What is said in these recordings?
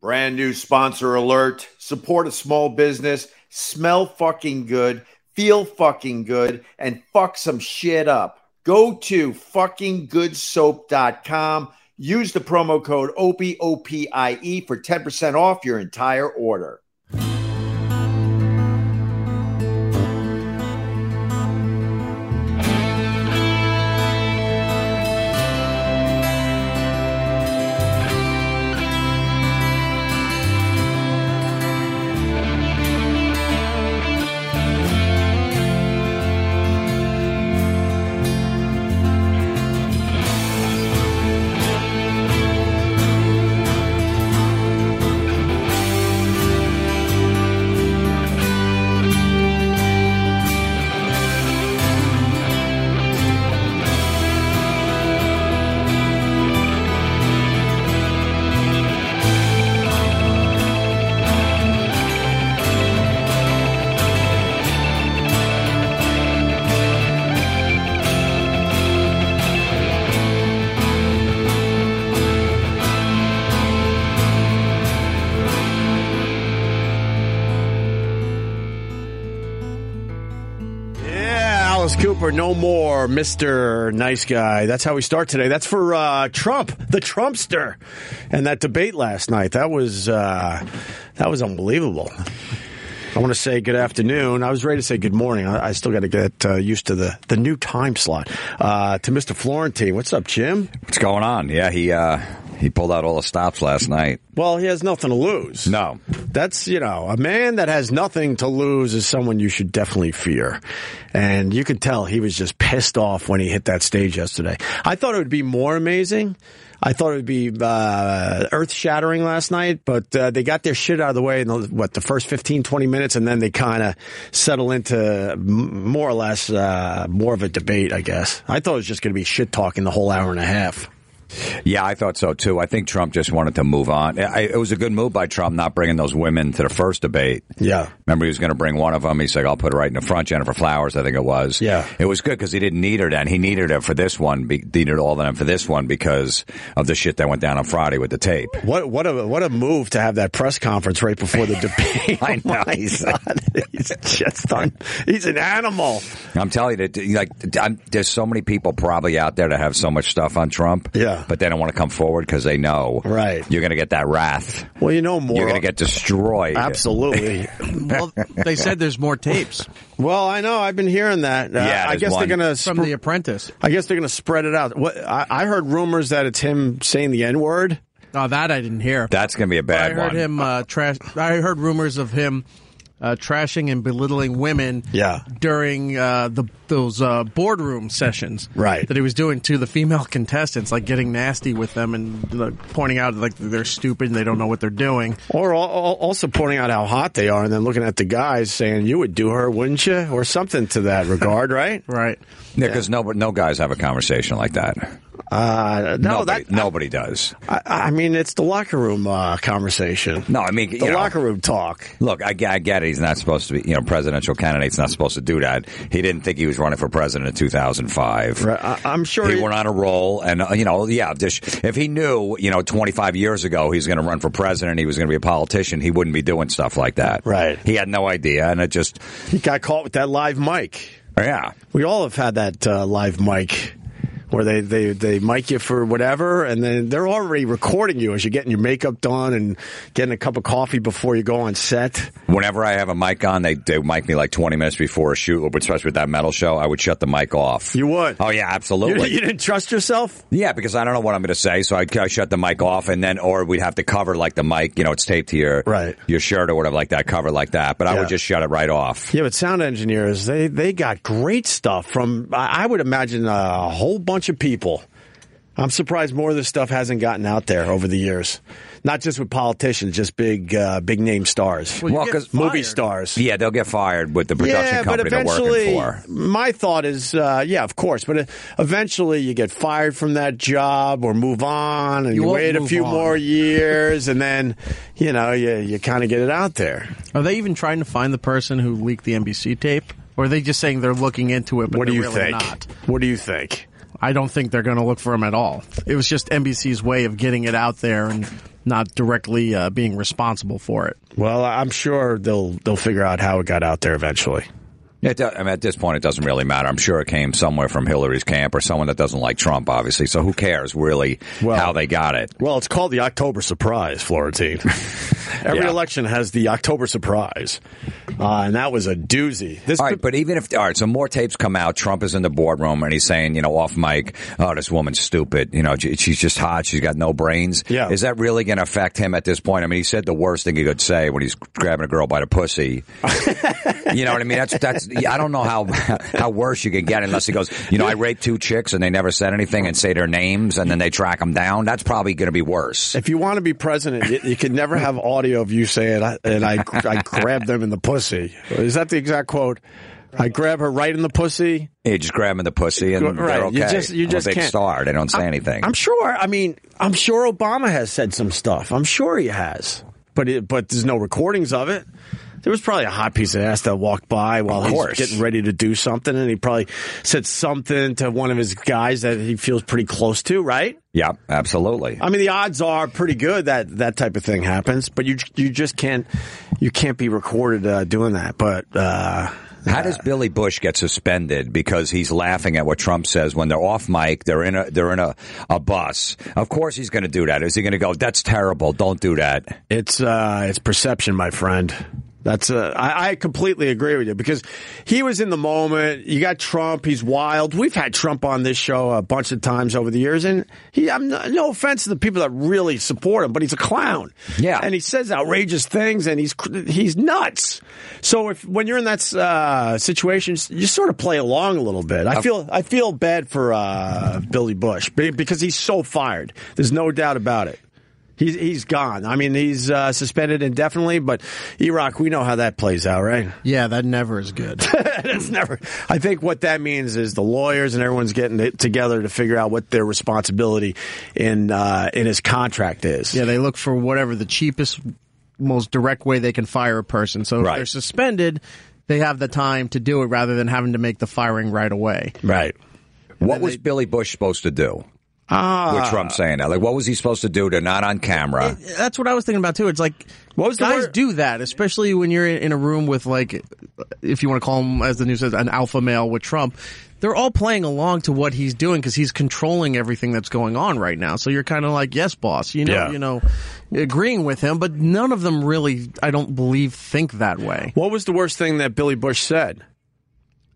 Brand new sponsor alert. Support a small business. Smell fucking good. Feel fucking good. And fuck some shit up. Go to fuckinggoodsoap.com. Use the promo code OPIE, O-P-I-E E for 10% off your entire order. Yeah, Alice Cooper, no more, Mister Nice Guy. That's how we start today. That's for uh, Trump, the Trumpster, and that debate last night. That was uh, that was unbelievable. I want to say good afternoon. I was ready to say good morning. I, I still got to get uh, used to the the new time slot. Uh, to Mister Florentine, what's up, Jim? What's going on? Yeah, he uh, he pulled out all the stops last night. Well, he has nothing to lose. No, That's, you know, a man that has nothing to lose is someone you should definitely fear. And you could tell he was just pissed off when he hit that stage yesterday. I thought it would be more amazing. I thought it would be uh, earth shattering last night, but uh, they got their shit out of the way in the, what, the first 15, 20 minutes, and then they kind of settle into m- more or less uh, more of a debate, I guess. I thought it was just going to be shit talking the whole hour and a half. yeah, I thought so too. I think Trump just wanted to move on. I, it was a good move by Trump not bringing those women to the first debate. Yeah. Remember, he was going to bring one of them. He's like, I'll put it right in the front. Jennifer Flowers, I think it was. Yeah. It was good because he didn't need her then. He needed her for this one. Be, needed all of them for this one because of the shit that went down on Friday with the tape. What what a what a move to have that press conference right before the debate. I know. Oh my God. He's just on. He's an animal. I'm telling you, that, like, I'm, there's so many people probably out there that have so much stuff on Trump. Yeah. But they don't want to come forward because they know. Right. You're going to get that wrath. Well, you know more. You're going to get destroyed. absolutely. Well, they said there's more tapes well, I know. I've been hearing that. Uh, Yeah, I there's guess one. they're going to. from The Apprentice. I guess they're going to spread it out. What I, I heard rumors that it's him saying the n word. Oh, that I didn't hear. That's going to be a I bad heard one. him uh, trash. I heard rumors of him uh, trashing and belittling women. Yeah. During uh, the those uh, boardroom sessions, Right. That he was doing to the female contestants, like getting nasty with them and like, pointing out like they're stupid and they don't know what they're doing. Or al- al- also pointing out how hot they are, and then looking at the guys saying, "You would do her, wouldn't you?" or something to that regard, right? Right. Yeah, because no, no guys have a conversation like that. Uh, no, nobody, that nobody does. I, I mean, it's the locker room uh, conversation. No, I mean, the you know, locker room talk. Look, I, get- I get it. He's not supposed to be, you know, presidential candidate's not supposed to do that. He didn't think he was running for president in 2005. Right. I, I'm sure. He he- went on a roll, and uh, you know, yeah. This, if he knew, you know, 25 years ago he's going to run for president, he was going to be a politician, he wouldn't be doing stuff like that. Right. He had no idea, and it just, he got caught with that live mic. yeah. We all have had that uh, live mic where they, they, they mic you for whatever, and then they're already recording you as you're getting your makeup done and getting a cup of coffee before you go on set. Whenever I have a mic on, they they mic me like 20 minutes before a shoot, especially with that metal show. I would shut the mic off. You would. Oh yeah, You, absolutely. you didn't trust yourself? Yeah, because I don't know what I'm going to say, so I, I shut the mic off, and then or we'd have to cover like the mic, you know, it's taped to your Right. your shirt or whatever like that, cover like that. But I Yeah. would just shut it right off. Yeah, but sound engineers, they, they got great stuff from, I I would imagine, a whole bunch of people. I'm surprised more of this stuff hasn't gotten out there over the years. Not just with politicians, just big, uh, big name stars, you Well, get 'cause movie fired. stars. Yeah, they'll get fired with the production company they're working for. My thought is, uh, yeah, of course, but uh, eventually you get fired from that job or move on, and You you, won't wait a move few on. more years, and then you know you you kind of get it out there. Are they even trying to find the person who leaked the NBC tape? Or are they just saying they're looking into it, but what do they're you really think? not? What do you think? I don't think they're going to look for him at all. It was just NBC's way of getting it out there and not directly uh, being responsible for it. Well, I'm sure they'll they'll figure out how it got out there eventually. It, do- I mean, at this point, it doesn't really matter. I'm sure it came somewhere from Hillary's camp or someone that doesn't like Trump, obviously. So who cares really Well- how they got it? Well, it's called the October surprise, Florentine. Every Yeah. election has the October surprise, uh, and that was a doozy. This All right, but even if all right, so more tapes come out. Trump is in the boardroom and he's saying, you know, off mic, oh, this woman's stupid. You know, she- she's just hot. She's got no brains. Yeah. is that really going to affect him at this point? I mean, he said the worst thing he could say when he's grabbing a girl by the pussy. you know what I mean? That's that's. I don't know how how worse you can get unless he goes, you know, I raped two chicks and they never said anything and say their names and then they track them down. That's probably going to be worse. If you want to be president, you, you can never have audio of you saying, "I- and I, I grabbed them in the pussy. Is that the exact quote? I grab her right in the pussy. You just grab 'em in the pussy and Right, they're you okay. just- you I'm a just big can't- star. They don't say anything. I'm sure. I mean, I'm sure Obama has said some stuff. I'm sure he has. But it, but there's no recordings of it. There was probably a hot piece of ass that walked by while Of he's course. getting ready to do something, and he probably said something to one of his guys that he feels pretty close to, right? yeah, absolutely. I mean, the odds are pretty good that that type of thing happens, but you you just can't you can't be recorded uh, doing that. But uh, How does Billy Bush get suspended because he's laughing at what Trump says when they're off mic? They're in a they're in a, a bus. Of course he's going to do that. Is he going to go? That's terrible. Don't do that. It's uh, it's perception, my friend. That's uh, I, I completely agree with you because he was in the moment. You got Trump; he's wild. We've had Trump on this show a bunch of times over the years, and he. I'm no, no offense to the people that really support him, but he's a clown. Yeah. and he says outrageous things, and he's cr- he's nuts. So if when you're in that uh, situation, you sort of play along a little bit. I feel I feel bad for uh, Billy Bush be- because he's so fired. There's no doubt about it. He's he's gone. I mean, he's uh, suspended indefinitely. But Iraq, we know how that plays out, right? Yeah, that never is good. It's never. I think what that means is the lawyers and everyone's getting it together to figure out what their responsibility in uh, in his contract is. Yeah, they look for whatever the cheapest, most direct way they can fire a person. So if Right. they're suspended, they have the time to do it rather than having to make the firing right away. Right. What was Billy Bush supposed to do? Ah, with Trump saying that, like, what was he supposed to do? They're not on camera. That's what I was thinking about too. It's like What was the guys word- do that, especially when you're in in a room with like, if you want to call him, as the news says, an alpha male with Trump. They're all playing along to what he's doing because he's controlling everything that's going on right now. So you're kind of like, yes, boss, you know, Yeah. you know, agreeing with him, but none of them really, I don't believe, think that way. What was the worst thing that Billy Bush said?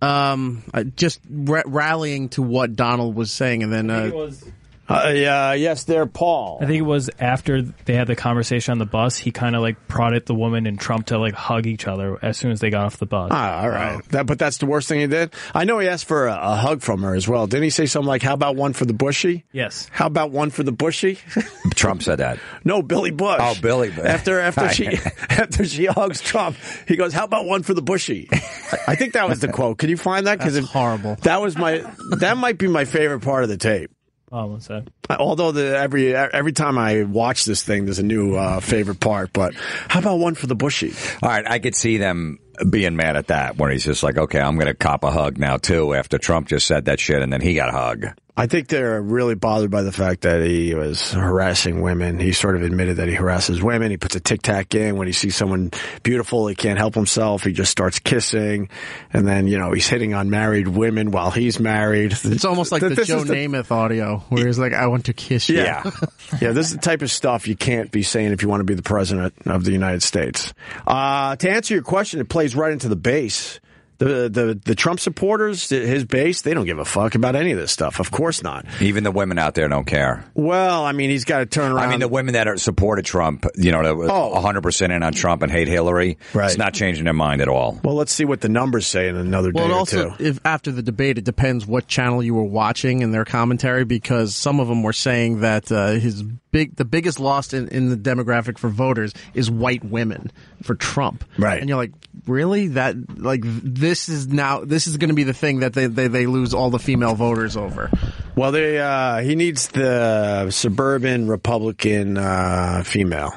um, uh, just ra- rallying to what Donald was saying, and then it uh, was Uh, yeah, yes, there, I Paul. think it was after they had the conversation on the bus, he kind of like prodded the woman and Trump to like hug each other as soon as they got off the bus. Ah, all right. Oh. That, but that's the worst thing he did. I know he asked for a, a hug from her as well. Didn't he say something like, "How about one for the bushy"? Yes. How about one for the bushy? Trump said that. No, Billy Bush. Oh, Billy Bush. After after she after she hugs Trump, he goes, "How about one for the bushy?" I think that was the quote. Can you find that? Because That's horrible. That was my that might be my favorite part of the tape. Oh, one sec. Although the every every time I watch this thing, there's a new uh, favorite part. But how about one for the bushy? All right, I could see them being mad at that when he's just like, okay, I'm going to cop a hug now too. After Trump just said that shit, and then he got a hug. I think they're really bothered by the fact that he was harassing women. He sort of admitted that he harasses women. He puts a tic tac in when he sees someone beautiful. He can't help himself. He just starts kissing, and then you know he's hitting on married women while he's married. it's almost like the Joe Namath audio, where he's like, "I want to kiss you." Yeah. yeah, this is the type of stuff you can't be saying if you want to be the president of the United States. Uh, to answer your question, it plays right into the base. The, the the Trump supporters, his base, they don't give a fuck about any of this stuff. Of course not. Even the women out there don't care. Well, I mean, he's got to turn around. I mean, the women that are supported Trump, you know, that were Oh. 100% in on Trump and hate Hillary, Right. it's not changing their mind at all. Well, let's see what the numbers say in another Well, day it or also, two. if after the debate, it depends what channel you were watching and their commentary, because some of them were saying that uh, his big, the biggest loss in, in the demographic for voters is white women for Trump. Right. and you're like, really? That like this is now this is going to be the thing that they, they they lose all the female voters over. Well, they uh, he needs the suburban Republican uh, female.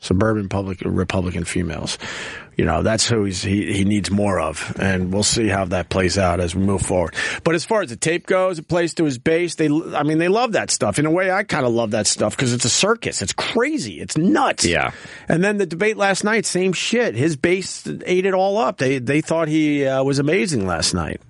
suburban public Republican females. You know, that's who he's, he he needs more of, and we'll see how that plays out as we move forward. But as far as the tape goes, it plays to his base. They, I mean, they love that stuff. In a way, I kind of love that stuff because it's a circus. It's crazy. It's nuts. Yeah. And then the debate last night, same shit. His base ate it all up. They they thought he uh, was amazing last night.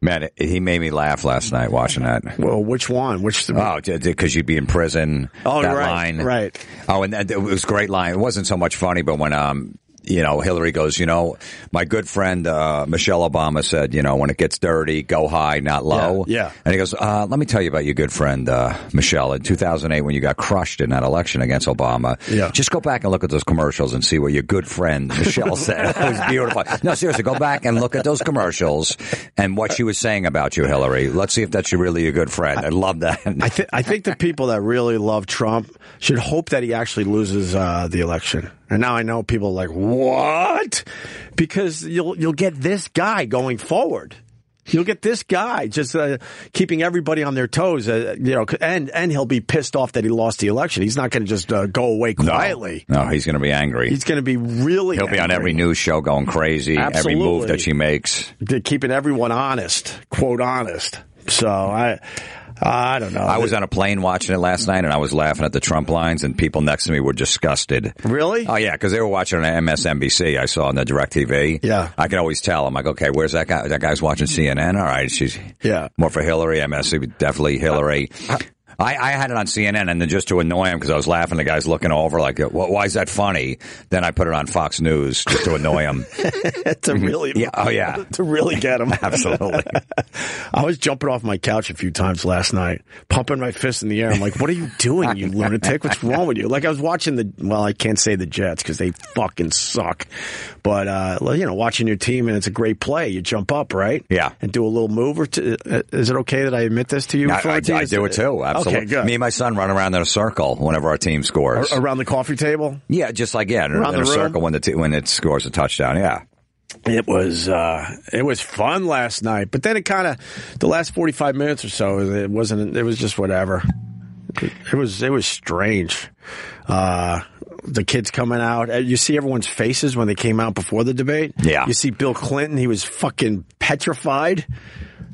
Man, it- he made me laugh last night watching that. Well, which one? Which Oh, because you'd be in prison. Oh, that right, line, right. Oh, and that, it was a great line. It wasn't so much funny, but when um, you know, Hillary goes, you know, my good friend uh, Michelle Obama said, you know, when it gets dirty, go high, not low. Yeah, yeah. And he goes, uh, let me tell you about your good friend uh, Michelle in 2008 when you got crushed in that election against Obama. Yeah. Just go back and look at those commercials and see what your good friend Michelle said. It was beautiful. No, seriously, go back and look at those commercials and what she was saying about you, Hillary. Let's see if that's really your good friend. I love that. I, th- I think the people that really love Trump should hope that he actually loses uh, the election. And now I know people are like what, because you'll you'll get this guy going forward. You'll get this guy just uh, keeping everybody on their toes. Uh, you know, and and he'll be pissed off that he lost the election. He's not going to just uh, go away quietly. No, he's going to be angry. He's going to be really. He'll be on angry. every news show going crazy, every Absolutely. move that she makes. They're keeping everyone honest, quote honest. So I, I don't know. I was on a plane watching it last night and I was laughing at the Trump lines and people next to me were disgusted. really. Oh yeah, because they were watching on MSNBC. I saw on the Directv. Yeah. I can always tell. I'm like, okay, where's that guy? That guy's watching CNN. All right, she's Yeah. more for Hillary. MSNBC definitely Hillary. I, I had it on CNN, and then just to annoy him because I was laughing, the guy's looking over like, "Wh- "Why is that funny?" Then I put it on Fox News just to annoy him. to really Yeah, oh, yeah. to really get him Absolutely. i was jumping off my couch a few times last night pumping my fist in the air i'm like what are you doing you lunatic what's wrong with you like i was watching the well i can't say the jets because they fucking suck but uh you know watching your team and it's a great play you jump up right Yeah. and do a little move or two uh, is it okay that i admit this to you I, I, Florentine? I do it too. Absolutely. okay good Me and my son run around in a circle whenever our team scores. around the coffee table yeah, just like yeah, in, Around in a the room? circle when the t- when it scores a touchdown. Yeah. It was uh, it was fun last night, but then it kind of the last forty five minutes or so it wasn't. It was just whatever. It was it was strange. Uh, the kids coming out, uh, you see everyone's faces when they came out before the debate. Yeah. you see Bill Clinton; he was fucking petrified.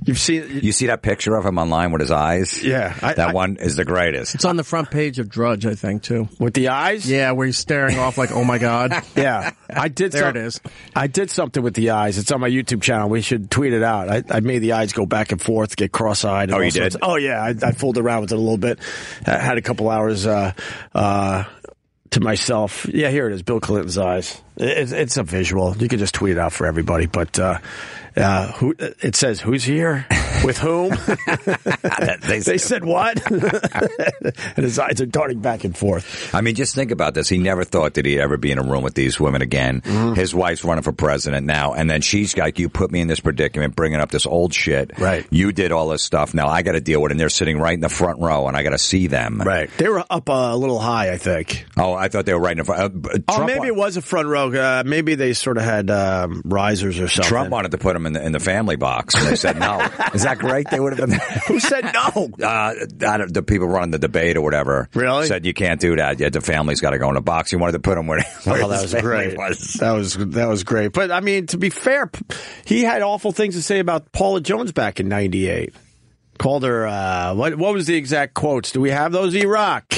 You've seen You see that picture of him online with his eyes? Yeah, I- that I- one is the greatest. It's on the front page of Drudge, I think, too. with the eyes. Yeah, where he's staring off like, oh my god. Yeah, I did. There some- it is. I did something with the eyes. It's on my YouTube channel. We should tweet it out. I, I made the eyes go back and forth, get cross-eyed. and Oh, you all sorts. did? Oh, yeah. I, I fooled around with it a little bit. I had a couple hours uh, uh, to myself. Yeah, here it is. Bill Clinton's eyes. It, it's- it's a visual. You can just tweet it out for everybody. But uh, uh, who? It says who's here with whom. That- they- they said what? and his eyes are darting back and forth. I mean, just think about this. He never thought that he'd ever be in a room with these women again. Mm-hmm. His wife's running for president now, and then she's like, "You put me in this predicament, bringing up this old shit. Right. You did all this stuff. Now I got to deal with it. And they're sitting right in the front row, and I got to see them. They were up uh, a little high, I think. Oh, I thought they were right in front. Uh, b- Oh, Trump maybe it was a front row. Uh, maybe they sort of had um, risers or something. Trump wanted to put him in the in the family box, and they said no. Is that correct? They would have been. Who said no? Uh, I don't- the people running the debate or whatever Really? said you can't do that. Yeah, the family's got to go in a box. He wanted to put him where, where Oh, that his was family great. was. That was that was great. But I mean, to be fair, p- he had awful things to say about Paula Jones back in '98. Called her uh, what? What was the exact quotes? Do we have those? Iraq.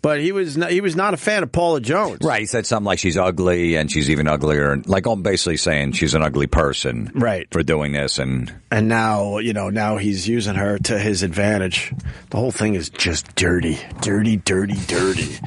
But he was not, he was not a fan of Paula Jones. Right, he said something like she's ugly and she's even uglier, and like I'm basically saying she's an ugly person, Right. for doing this. And And now you know now he's using her to his advantage. The whole thing is just dirty, dirty, dirty, dirty.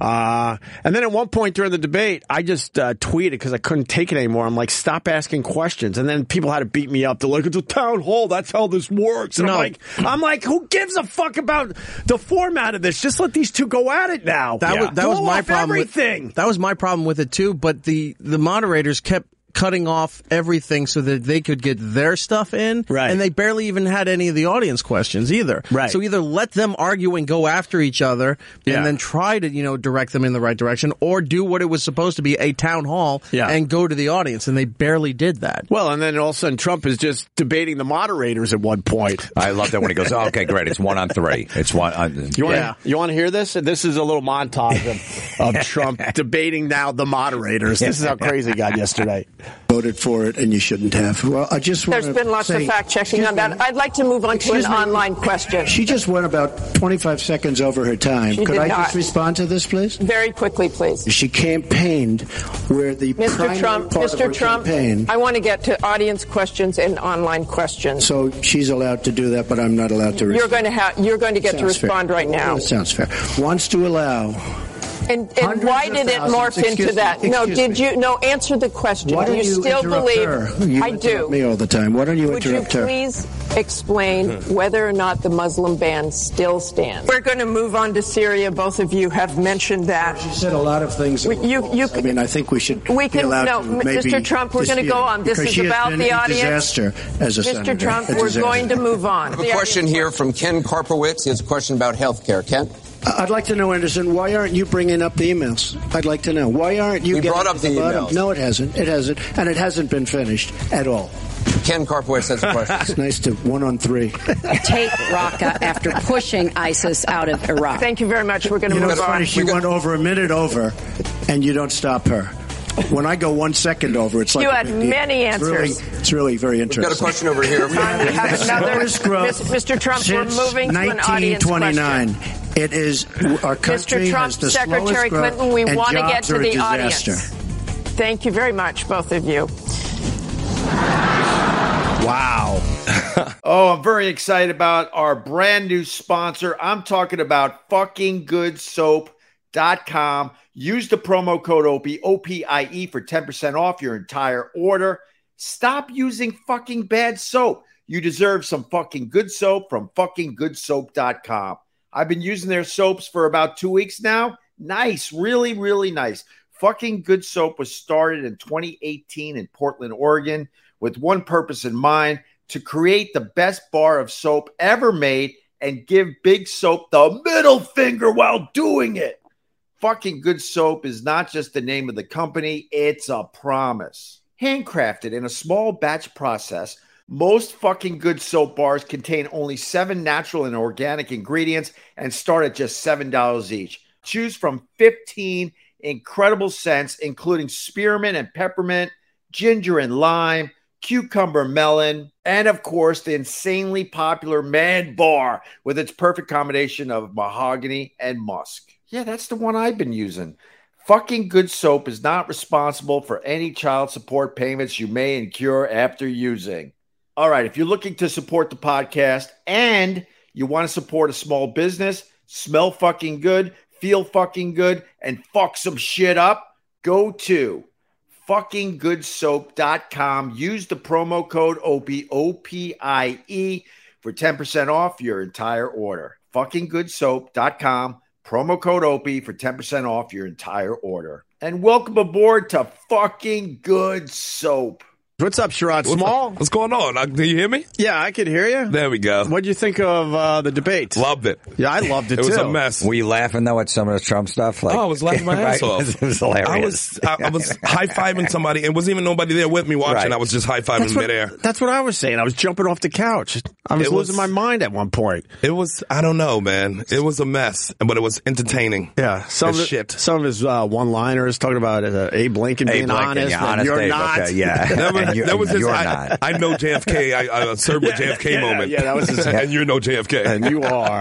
Uh, and then at one point during the debate, I just uh, tweeted because I couldn't take it anymore. I'm like, stop asking questions. And then people had to beat me up. They're like, it's a town hall. That's how this works. And No. I'm like, I'm like, who gives a fuck about the format of this? Just let these two go at it now. That was that was Blow my off problem. Everything. With, that was my problem with it too. But the the moderators kept cutting off everything so that they could get their stuff in. Right. And they barely even had any of the audience questions either. Right. So either let them argue and go after each other Yeah. and then try to, you know, direct them in the right direction or do what it was supposed to be a town hall Yeah. and go to the audience. And they barely did that. Well, and then all of a sudden Trump is just debating the moderators at one point. I love that when he goes, oh, okay, great. It's one on three. It's one uh, on. You want Yeah. to you want to hear this? This is a little montage of, of Trump debating now the moderators. This is how crazy it got yesterday. voted for it and you shouldn't have. Well, I just want There's been lots of fact checking on that. I'd like to move on to an Excuse me. online question. She just went about 25 seconds over her time. She Could did I not. just respond to this, please? Very quickly, please. She campaigned where the primary Mr. Trump, part of her Mr. Trump, campaign. I want to get to audience questions and online questions. so she's allowed to do that, but I'm not allowed to. You're going to have, you're going to get to Sounds fair. respond right now. That sounds fair. Wants to allow. And, and why Hundreds of did it thousands- morph into excuse that? me, No, excuse did me. you, no, answer the question. Why Do don't you still interrupt believe? her? You I interrupt do. Me all the time. Why don't you Would you interrupt her? please explain whether or not the Muslim ban still stands? We're going to move on to Syria. Both of you have mentioned that. She said a lot of things. We- you- you I can- mean, I think we should. We be can- allowed no, to M- maybe Mr. Trump, we're gonna dispute go on. This because is she has about been the a audience. Disaster as a senator. Mr. Trump, A we're disaster. going to move on. I have a question here from Ken Karpowitz. He has a question about health care. Ken, I- I'd like to know, Anderson, why aren't you bringing up the emails? I'd like to know why aren't you? We getting brought up to the bottom? emails. No, it hasn't. It hasn't, and it hasn't been finished at all. Ken Karpowitz has a question. It's nice to one on three. take Raqqa after pushing ISIS out of Iraq. Thank you very much. We're going to You know move what's on. funny? She We got- went over a minute over, and you don't stop her. When I go one second over, it's like You a had big deal. many It's really- answers. It's really, very interesting. Got a question over here. Time to have another. Slowest growth Mis- Mr. Trump, we're since moving to an audience 1929. question. It is our country Mr. Trump, has the Secretary slowest growth, Clinton, we and want to jobs get to are a the disaster. audience. Thank you very much, both of you. Wow. Oh, I'm very excited about our brand new sponsor. I'm talking about fuckinggoodssoap.com. Use the promo code OPIE, O-P-I-E E for 10% off your entire order. Stop using fucking bad soap. You deserve some fucking good soap from fuckinggoodssoap.com. I've been using their soaps for about two weeks now. Nice, really, really nice. Fucking Good Soap was started in 2018 in Portland, Oregon, with one purpose in mind to create the best bar of soap ever made and give big soap the middle finger while doing it. Fucking Good Soap is not just the name of the company, it's a promise. Handcrafted in a small batch process, most fucking good soap bars contain only seven natural and organic ingredients and start at just $7 each. Choose from 15 incredible scents, including spearmint and peppermint, ginger and lime, cucumber melon, and of course, the insanely popular man bar with its perfect combination of mahogany and musk. Yeah, that's the one I've been using. Fucking Good Soap is not responsible for any child support payments you may incur after using. All right, if you're looking to support the podcast and you want to support a small business, smell fucking good, feel fucking good, and fuck some shit up, go to fuckinggoodssoap.com. Use the promo code OPIE, O-P-I-E E for 10% off your entire order. Fuckinggoodssoap.com, promo code OPIE for 10% off your entire order. And welcome aboard to Fucking Good Soap. What's up, Sherrod Small? What's going on? Uh, Do you hear me? Yeah, I could hear you. There we go. What'd you think of uh, the debate? Loved it. Yeah, I loved it, It was too. a mess. Were you laughing though at some of the Trump stuff? Like, Oh, I was laughing my ass Right? off. It was hilarious. I was I, I was high fiving somebody, and wasn't even nobody there with me watching. Right. I was just high fiving That's what, midair. that's what I was saying. I was jumping off the couch. I was It was- losing my mind at one point. It was I don't know, man. It was a mess, but it was entertaining. Yeah, some It's of, shit. Some of his uh, one-liners talking about uh, Abe Lincoln Abe being Lincoln, honest. yeah, and honest you're Abe, not. okay, yeah. That was, And you- that was his, you're I, not. I know JFK. I, I served with Yeah, JFK yeah, moment. yeah, that was his- and you're no JFK. and you are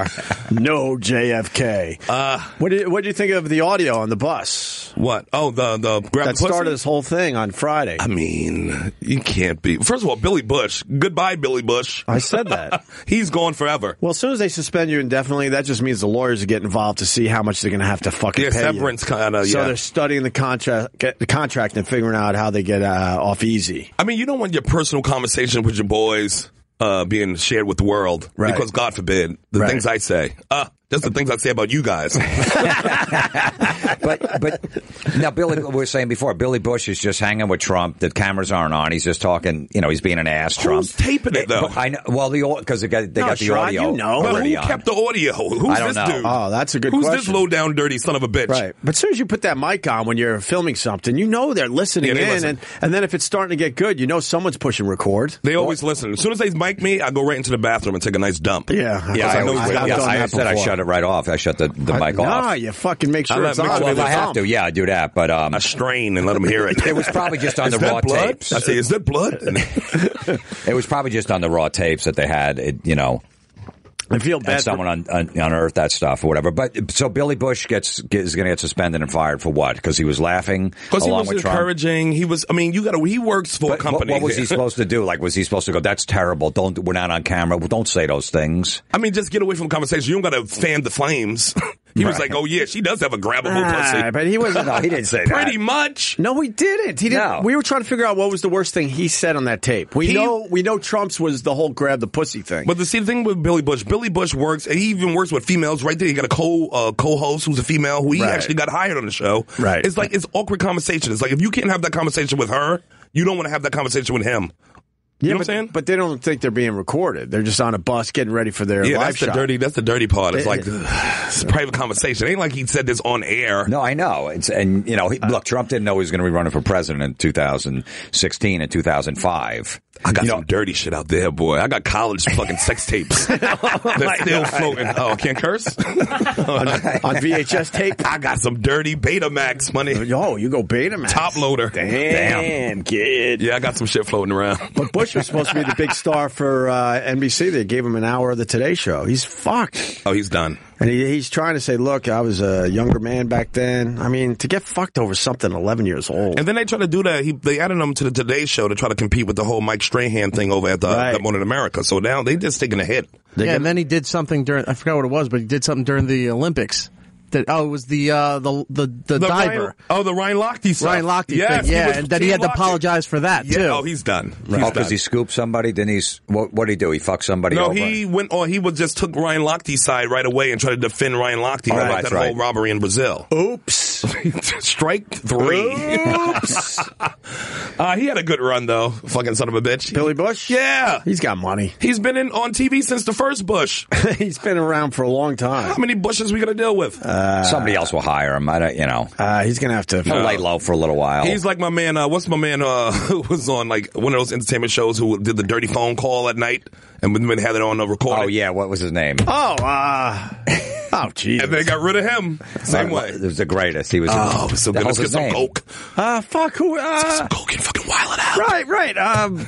no JFK. Uh, what do you, what do you think of the audio on the bus what? Oh, the the grab that the pussy? started this whole thing on Friday? I mean, you can't be. First of all, Billy Bush. Goodbye, Billy Bush. I said that. He's gone forever. Well, as soon as they suspend you indefinitely, that just means the lawyers get involved to see how much they're going to have to fucking Yeah, pay you. severance kinda, So yeah. they're studying the contract, the contract, and figuring out how they get uh, off easy. I mean, you don't want your personal conversation with your boys uh, being shared with the world Right. because, God forbid, the Right. things I say. Uh, That's the things I say about you guys. but but now Billy, we were saying before, Billy Bush is just hanging with Trump. The cameras aren't on. He's just talking. You know, he's being an ass. Trump Eh, Who's taping it though? I know. Well, the because they got they No, got the Sherrod, audio. you know. But already who on. kept the audio? Who's I don't this know. dude? Oh, that's a good Who's this question. low down dirty son of a bitch? Right. But as soon as you put that mic on when you're filming something, you know they're listening Yeah, they in. listen. And, and then if it's starting to get good, you know someone's pushing record. They always listen. As soon as they mic me, I go right into the bathroom and take a nice dump. Yeah. yeah, I I know. always- where- I've yeah, yes, done I I that said I before. shut it right off. I shut the, the mic off. Nah, you fucking make sure I let it's me on. do Well, with if I have to, yeah, I do that. But um, I strain and let them hear it. it was probably just on Is the that raw blood? tapes. I say, is that blood? And- It was probably just on the raw tapes that they had. It, you know, I feel and bad. for- someone on, on unearthed that stuff or whatever. But so Billy Bush gets, is going to get suspended and fired for what? Because he was laughing Because he along was with Trump. encouraging. He was. I mean, you got to. He works for But a what, company. what was he supposed to do? Like, was he supposed to go? That's terrible. Don't. We're not on camera. Well, Don't say those things. I mean, just get away from the conversation. You don't got to fan the flames. he was Right. like, "Oh yeah, she does have a grabbable Ah, pussy." but he wasn't. No, he didn't say that. Pretty much. No, we didn't. He didn't. No. We were trying to figure out what was the worst thing he said on that tape. We He- know we know Trump's was the whole grab the pussy thing. But the see, the thing with Billy Bush, Billy Bush works. He even works with females. Right there, he got a co uh, co-host who's a female who he Right. actually got hired on the show. Right. It's like it's awkward conversation. It's like if you can't have that conversation with her, you don't want to have that conversation with him. You Yeah, know but, what I'm saying? but they don't think they're being recorded. They're just on a bus getting ready for their yeah, live that's shot. the dirty. That's the dirty part. It's like it's a private conversation. It ain't like he said this on air. No, I know. It's and you know, Uh, he, look, Trump didn't know he was going to be running for president in 2016 and 2005. I got You some know- dirty shit out there, boy. I got college fucking sex tapes. They're still floating. Oh, can't curse? on VHS tape. I got some dirty Betamax money. Yo, you go Betamax. Top loader. Damn, kid. Yeah, I got some shit floating around. But Bush was supposed to be the big star for uh, NBC. They gave him an hour of the Today Show. He's fucked, Oh, he's done. and he, he's trying to say, "Look, I was a younger man back then." I mean, to get fucked over something eleven years old. And then they try to do that. He, they added him to the Today Show to try to compete with the whole Mike Strahan thing over at the, uh, Right. the Morning America. So now they just taking a hit. yeah, and then he did something during I forgot what it was, but he did something during the Olympics. That oh, it was the uh, the the, the, diver. Ryan, oh, the Ryan Lochte stuff. Ryan Lochte Yes, thing, yeah, was and then he Team had to Lochte. apologize for that Yeah, too. Oh, he's done. Oh, He's 'cause done. he scooped somebody. Then he's what? What did he do? He fucked somebody No, over. he went on. He was just took Ryan Lochte's side right away and tried to defend Ryan Lochte Oh, about right, that right. whole robbery in Brazil. Oops. Strike three. uh, he had a good run though. Fucking son of a bitch. Billy Bush. Yeah, he's got money. he's been in on TV since the first Bush. he's been around for a long How time. many Bushes we gonna deal with? Uh, Somebody else will hire him. I don't. You know, Uh, he's gonna have to. he'll lay low for a little while. He's like my man. Uh, what's my man uh, who was on like one of those entertainment shows who did the dirty phone call at night and then had it on a recording. oh yeah, what was his name? Oh, uh, oh, And they Jesus. got rid of him. Same Uh, way. It was the greatest. He was. Oh, so the good. hell's Let's get his some name? coke. Uh, fuck who? Uh, Some coke and fucking wild it out. right, right. Um,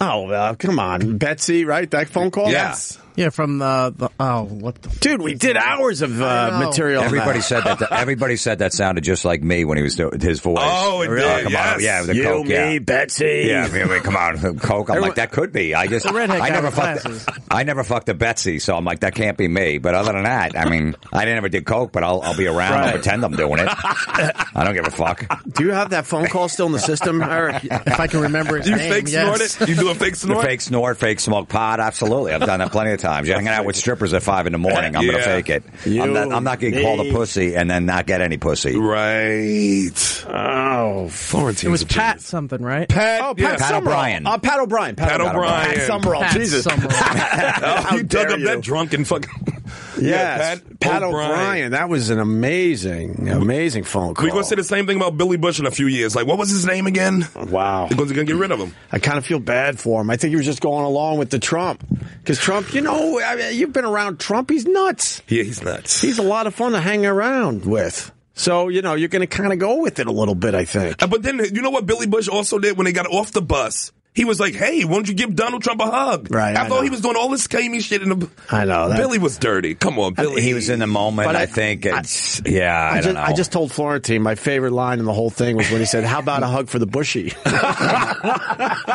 oh, uh, come on, Betsy. Right, that phone call. Yes. yeah, from the, the oh what the dude, we did hours of uh, I know. material. on Everybody that. said that. Everybody said that sounded just like me when he was doing his voice. Oh, it did, come yes. on. Yeah, the You, coke. me, yeah. Betsy. Yeah, I mean, I mean, come on, Coke. I'm like that could be. I just, The redhead I guy never with fucked, glasses. I never fucked a Betsy, so I'm like that can't be me. But other than that, I mean, I never did Coke, but I'll, I'll be around. I'll Right. pretend I'm doing it. I don't give a fuck. Do you have that phone call still in the system, Eric? if I can remember his You name. fake yes. snort it? You do a fake The snort? fake snort, fake smoke pot. Absolutely, I've done that plenty of times. You're hanging out with strippers at five in the morning. I'm gonna Yeah. fake it. I'm not, I'm not getting called a me. pussy and then not get any pussy. Right. Oh, Florentine. It was Pat something, right? Pat. oh, Pat, yeah. Pat Summerall. O'Brien. Uh, Pat O'Brien. Pat O'Brien. Pat Summerall. Pat Jesus. Summerall. Oh, you dug dare up you. that drunken fucking. Yes. Pat Pat, O'Brien. That was an amazing, amazing phone call. We're going to say the same thing about Billy Bush in a few years. Like, what was his name again? Wow. They're going to get rid of him. I kind of feel bad for him. I think he was just going along with the Trump. Because Trump, you know, I mean, you've been around Trump. He's nuts. Yeah, he's nuts. He's a lot of fun to hang around with. So, you know, you're going to kind of go with it a little bit, I think. Uh, But then, you know what Billy Bush also did when they got off the bus? He was like, hey, why don't you give Donald Trump a hug? Right, I I know. thought he was doing all this scammy shit in the. I know, that- Billy was dirty. Come on, Billy. He was in the moment. But I, I- think I- it's yeah. I, just, don't know. I just told Florentine my favorite line in the whole thing was when he said, "How about a hug for the bushy?"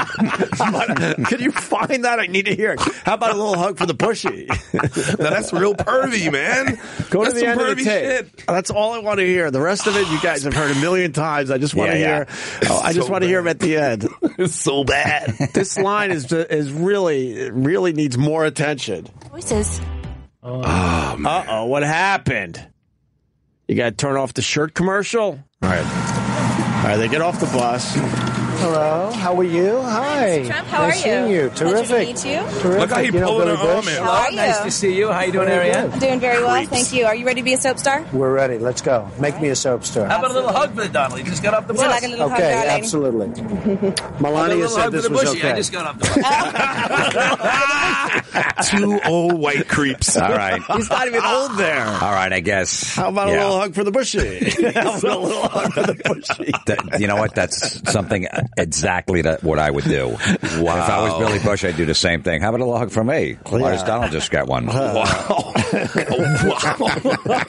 Can you find that? I need to hear. it. How about a little hug for the bushy? Now, that's real pervy, man. Go that's to the some end of pervy the tape. shit. That's all I want to hear. The rest of it, you guys have heard a million times. I just want to Yeah, yeah. hear. oh, I just So want to hear him at the end. It's so bad. this line is is really really needs more attention. Voices. Uh oh, what happened? You got to turn off the shirt commercial? All right. All right, they get off the bus. Hello, how are you? Hi. Trump, how nice are you? seeing you. Pleasure to Terrific. meet you. Terrific. Look how he you know, pulling Billy her arm Bush? in. Hello, How are nice you? to see you. How you doing, I'm doing very well, thank you. Are you ready to be a soap star? We're ready. Let's go. Make me a soap star. How about a little hug for the Donald? He just got off the Would you bus. like a little hug, okay, darling? absolutely. A Melania little said hug for this the was bushy. okay. I just got off the Two old white creeps. All right. He's not even old there. All right, I guess. How about Yeah. a little hug for the bushy? How about a little hug for the bushy? That- you know what? That's something exactly that what I would do. Wow. If I was Billy Bush, I'd do the same thing. How about a little hug from me? Oh, Why does Donald just get one? Wow.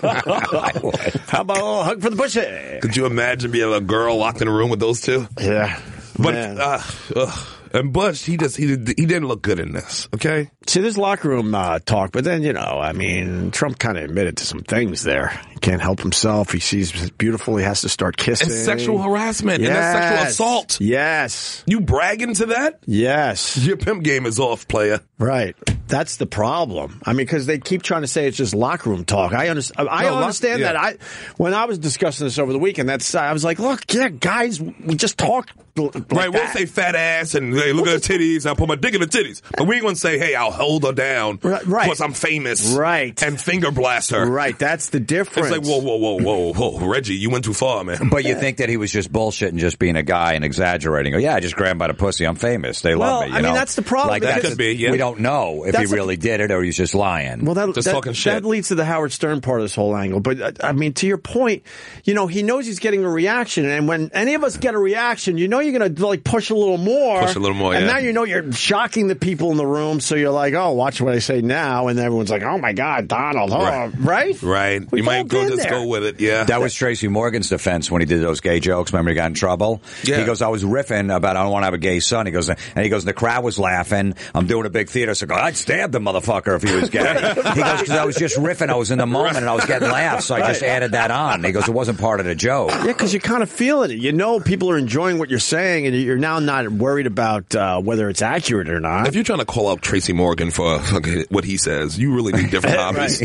How about a little hug for the bushy? Could you imagine being a girl locked in a room with those two? Yeah. But Man. uh, ugh. and Bush, he just he did, he didn't look good in this. Okay. See, there's locker room uh, talk, but then, you know, I mean, Trump kind of admitted to some things there. He can't help himself. He sees it's beautiful. He has to start kissing. And sexual harassment and that's sexual Yes. assault. Yes. You bragging to that? Yes. Your pimp game is off, player. Right. That's the problem. I mean, because they keep trying to say it's just locker room talk. I understand. I No, lock- understand yeah. that. I when I was discussing this over the weekend, that's I was like, look, yeah, guys, we just talk. l- Like right, we'll that. say fat ass and hey, look at her titties. I put my dick in the titties, but we ain't gonna say, "Hey, I'll hold her down," Right, right. Because I'm famous, Right. And finger blast her, Right. That's the It's difference. like, whoa, whoa, whoa, whoa, whoa, Reggie, you went too far, man. But you think that he was just bullshitting, just being a guy and exaggerating? Oh, yeah, I just grabbed by the pussy. I'm famous. They Well, love me. You I mean, know? that's the problem, Like, because- that's- Could be, yeah. We don't know if he That's a- really did it or he's just lying. Well, that, Just that, talking shit. that leads to the Howard Stern part of this whole angle. But uh, I mean, to your point, you know, he knows he's getting a reaction, and when any of us get a reaction, you know, you're going to like push a little more, Push a little more, and yeah. now you know you're shocking the people in the room. So you're like, oh, watch what I say now, and everyone's like, oh my god, Donald, oh, Right. right? right? right? We've you might all go been just there. go with it, yeah. That was Tracy Morgan's defense when he did those gay jokes. Remember, he got in trouble. Yeah. He goes, "I was riffing about I don't want to have a gay son." He goes, and he goes, the crowd was laughing. I'm doing a big theater circle. I'd stab the motherfucker if he was gay. he goes, "'Cause I was just riffing. I was in the moment and I was getting laughs, so I just added that on." He goes, "It wasn't part of the joke." Yeah, because you kind of feel it. You know, people are enjoying what you're saying, and you're now not worried about uh, whether it's accurate or not. If you're trying to call out Tracy Morgan for uh, fucking what he says, you really need different hobbies.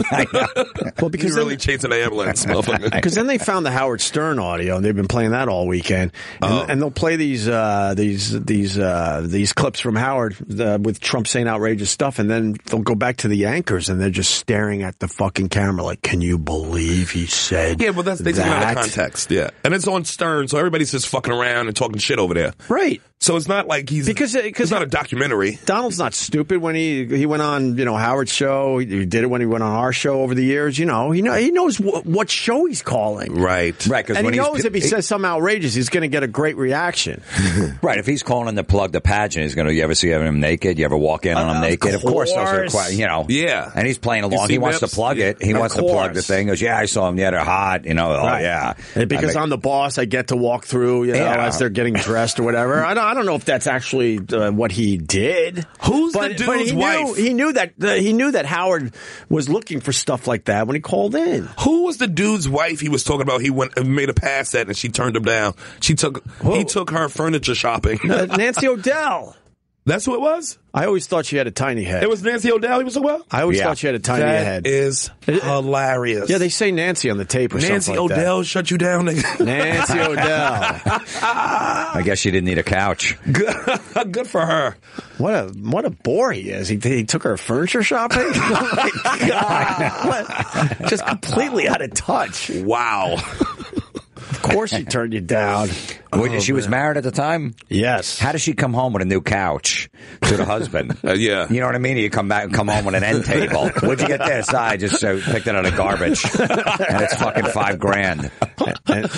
well, you because then- really chasing the ambulance, motherfucker. Because then they found the Howard Stern audio, and they've been playing that all weekend. And, Oh. and they'll play these uh, these these uh, these clips from Howard uh, with Trump saying outrageous stuff, and then they'll go back to the anchors, and they're just staring at the fucking camera, like, "Can you believe he said?" Yeah, but that's they take it out that?" of context. Yeah, and it's on Stern, so everybody's just fucking around and talking shit over there. Right. So it's not like he's Because- uh, because- it's not a documentary. Donald's not stupid when he he went on you know Howard's show. He did it when he went on our show over the years. You know he know he knows wh- what show he's calling. Right. Right, because And when he he's- knows if he says something outrageous, he's going to get a great reaction. Right, if he's calling in the plug the pageant, he's going to. You ever see him naked? You ever walk in on him naked? Of course, those are course. quite, you know. Yeah. and he's playing along. see He wants Whips? to plug it. He Of wants to plug the course. thing. He goes, yeah, I saw him. Yeah, they're hot. You know, oh Right. yeah. And I because mean- I'm the boss, I get to walk through, you know, Yeah. as they're getting dressed or whatever. I don't, I don't know if that's actually uh, what he did. Who's the but, dude's but he Knew, wife? he knew that uh, he knew that Howard was looking for stuff like that when he called in. Who was the dude's wife he was talking about? He went and made a pass at, and she turned him down. She took he took her furniture shopping. Uh, Nancy O'Dell. That's who it was. I always thought she had a tiny head. It was Nancy O'Dell. He was like, well, I always Yeah. thought she had a tiny that head. Uh, is hilarious. yeah, they say Nancy on the tape or Nancy something like that. O'Dell shut you down. nigga. Nancy O'Dell. I guess she didn't need a couch. Good, good for her. What a what a bore he is. He, he took her furniture shopping. oh my God. What? Just completely out of touch. Wow. Of course he turned you down. Oh, Wait, she was married at the time. Yes. How does she come home with a new couch to the husband? Uh, yeah. You know what I mean? You come back and come home with an end table. Where'd you get this? I just uh, picked it out of garbage, and it's fucking five grand.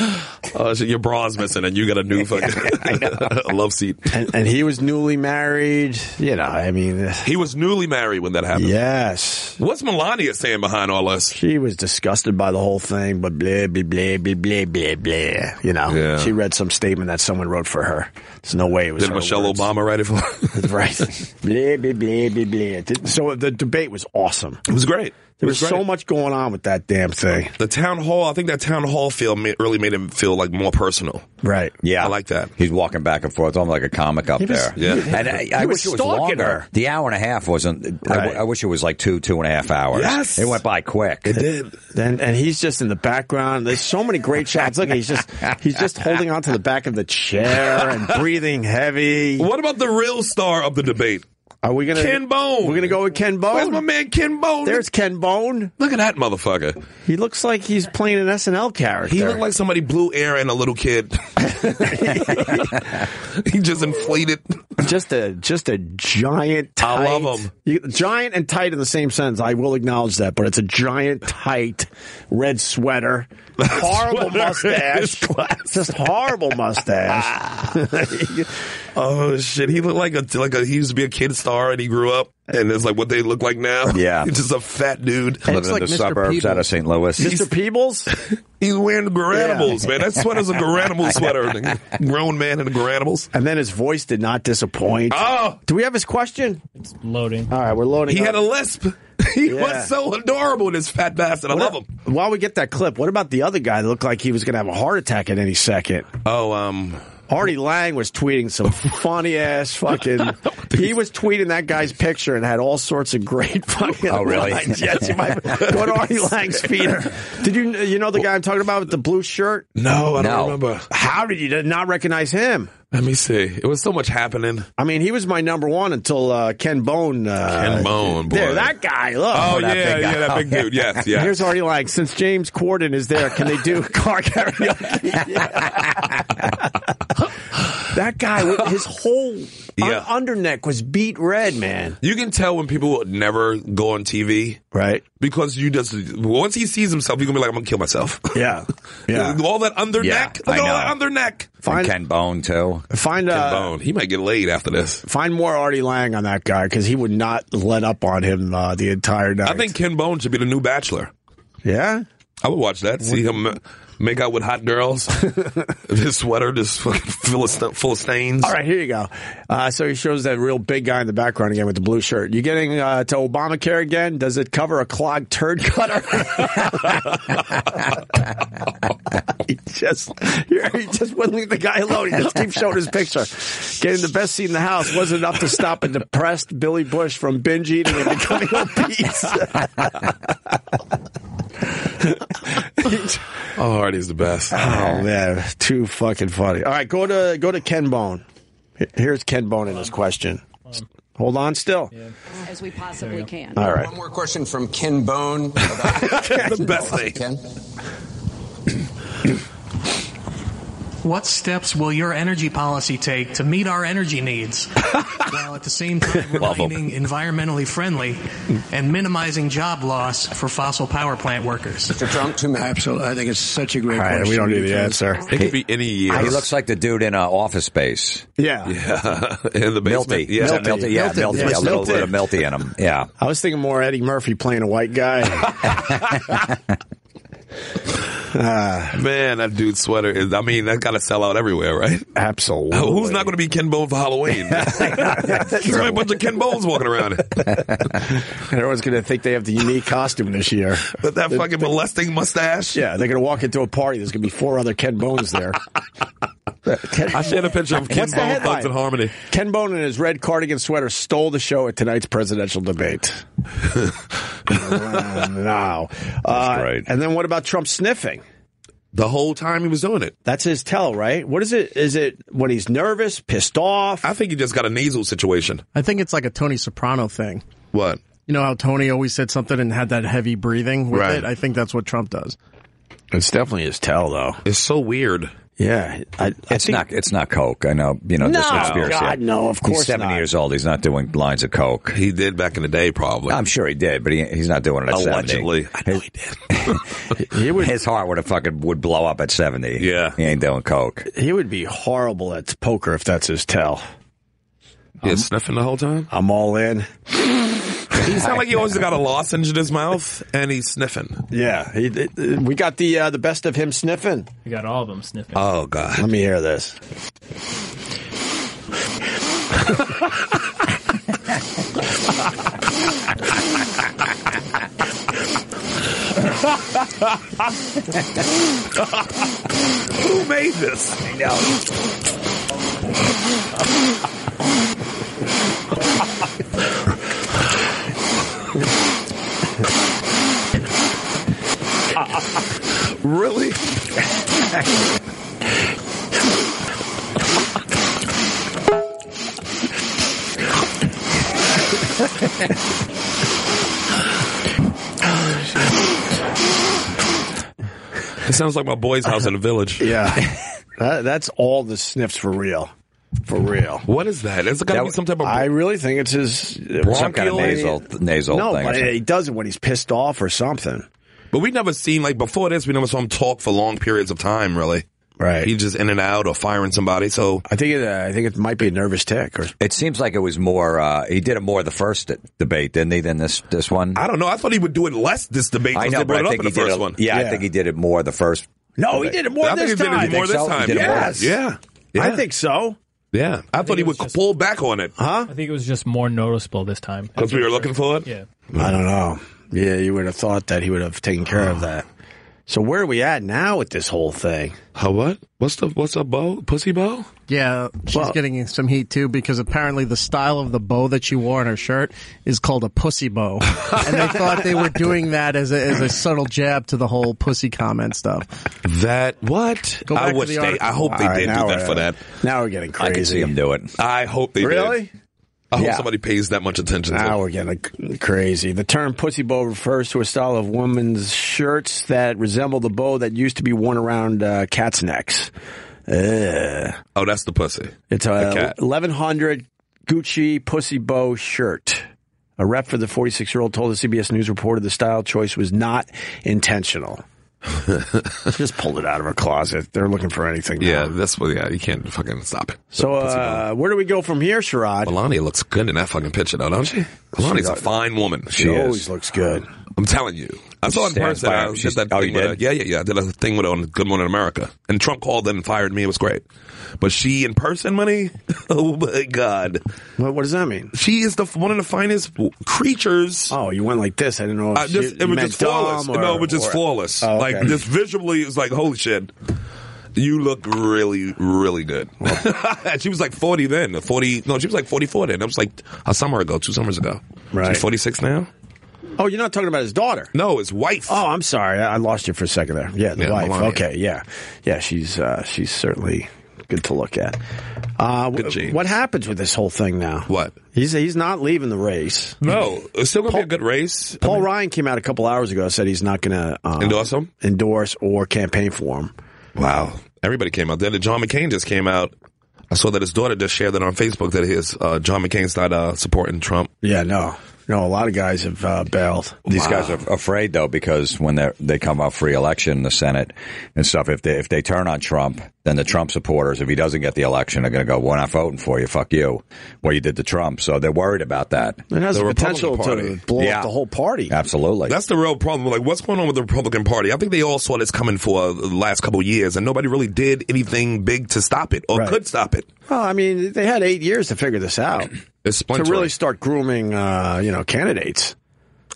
Uh, so your bra's missing, and you got a new fucking love seat. and, and he was newly married. You know, I mean, uh, He was newly married when that happened. yes. What's Melania saying behind all this? She was disgusted by the whole thing, but blah, blah, blah, blah, blah, blah, blah. You know, Yeah. she read some statement that someone wrote for her. There's no way it was Did her Michelle words. Obama write it for? her? Right. blah, blah, blah, blah, blah. So the debate was awesome. it was great. There was so much going on with that damn thing. The town hall, I think that town hall feel ma- really made him feel like more personal. Right. Yeah, I like that. He's walking back and forth, almost like a comic up He was- there. Yeah. and I, he I was wish it was stalking longer. her. The hour and a half wasn't. I w I I, wish it was like two, two and a half hours. Yes. it went by quick. It did. And and he's just in the background. There's so many great shots. Look, he's just he's just holding onto the back of the chair and breathing heavy. What about the real star of the debate? Are we gonna Ken Bone? We're gonna go with Ken Bone. Where's my man Ken Bone? There's Ken Bone. Look at that motherfucker. He looks like he's playing an SNL character. He looked like somebody blew air in a little kid. he just inflated. just a just a giant. Tight, I love him. You- giant and tight in the same sentence. I will acknowledge that, but it's a giant, tight red sweater, horrible Sweater is mustache, class. just horrible mustache. Oh shit! He looked like a like a he used to be a kid star and he grew up and it's like what they look like now. Yeah. he's just a fat dude Living in the suburbs out of St. Louis. Mr. Peebles, He's wearing Garanimals, Yeah. man. That sweater's a Garanimals sweater. Grown man in the Garanimals. and then his voice did not disappoint. Oh, Do we have his question? It's loading. All right, we're loading. he up. had a lisp. He Yeah. was so adorable, this fat bastard. I What love a- him. While we get that clip, what about the other guy that looked like he was going to have a heart attack at any second? Oh, um, Artie Lang was tweeting some funny ass fucking. He was tweeting that guy's picture and had all sorts of great fucking. Oh, really? lines. Yes, you might. Go to Artie Lang's feed. Did you you know the guy I'm talking about with the blue shirt? no, I don't No. remember. How did you not recognize him? Let me see. It was so much happening. I mean, he was my number one until uh, Ken Bone. Uh, Ken Bone, boy. There, that guy. Look. Oh, that yeah, big guy. yeah, that big dude. Yes, yeah. Here's Artie Lang. Since James Corden is there, can they do car karaoke? that guy, his whole un- Yeah. underneck was beat red, man. you can tell when people would never go on TV Right? because you just once he sees himself, you're gonna be like, I'm gonna kill myself. Yeah. Yeah. all that under Yeah, neck. Look I at all know. that under neck. and Find Ken Bone too. find Ken uh, Bone. He might get laid after this. find more Artie Lang on that guy because he would not let up on him uh, the entire night. I think Ken Bone should be the new Bachelor. Yeah. I would watch that. See him uh, make out with hot girls. His sweater just fucking full of st- full of stains. All right, here you go. Uh, so he shows that real big guy in the background again with the blue shirt. You getting uh, to Obamacare again? Does it cover a clogged turd cutter? he just he just wouldn't leave the guy alone. He just keeps showing his picture. Getting the best seat in the house wasn't enough to stop a depressed Billy Bush from binge eating and becoming obese. Oh, Artie's the best. oh man, too fucking funny. All right, go to go to Ken Bone. Here's Ken Bone in his question. Hold on, still. as we possibly can. All right. One more question from Ken Bone. About the best thing. Ken. What steps will your energy policy take to meet our energy needs while at the same time Love 'em. remaining environmentally friendly and minimizing job loss for fossil power plant workers? Mr. Trump, two minutes. Absolutely. I think it's such a great All right, question. we don't need the because- answer. It could be any year. He looks like the dude in uh, Office Space. Yeah. yeah, in the Milty. basement. Yeah, Is that Milty. Yeah, Milty. Milty. Yes, A little Milty. bit of Milty in him. Yeah. I was thinking more Eddie Murphy playing a white guy. Uh, man, that dude's sweater is. I mean, that got to sell out everywhere, right? Absolutely. Who's not going to be Ken Bone for Halloween? There's gonna be a bunch of Ken Bones walking around. Everyone's going to think they have the unique costume this year. With that fucking molesting mustache. Yeah, they're going to walk into a party. There's going to be four other Ken Bones there. Ken, I shared a picture of Ken What's the Bone headline? Thugs in Harmony. Ken Bone in his red cardigan sweater stole the show at tonight's presidential debate. wow. Uh, great. And then what about Trump sniffing? The whole time he was doing it. That's his tell, right? What is it? Is it when he's nervous, pissed off? I think he just got a nasal situation. I think it's like a Tony Soprano thing. What? You know how Tony always said something and had that heavy breathing with Right. it? I think that's what Trump does. It's definitely his tell, though. It's so weird. Yeah, I, I It's think- not. It's not coke. I know. You know. this No, conspiracy. God, no, of course He's seventy not. years old. He's not doing lines of coke. He did back in the day, probably. I'm sure he did, but he, he's not doing it at Allegedly. I know he seventy. His heart would have fucking would blow up at seventy. Yeah. he ain't doing coke. He would be horrible at poker if that's his tell. Yeah, sniffing the whole time. I'm all in. He sounded like he always got a lozenge in his mouth and he's sniffing. Yeah, he, it- it- we got the uh, the best of him sniffing. We got all of them sniffing. Oh God! Let me hear this. Uh, Who made this? I know. really? It sounds like my boy's house in the village. Yeah. That, that's all the sniffs for real. For real. What is that? It's got to be some type of. I really think it's his Some kind of bronchial- nasal- nasal No, thing or but something. he does it when he's pissed off or something. But we never seen like before this. We never saw him talk for long periods of time. Really, right? He's just in and out or firing somebody. So I think it, uh, I think it might be a nervous tick. Or It seems like it was more. Uh, he did it more the first debate, didn't he? Than this this one. I don't know. I thought he would do it less this debate. I 'cause know, they but brought I it up think in he the did first it. one. Yeah, I think he did it more the first. No, he debate. did it more I think this he did it time. more this so? He time. did it more- Yes. Yeah, yeah. I think so. Yeah, I, thought he would pull back on it, huh? I think it was just more noticeable this time. Because we were looking for it. Yeah. I don't know. Yeah, you would have thought that he would have taken care of that. So where are we at now with this whole thing? How what? What's the what's up, bow? Pussy bow? Yeah, she's getting some heat too because apparently the style of the bow that she wore on her shirt is called a pussy bow, and they thought they were doing that as a, as a subtle jab to the whole pussy comment stuff. That what? Go back I to wish the they. article. I hope they All right, did now do that we're- for that. Now we're getting I crazy. can see him do it. I hope they did. Really? I hope Yeah. somebody pays that much attention. to it. Now we're getting c- crazy. The term pussy bow refers to a style of women's shirts that resemble the bow that used to be worn around uh, cats' necks. Ugh. Oh, that's the pussy. It's The a cat. 1100 Gucci pussy bow shirt. A rep for the 46 year old told the CBS News reporter the style choice was not intentional. Just pulled it out of her closet. They're looking for anything. now. Yeah, that's what. Yeah, you can't fucking stop it. So uh, where do we go from here, Sherrod? Melania looks good in that fucking picture, though, don't she? Melania's a does. fine woman. She always looks good. I'm telling you. I She saw her in stands person. by I her. did She's- that oh, thing you with her. did? Yeah, yeah, yeah. I did a thing with her on Good Morning America. And Trump called and fired me. It was great. But she in person, money? Oh, my God. What, what does that mean? She is the one of the finest w- creatures. Oh, you went like this. I didn't know. If I just, Oh, you Uh, it was meant just flawless. dumb or- no, it was just or- flawless. Oh, okay. Like, just visually, it was like, holy shit. You look really, really good. And she was like 40 then. 40, no, she was like 44 then. That was like a summer ago, two summers ago. Right. She's 46 now? Oh, you're not talking about his daughter. No, his wife. Oh, I'm sorry. I I lost you for a second there. Yeah, the Yeah, wife. Melania. Okay, yeah, yeah. She's uh, she's certainly good to look at. Uh, Good genes. what happens with this whole thing now? What? He's he's not leaving the race. No, it's still gonna be a good race. Paul Ryan came out a couple hours ago and said he's not going to uh, Endorse him? endorse or campaign for him. Wow, everybody came out. Then John McCain just came out. I saw that his daughter just shared that on Facebook that his uh, John McCain's not uh, supporting Trump. Yeah, no, no. A lot of guys have uh, bailed. These guys are afraid though because when they they come up for election, the Senate and stuff. If they if they turn on Trump, then the Trump supporters, if he doesn't get the election, are going to go, "We're not voting for you. Fuck you. What you did to Trump." So they're worried about that. It has The the, Republican potential to Party. blow Yeah. up the whole party. Absolutely. That's the real problem. Like, what's going on with the Republican Party? I think they all saw this coming for the last couple of years, and nobody really did anything big to stop it or Right. could stop it. Well, I mean, they had eight years to figure this out It's to splintering. really start grooming, uh, you know, candidates.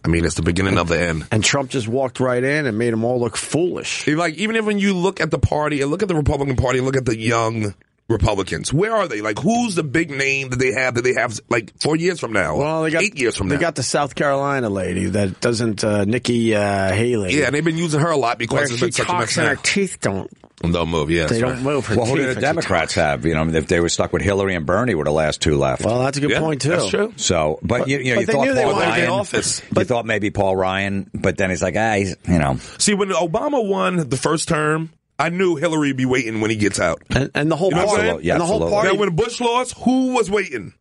I mean, it's the beginning of the end. And Trump just walked right in and made them all look foolish. If, Like, even if when you look at the party and look at the Republican Party, and look at the young Republicans, where are they? Like, who's the big name that they have that they have like four years from now? Well, they got eight years from They now. got the South Carolina lady that doesn't uh, Nikki uh, Haley. yeah, and they've been using her a lot where because it's she been such a talks mess and her now. teeth don't. They'll move, yeah. that's They don't right. move her well, teeth. who do the when she Democrats have? You know, if they was stuck with Hillary and Bernie, were the last two left. talks. Well, that's a good Yeah, point too. That's true. So, but, you, you know, but you they thought knew they Paul wanted to get Ryan, office. you thought maybe Paul Ryan, but then he's like, ah, he's, you know, See, when Obama won the first term, I knew Hillary would be waiting when he gets out. And, and the whole You know what I'm party, saying? Yeah, and the whole absolutely. party, Now, when Bush lost, who was waiting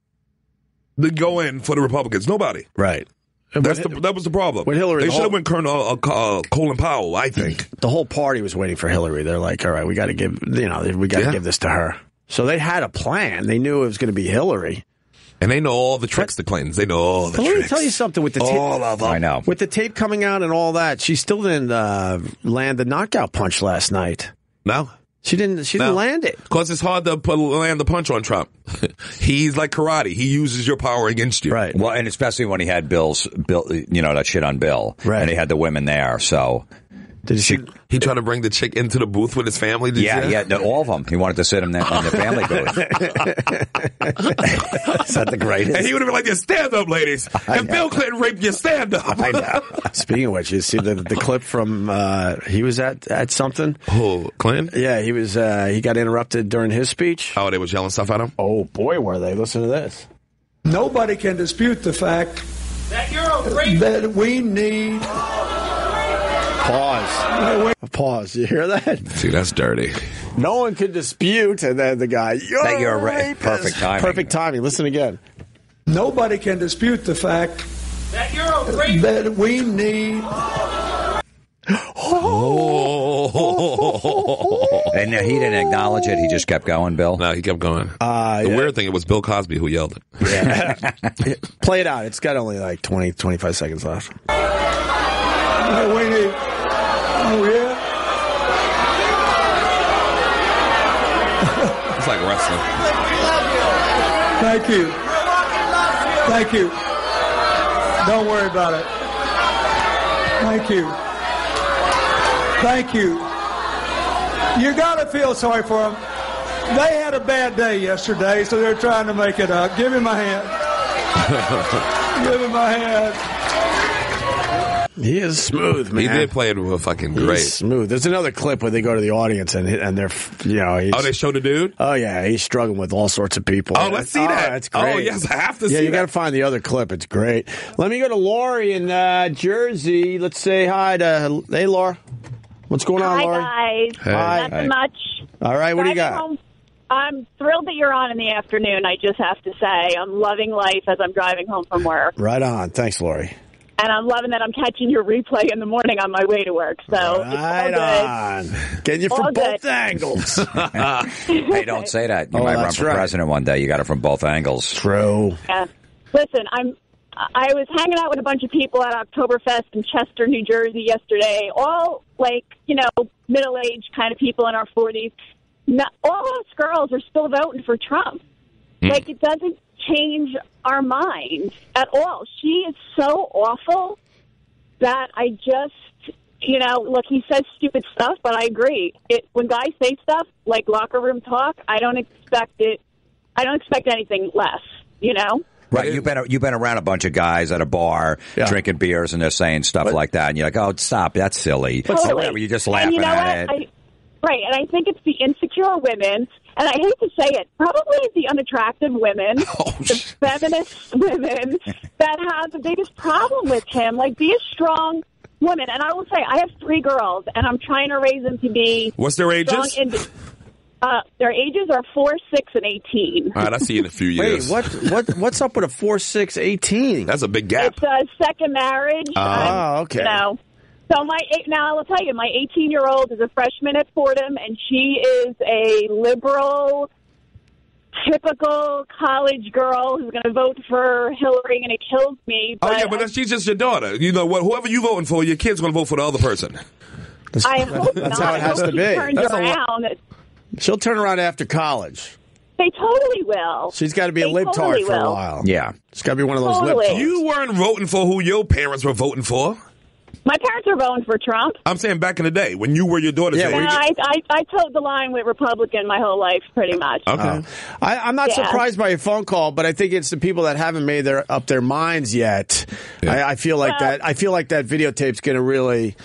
to go in for the Republicans? Nobody. right? That's the, But that was the problem. when Hillary- they the should have whole- went Colonel uh, uh, Colin Powell, I think. the whole party was waiting for Hillary. They're like, all right, we got to give, you know, we got to Yeah. give this to her. So they had a plan. They knew it was going to be Hillary. And they know all the tricks, the Clintons. They know all the But let me tricks. tell you something with the tape, all of them. I know. with the tape coming out and all that. She still didn't uh, land the knockout punch last night. No? She didn't. She didn't No. land it. Cause it's hard to put, land the punch on Trump. He's like karate. He uses your power against you. Right. Well, and especially when he had Bill's Bill, you know that shit on Bill, right? And he had the women there, so. she, he tried to bring the chick into the booth with his family. Did Yeah, you? yeah, no, all of them. He wanted to sit him in the family booth. Is that the greatest? And he would have been like, "Your stand up, ladies." And know. Bill Clinton raped your stand up. I know. Speaking of which, you see the the clip from uh, he was at at something. Who Clinton? Yeah, he was. Uh, he got interrupted during his speech. Oh, they were yelling stuff at him. Oh boy, were they! Listen to this. Nobody can dispute the fact that, we need. Pause. Pause. You hear that? See, that's dirty. No one could dispute and then the guy. You're That you're a a ra- rapist." perfect timing. Perfect timing. Listen again. Nobody can dispute the fact that, we need. Oh. And he didn't acknowledge it. He just kept going, Bill. No, he kept going. Uh, the yeah. weird thing, it was Bill Cosby who yelled it. Play it out. It's got only like 20, 25 seconds left. that we need. Oh, yeah. It's like wrestling. Thank you. Thank you. Don't worry about it. Thank you. Thank you. You gotta feel sorry for them. They had a bad day yesterday, so they're trying to make it up. Give him a hand. Give him a hand. He is smooth, man. He did play it with a fucking He's great. smooth. There's another clip where they go to the audience and and they're you know he's, Oh, they showed the dude. oh yeah he's struggling with all sorts of people. Oh, let's see that. That's Oh, great. yes, I have to Yeah, see you got to find the other clip. It's great. Let me go to Lori in uh, Jersey. Let's say hi to hey Laura. What's going on, Hi, Lori? guys. Hey. Hi. Nothing Hey. much. All right, what do you Driving got? home- I'm thrilled that you're on in the afternoon. I just have to say, I'm loving life as I'm driving home from work, Right on. Thanks, Lori. and I'm loving that I'm catching your replay in the morning on my way to work. So it's all Right good. on. Getting you from All good. both angles. hey, don't say that. You Oh, might run that's for right. president one day. You got it from both angles. True. Yeah. Listen, I'm. I was hanging out with a bunch of people at Oktoberfest in Chester, New Jersey yesterday. All like you know, middle-aged kind of people in our forties. No, all us girls are still voting for Trump. Like it doesn't change our mind at all. She is so awful that I just, you know, look, he says stupid stuff, but I agree. It when guys say stuff like locker room talk, I don't expect it. I don't expect anything less. You know. Right, you've been you've been around a bunch of guys at a bar drinking beers, and they're saying stuff like that, and you're like, "Oh, stop, that's silly." But- Totally. Whatever, You're just And laughing you know at what? it. I, right, and I think it's the insecure women, and I hate to say it, probably it's the unattractive women, Oh, the feminist women that have the biggest problem with him. Like, be a strong woman. And I will say, I have three girls, and I'm trying to raise them to be. What's their strong ages? and- uh, their ages are four, six, and eighteen. All right, I'll see you in a few Wait, years. what? What? What's up with a four six eighteen? That's a big gap. It's a second marriage. Oh, I'm- okay. You know. So my eight, now I'll tell you, my 18 year old is a freshman at Fordham, and she is a liberal, typical college girl who's going to vote for Hillary, and it kills me. Oh But yeah, but that's, she's just your daughter. You know what? Whoever you voting for, your kid's gonna vote for the other person. I hope that's not. how it I has hope to she be. Turns That's a lo- around. She'll turn around after college. They totally will. She's got to be a They libtard totally for a will. while. Yeah, she's got to be one of those Totally. libtards. You weren't voting for who your parents were voting for. My parents are voting for Trump. I'm saying back in the day when you were your daughter's No, age. I, I I towed the line with Republican my whole life, pretty much. Oh. I, I'm not Yeah. surprised by your phone call, but I think it's the people that haven't made their up their minds yet. I, I feel like Well- that. I feel like that videotape's going to really,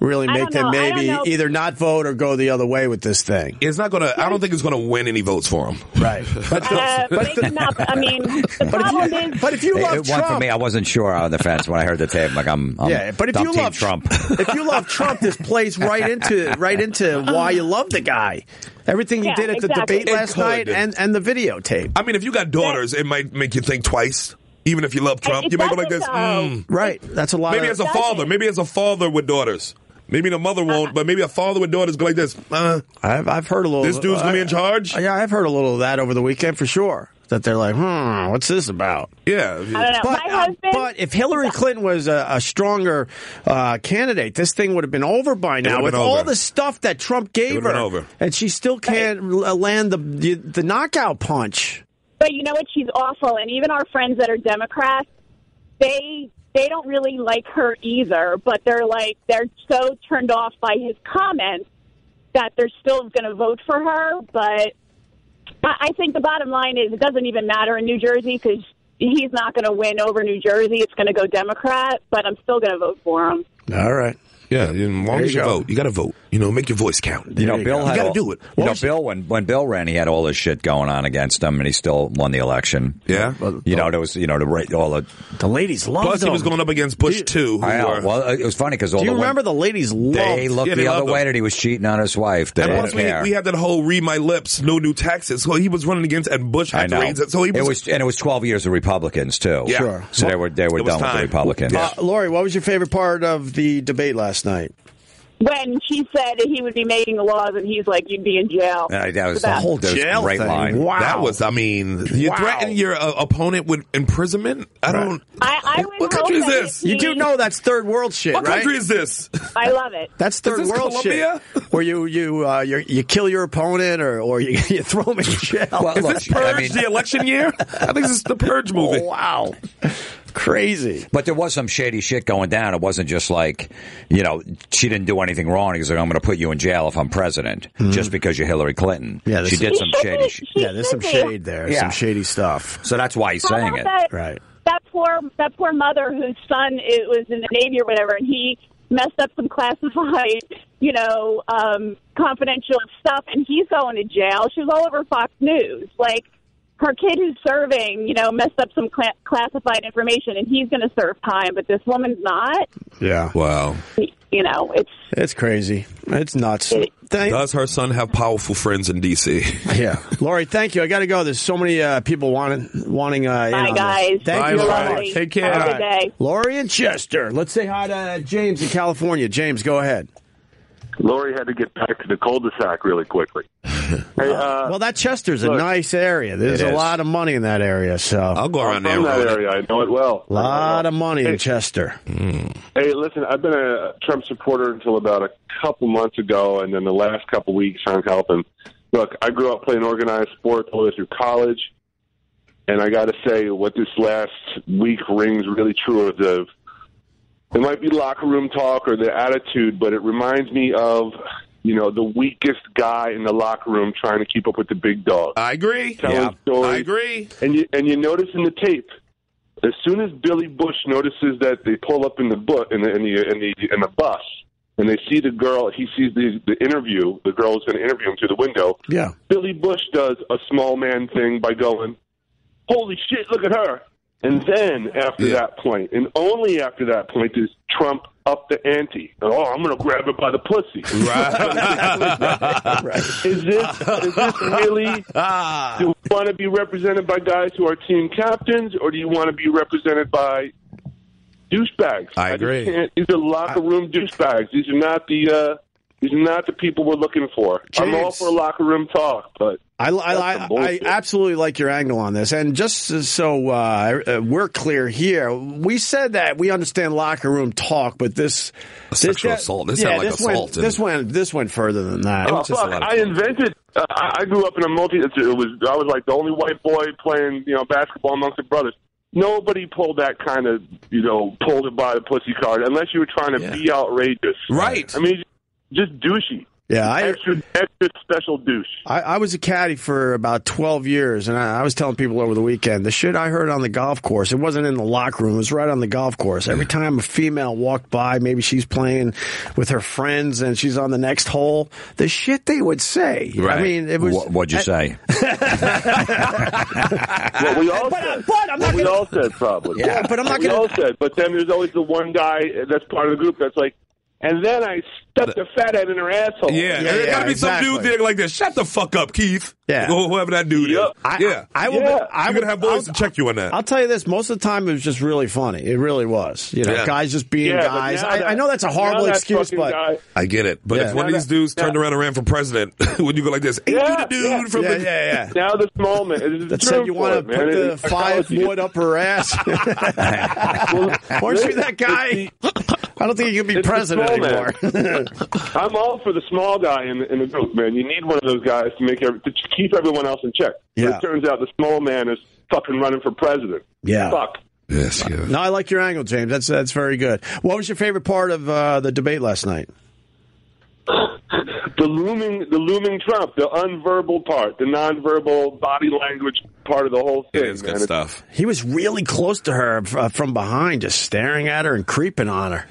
really I make don't them know. I don't maybe know. either not vote or go the other way with this thing. It's not gonna. I don't think it's gonna win any votes for him. Right. Uh, maybe not. I mean, the problem is, But if you it, love it Trump, won for me. I wasn't sure on the fence when I heard the tape. I'm Like I'm, Um, I'm yeah. But if I'm you team love Trump, if you love Trump, this plays right into right into why you love the guy. Everything he Yeah, did at exactly. the debate It last could. night and and the videotape. I mean, if you got daughters, it might make you think twice. Even if you love Trump, It you might go like doesn't, this. though. Mm. Right. That's a lot. Maybe of, as a father, maybe as a father with daughters. Maybe the mother won't, but maybe a father with daughters go like this. Uh, I've I've heard a little. uh, This dude's gonna be in charge? Yeah, I've heard a little of that over the weekend for sure. that they're like, hmm, what's this about? Yeah. I don't know. But, uh, My husband. but if Hillary Clinton was a, a stronger uh, candidate, this thing would have been over by now. would've With been all over. the stuff that Trump gave would've her, been over. and she still can't uh, land the, the the knockout punch. But you know what? She's awful, and even our friends that are Democrats, they they don't really like her either. But they're like they're so turned off by his comments that they're still going to vote for her. But I, I think the bottom line is it doesn't even matter in New Jersey because he's not going to win over New Jersey. It's going to go Democrat, but I'm still going to vote for him. All right. Yeah, as long There as you you go. vote, you got to vote. You know, make your voice count. You know, Bill you had got to all- do it. You know, Bill when when Bill ran, he had all this shit going on against him, and he still won the election. Yeah, you know, there was you know the ra- all the the ladies loved Plus, he was going up against Bush too. who I know. were- Well, it was funny because all Do you the remember the ladies loved? They looked Yeah, they the other loved him. way that he was cheating on his wife. They and didn't plus, we, care. we had that whole "read my lips, no new taxes." So he was running against, and Bush I had to know. raise it. So he it was, and it was twelve years of Republicans too. Yeah. Sure. So they were they were It was done with the time. Republicans. Uh, Lori, what was your favorite part of the debate last night? When she said he would be making the laws, and he's like, "You'd be in jail." Uh, that was For that. the whole jail great thing. line. Wow. That was, I mean, you threaten your uh, opponent with imprisonment. I don't. I, I would What country hope is that this? if You he- do know that's third world shit, What right? country is this? I love it. That's third Is this world Colombia? shit, where you you uh, you you kill your opponent or or you, you throw him in jail. Well, Is look, this Purge I mean- the election year? I think this is the Purge movie. wow, crazy. But there was some shady shit going down. It wasn't just like, you know, she didn't do anything wrong. He's like, I'm going to put you in jail if I'm president just because you're Hillary Clinton. Mm-hmm. Yeah, she this- did some shady shit. Yeah, there's some shade there, Yeah. some shady stuff. So that's why he's How saying about it. that- Right. that poor that poor mother whose son it was in the navy or whatever, and he messed up some classified, you know, um, confidential stuff, and he's going to jail. She was all over Fox News, like her kid who's serving, you know, messed up some cla- classified information, and he's going to serve time, but this woman's not. Yeah. Wow. You know, it's It's crazy. It's nuts. Thank- Does her son have powerful friends in D.C.? yeah, Lori, thank you. I got to go. There's so many uh, people wanting wanting. Uh, in Bye, on this. guys. Thank Bye, you. so Lori. much. Take care. Have a good All right. day. Lori and Chester. Let's say hi to James in California. James, go ahead. Lori had to get back to the cul-de-sac really quickly. hey, uh, well, that Chester's a look, nice area. There's It a is. lot of money in that area. So I'll go I'm from that area. I know it well. A lot of money in Chester. Hey, listen, I've been a Trump supporter until about a couple months ago, and then the last couple weeks I'm helping. Look, I grew up playing organized sports all the way through college, and I got to say, what this last week rings really true of the. It might be locker room talk or the attitude, but it reminds me of you know the weakest guy in the locker room trying to keep up with the big dog. I agree. Telling Yeah. stories. I agree. And you and you notice in the tape as soon as Billy Bush notices that they pull up in the bu- in the in the in the, in the bus and they see the girl, he sees the the interview. The girl is going to interview him through the window. Yeah. Billy Bush does a small man thing by going, "Holy shit, look at her!" And then after that point, and only after that point, is Trump up the ante. Oh, I'm going to grab her by the pussy. Is this is this really? Do you want to be represented by guys who are team captains, or do you want to be represented by douchebags? I agree. just can't- These are locker room douchebags. These are not the uh, these are not the people we're looking for. I'm all James. for locker room talk, but I, I, I, I absolutely like your angle on this. And just so uh, we're clear here, we said that we understand locker room talk, but this Sexual this, assault. This yeah, sound like this assault. Went, this went this went further than that. Oh, fuck, I invented. Uh, I I grew up in a multi. It was I was like the only white boy playing you know basketball amongst the brothers. Nobody pulled that kind of you know pulled it by the pussy card unless you were trying to be outrageous. Right. I mean, just douchey. Yeah, I- extra extra special douche. I, I was a caddy for about 12 years, and I, I was telling people over the weekend the shit I heard on the golf course, it wasn't in the locker room, it was right on the golf course. Every time a female walked by, maybe she's playing with her friends and she's on the next hole, the shit they would say. I mean, it was. Wha- what'd you say? What we all said. what we all said probably. Yeah, but I'm What not we gonna- all said. But then there's always the one guy that's part of the group that's like, And then I stuck the fat head in her asshole. Yeah, and there's gotta be some dude there like that. Shut the fuck up, Keith. Yeah. Wh- whoever that dude is. I, yeah, I, I will. You're I gonna have boys to check you on that. I'll tell you this: most of the time, it was just really funny. It really was. You know, Yeah. guys just being Yeah, but guys. now I, that- I know that's a horrible now that excuse, fucking but guy- I get it, but Yeah. if one of these dudes turned around and ran for president, would you go like this? Ain't you the dude from the Now this moment. It is That true said you for wanna it, man. put It the is five psychology. wood up her ass. Weren't you that guy? I don't think you can be It's the president small anymore. man. I'm all for the small guy in, in the group, man. You need one of those guys to make every, to keep everyone else in check. But Yeah. It turns out the small man is fucking running for president. Yeah. Fuck. Yes, yeah. No, I like your angle, James. That's that's very good. What was your favorite part of uh, the debate last night? The looming, the looming Trump, the unverbal part, the nonverbal body language part of the whole thing. it's good man. stuff. He was really close to her uh, from behind, just staring at her and creeping on her.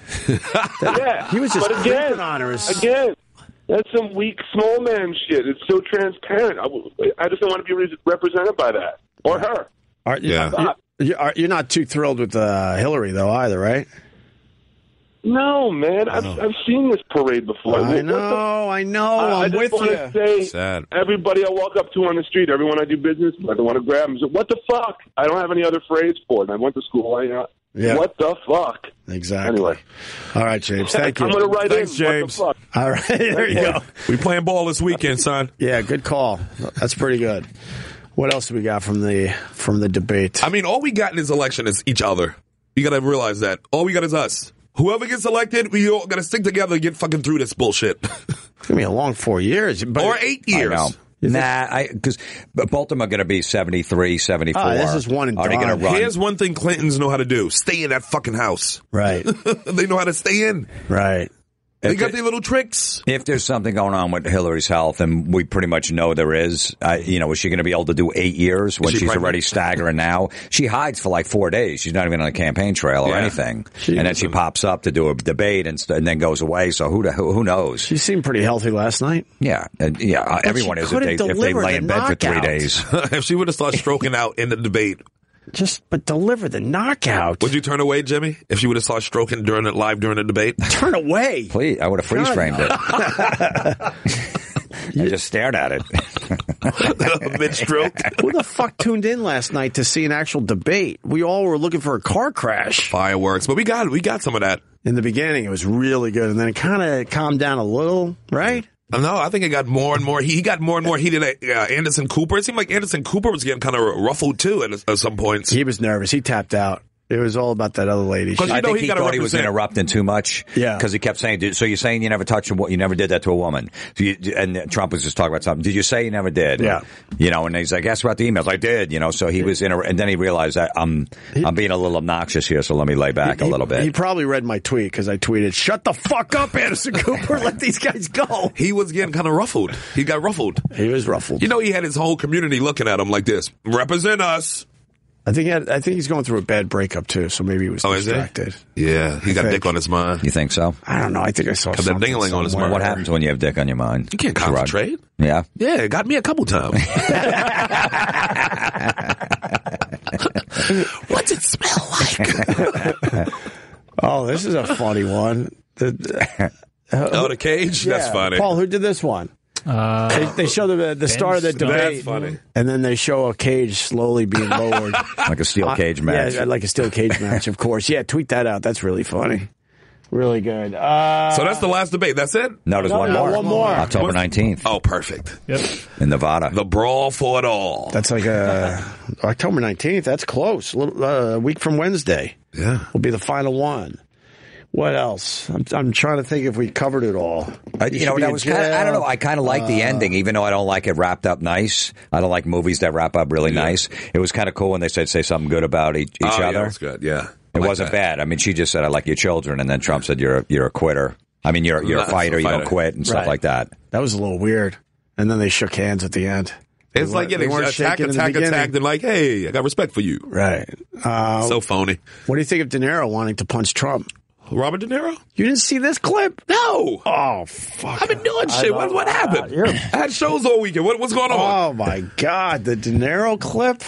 yeah, he was just but again, creeping on her. Again, that's some weak small man shit. It's so transparent. I, w- I just don't want to be re- represented by that or her. Are, Yeah. you, are, you're not too thrilled with uh, Hillary, though, either, right? No, man, I've, I've seen this parade before. I What the- know, I know. I, I I'm just with wanna you. Say, Sad. Everybody I walk up to on the street, everyone I do business, with, I want to grab them. Say, what the fuck? I don't have any other phrase for it. And I went to school. I, uh, Yeah. What the fuck? Exactly. Anyway. All right, James. Thank you. I'm gonna write Thanks, in. What the James. fuck? All right, there you go. We playing ball this weekend, son. Yeah, good call. That's pretty good. What else do we got from the from the debate? I mean, all we got in this election is each other. You gotta realize that. All we got is us. Whoever gets elected, we all gotta stick together and get fucking through this bullshit. It's gonna be a long four years, but or eight years. I know. Nah, I because Baltimore going to be 73, 74. Ah, this is one and Are they going done. to run? Here's one thing Clintons know how to do: stay in that fucking house. Right. they know how to stay in. Right. They If got it- their little tricks. If there's something going on with Hillary's health, and we pretty much know there is, I, you know, is she going to be able to do eight years when Is she she's pregnant? already staggering now? She hides for like four days. She's not even on a campaign trail or Yeah. anything, and then she pops up to do a debate and, st- and then goes away. So who the- who, who knows? She seemed pretty healthy last night. Yeah, and, yeah. uh, But everyone she is if they, couldn't if they deliver lay in the bed for three knockout. days. if she would have started stroking out in the debate, Just but deliver the knockout. would you turn away, Jimmy? If she would have started stroking during it live during the debate, Turn away. Please, I would have freeze God. framed it. I just stared at it. Mid stroke. Who the fuck tuned in last night to see an actual debate? We all were looking for a car crash. Fireworks, but we got we got some of that. In the beginning, it was really good, and then it kind of calmed down a little, right? No, I think it got more and more. He he got more and more heated at uh, Anderson Cooper. It seemed like Anderson Cooper was getting kind of ruffled too at, at some points. He was nervous. He tapped out. It was all about that other lady. Because you I know think he he, gotta thought he was represent. interrupting too much. Yeah. because he kept saying, "Did- "So you're saying you never touched a wo- you never did that to a woman?" So you, and Trump was just talking about something. Did you say you never did? Yeah. you know. And he's like, "Ask about the emails." I did. You know. So he was inter- and then he realized I, I'm I'm being a little obnoxious here. So let me lay back a little bit. He probably read my tweet because I tweeted, "Shut the fuck up, Anderson Cooper. Let these guys go." He was getting kind of ruffled. He got ruffled. He was ruffled. You know, he had his whole community looking at him like this. Represent us. I think he had, I think he's going through a bad breakup too, so maybe he was Oh, is he? distracted. Yeah, he got think. dick on his mind. You think so? I don't know. I think I saw Got that something dingling on his somewhere. mind. What happens when you have dick on your mind? You can't Shrug. concentrate. Yeah. Yeah, it got me a couple times. What's it smell like? Oh, this is a funny one. The- uh, oh, the cage? That's Yeah. funny. Paul, who did this one? they, they show the the start of the Snyder. debate, That's funny. and then they show a cage slowly being lowered, Uh, Like a steel cage match. Yeah, like a steel cage match, of course. Yeah, tweet that out. That's really funny, really good. Uh, so that's the last debate. That's it? No, there's No, one no, more. one more. October What's- nineteenth Oh, perfect. in Nevada. The brawl for it all. that's like uh October nineteenth. That's close. A little, uh, a week from Wednesday Yeah. will be the final one. What else? I'm, I'm trying to think if we covered it all. I, you should know, be that in was kind of, I jail. Uh, don't know. I kind of like Uh. the ending, even though I don't like it wrapped up nice. I don't like movies that wrap up really nice. It was kind of cool when they said say something good about e-, each, each oh, Yeah, other. that's good. Yeah. it wasn't bad. I mean, she just said, "I like your children," and then Trump said, "You're a, you're a quitter." I mean, you're you're That's a a fighter. You don't fighter. quit and stuff Right. like that. That was a little weird. And then they shook hands at the end. It's like, yeah, they, attack, shaking in the attack, beginning. attack. They're like, hey, I got respect for you. Right. Uh, So phony. what do you think of De Niro wanting to punch Trump? Robert De Niro? You didn't see this clip? No. Oh, fuck. I've been doing shit. What, what happened? you're- I had shows all weekend. What, what's going on? Oh, my God. The De Niro clip?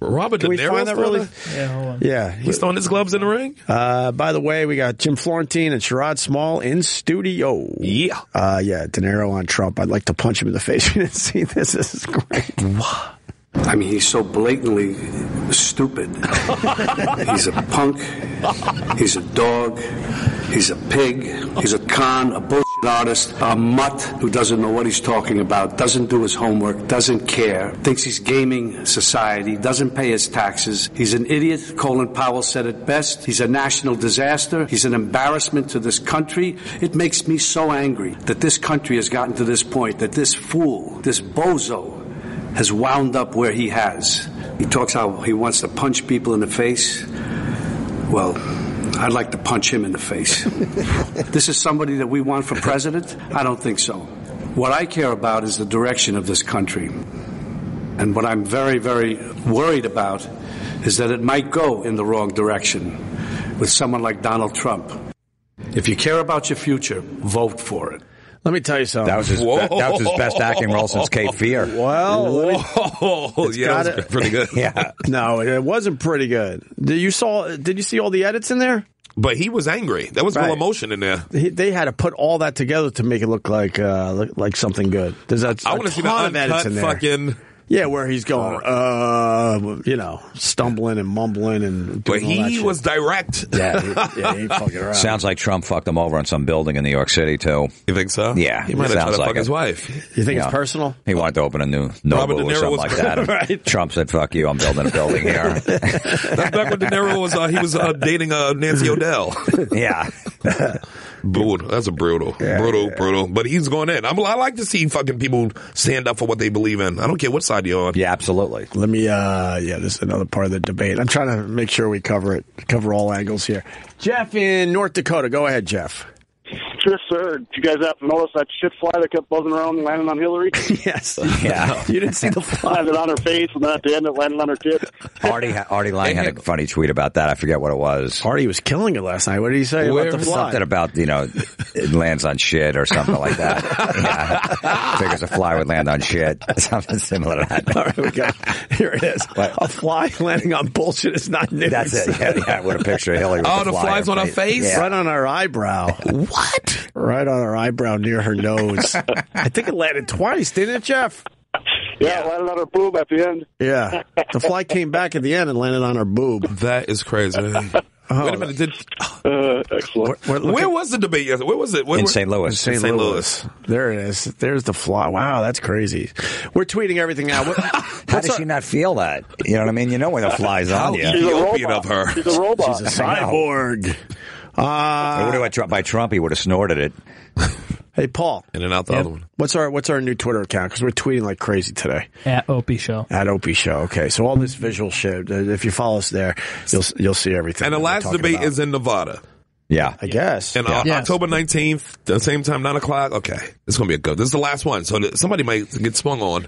Robert De Can we Niro's find that brother? really? Yeah, he's throwing his gloves in the ring. Uh, by the way, we got Jim Florentine and Sherrod Small in studio. Yeah. Uh, yeah, De Niro on Trump. I'd like to punch him in the face. You didn't see this. This is great. I mean, he's so blatantly stupid. he's a punk. He's a dog. He's a pig. He's a con, a bullshit artist, a mutt who doesn't know what he's talking about, doesn't do his homework, doesn't care, thinks he's gaming society, doesn't pay his taxes. He's an idiot. Colin Powell said it best. He's a national disaster. He's an embarrassment to this country. It makes me so angry that this country has gotten to this point, that this fool, this bozo, has wound up where he has. He talks how he wants to punch people in the face. Well, I'd like to punch him in the face. this is somebody that we want for president? I don't think so. What I care about is the direction of this country. And what I'm very, very worried about is that it might go in the wrong direction with someone like Donald Trump. If you care about your future, vote for it. Let me tell you something. That was his, Whoa. that was his best acting role since Cape Fear. Well, let me- Whoa, It's Oh, yeah, that gotta- was pretty good. yeah, no, it wasn't pretty good. Did you saw? Did you see all the edits in there? But he was angry. There was Right. no emotion in there. He, they had to put all that together to make it look like uh, look like something good. There's a, I a want to see the ton of uncut edits in there. fucking. yeah, where he's going, uh, you know, stumbling and mumbling and. Doing But all that he shit. was direct. Yeah, he- yeah, he ain't fucking around. Sounds like Trump fucked him over on some building in New York City too. You think so? Yeah, He might have sounds tried to like fuck it. his wife. You think Yeah. it's personal? He wanted to open a new Robert Nobu De or Niro something was- like that. And Trump said, "Fuck you! I'm building a building here." That's back when De Niro was uh, he was uh, dating uh, Nancy O'Dell. yeah, brutal. That's a brutal, brutal, brutal. But he's going in. I'm, I like to see fucking people stand up for what they believe in. I don't care what side you're on. Yeah, absolutely. Let me, uh, yeah, this is another part of the debate. I'm trying to make sure we cover it, cover all angles here. Jeff in North Dakota. Go ahead, Jeff. Sure, sir. Did you guys happen to notice that shit fly that kept buzzing around and landing on Hillary? yes. Yeah. You didn't see the landed on her face, and then at the end, it landed on her tits. Artie Artie Lang had a funny tweet about that. I forget what it was. Artie was killing it last night. What did he say about the fly? Something about you know it lands on shit or something like that. yeah. Figures a fly would land on shit. Something similar to that. All right, we got here it is. A fly landing on bullshit is not news. That's it. Yeah, yeah. What a picture of Hillary. With Oh, the the fly flies her on her face? Yeah. Right on her eyebrow. what? Right on her eyebrow near her nose. I think it landed twice, didn't it, Jeff? Yeah, landed on her boob at the end. Yeah. The fly came back at the end and landed on her boob. That is crazy. Oh, Wait a minute. Did, Uh, excellent. We're looking- where was the debate yesterday? Where was it? Where, in where- St. Louis. In St. Louis. There it is. There's the fly. Wow, that's crazy. We're tweeting everything out. What, How what's does our- she not feel that? You know what I mean? You know when the fly's on you. She's a Ethiopian robot. of her. She's a robot. She's a cyborg. cyborg? It Uh, would've went Trump- by Trump, he would have snorted it. hey, Paul. In and out the other one. What's our what's our new Twitter account? Because we're tweeting like crazy today. At Opie Show. At Opie Show. Okay, so all this visual shit. uh, If you follow us there, you'll you'll see everything. And the that we're last talking debate about. is in Nevada. Yeah. I guess. And uh, Yes. October 19th, the same time, 9 o'clock. Okay. It's going to be a good. This is the last one. So that somebody might get swung on.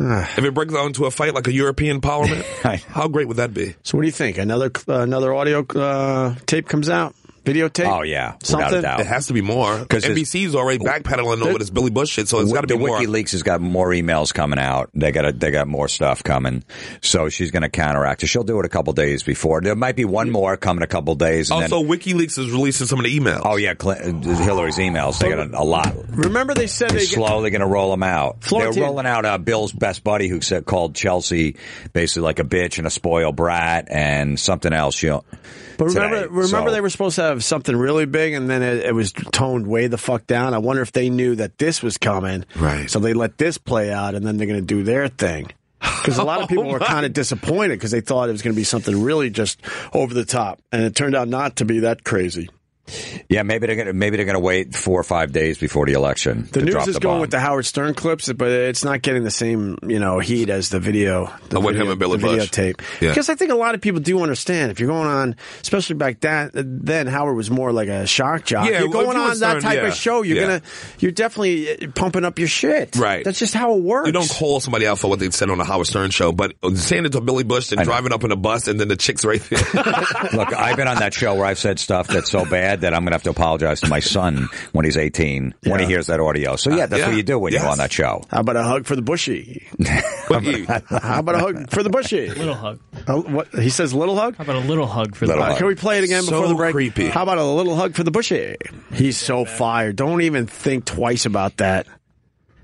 if it breaks out into a fight like a European parliament, how great would that be? So what do you think? Another uh, another audio uh, tape comes out, videotape. Oh yeah, without something. a doubt. It has to be more. 'Cause Oh. it's- NBC's already backpedaling over this Billy Bush shit, so it's got to the be more. WikiLeaks has got more emails coming out. They got a, they got more stuff coming, so she's going to counteract it. She'll do it a couple days before. There might be one more coming a couple days. And Also, then, WikiLeaks is releasing some of the emails. oh yeah, Clinton, Hillary's emails. They got a, a lot. Remember they said They're they slowly going to roll them out. Florentine- They're rolling out uh, Bill's best buddy, who said called Chelsea basically like a bitch and a spoiled brat and something else. You know, But remember, today. So- remember they were supposed to have something really big, and then it, it was toned way the fuck down. I wonder if they knew that this was coming, Right. So they let this play out, and then they're going to do their thing. Because a Oh, lot of people were kind of disappointed because they thought it was going to be something really just over the top, and it turned out not to be that crazy. yeah, maybe they're going to maybe they're going to wait four or five days before the election. The to news drop is the going bomb. with the Howard Stern clips, but it's not getting the same you know heat as the video. The Of Oh, what video, him and Billy the Bush. videotape. Yeah. Because I think a lot of people do understand if you're going on, especially back that then Howard was more like a shock jock. Yeah, well, you're if going you were on that Stern, type yeah. of show. You're Yeah. gonna you're definitely uh, pumping up your shit. Right. That's just how it works. You don't call somebody out for what they said on the Howard Stern show, but saying it to Billy Bush and driving up in a bus and then the chicks right there. Look, I've been on that show where I've said stuff that's so bad that, I'm going to have to apologize to my son when he's 18 when he hears that audio. So yeah, that's Yeah. what you do when you're Yes. on that show. How about a hug for the bushy? How about a hug for the bushy? Little hug. A, what, he says little hug? How about a little hug for the Little bushy? hug. Can we play it again So before the break? creepy. How about a little hug for the bushy? He's so fired. Don't even think twice about that.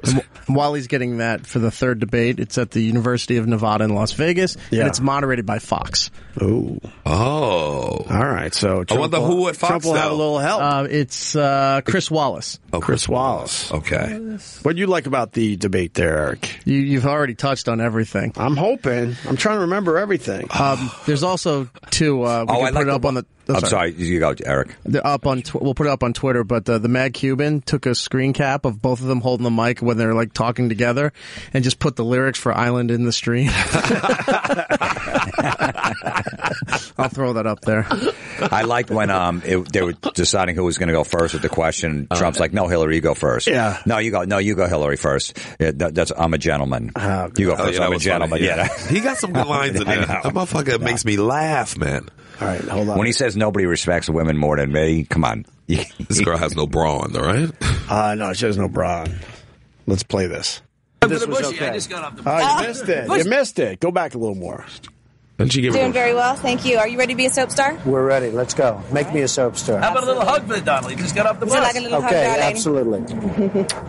And wh- While he's getting that for the third debate, it's at the University of Nevada in Las Vegas, Yeah. and it's moderated by Fox. Oh. Oh. All right. So Trump wonder will- who at Fox Trump will have a now. little help. Uh, it's uh, Chris Wallace. Oh, Chris Wallace. Okay. What do you like about the debate there, Eric? You, you've already touched on everything. I'm hoping. I'm trying to remember everything. Um, there's also two. Uh, we Oh, can I put like it the up on the. oh, I'm sorry, you go, Eric. They're up on. Tw- we'll put it up on Twitter. But uh, the Mad Cuban took a screen cap of both of them holding the mic when they're like talking together, and just put the lyrics for "Island in the Stream." I'll throw that up there. I liked when um it, they were deciding who was going to go first with the question. Uh-huh. Trump's like, "No, Hillary, you go first. Yeah. no, you go. No, you go, Hillary first. Yeah, that, that's I'm a gentleman. you go Oh, first. yeah, that I'm a was funny. gentleman. Yeah, he got some good lines in I there. know. That motherfucker makes me laugh, man. All right, hold When he says nobody respects women more than me, come on. this girl has no bra on, all right? Uh, no, she has no bra on. Let's play this. This was okay. Oh, you missed it. You missed it. Go back a little more. Didn't she Doing very well, thank you. Are you ready to be a soap star? We're ready. Let's go. Make me a soap star. How about a little hug for the Donnelly? Just got off the Is it bus. like a little hug, Okay, darling? absolutely.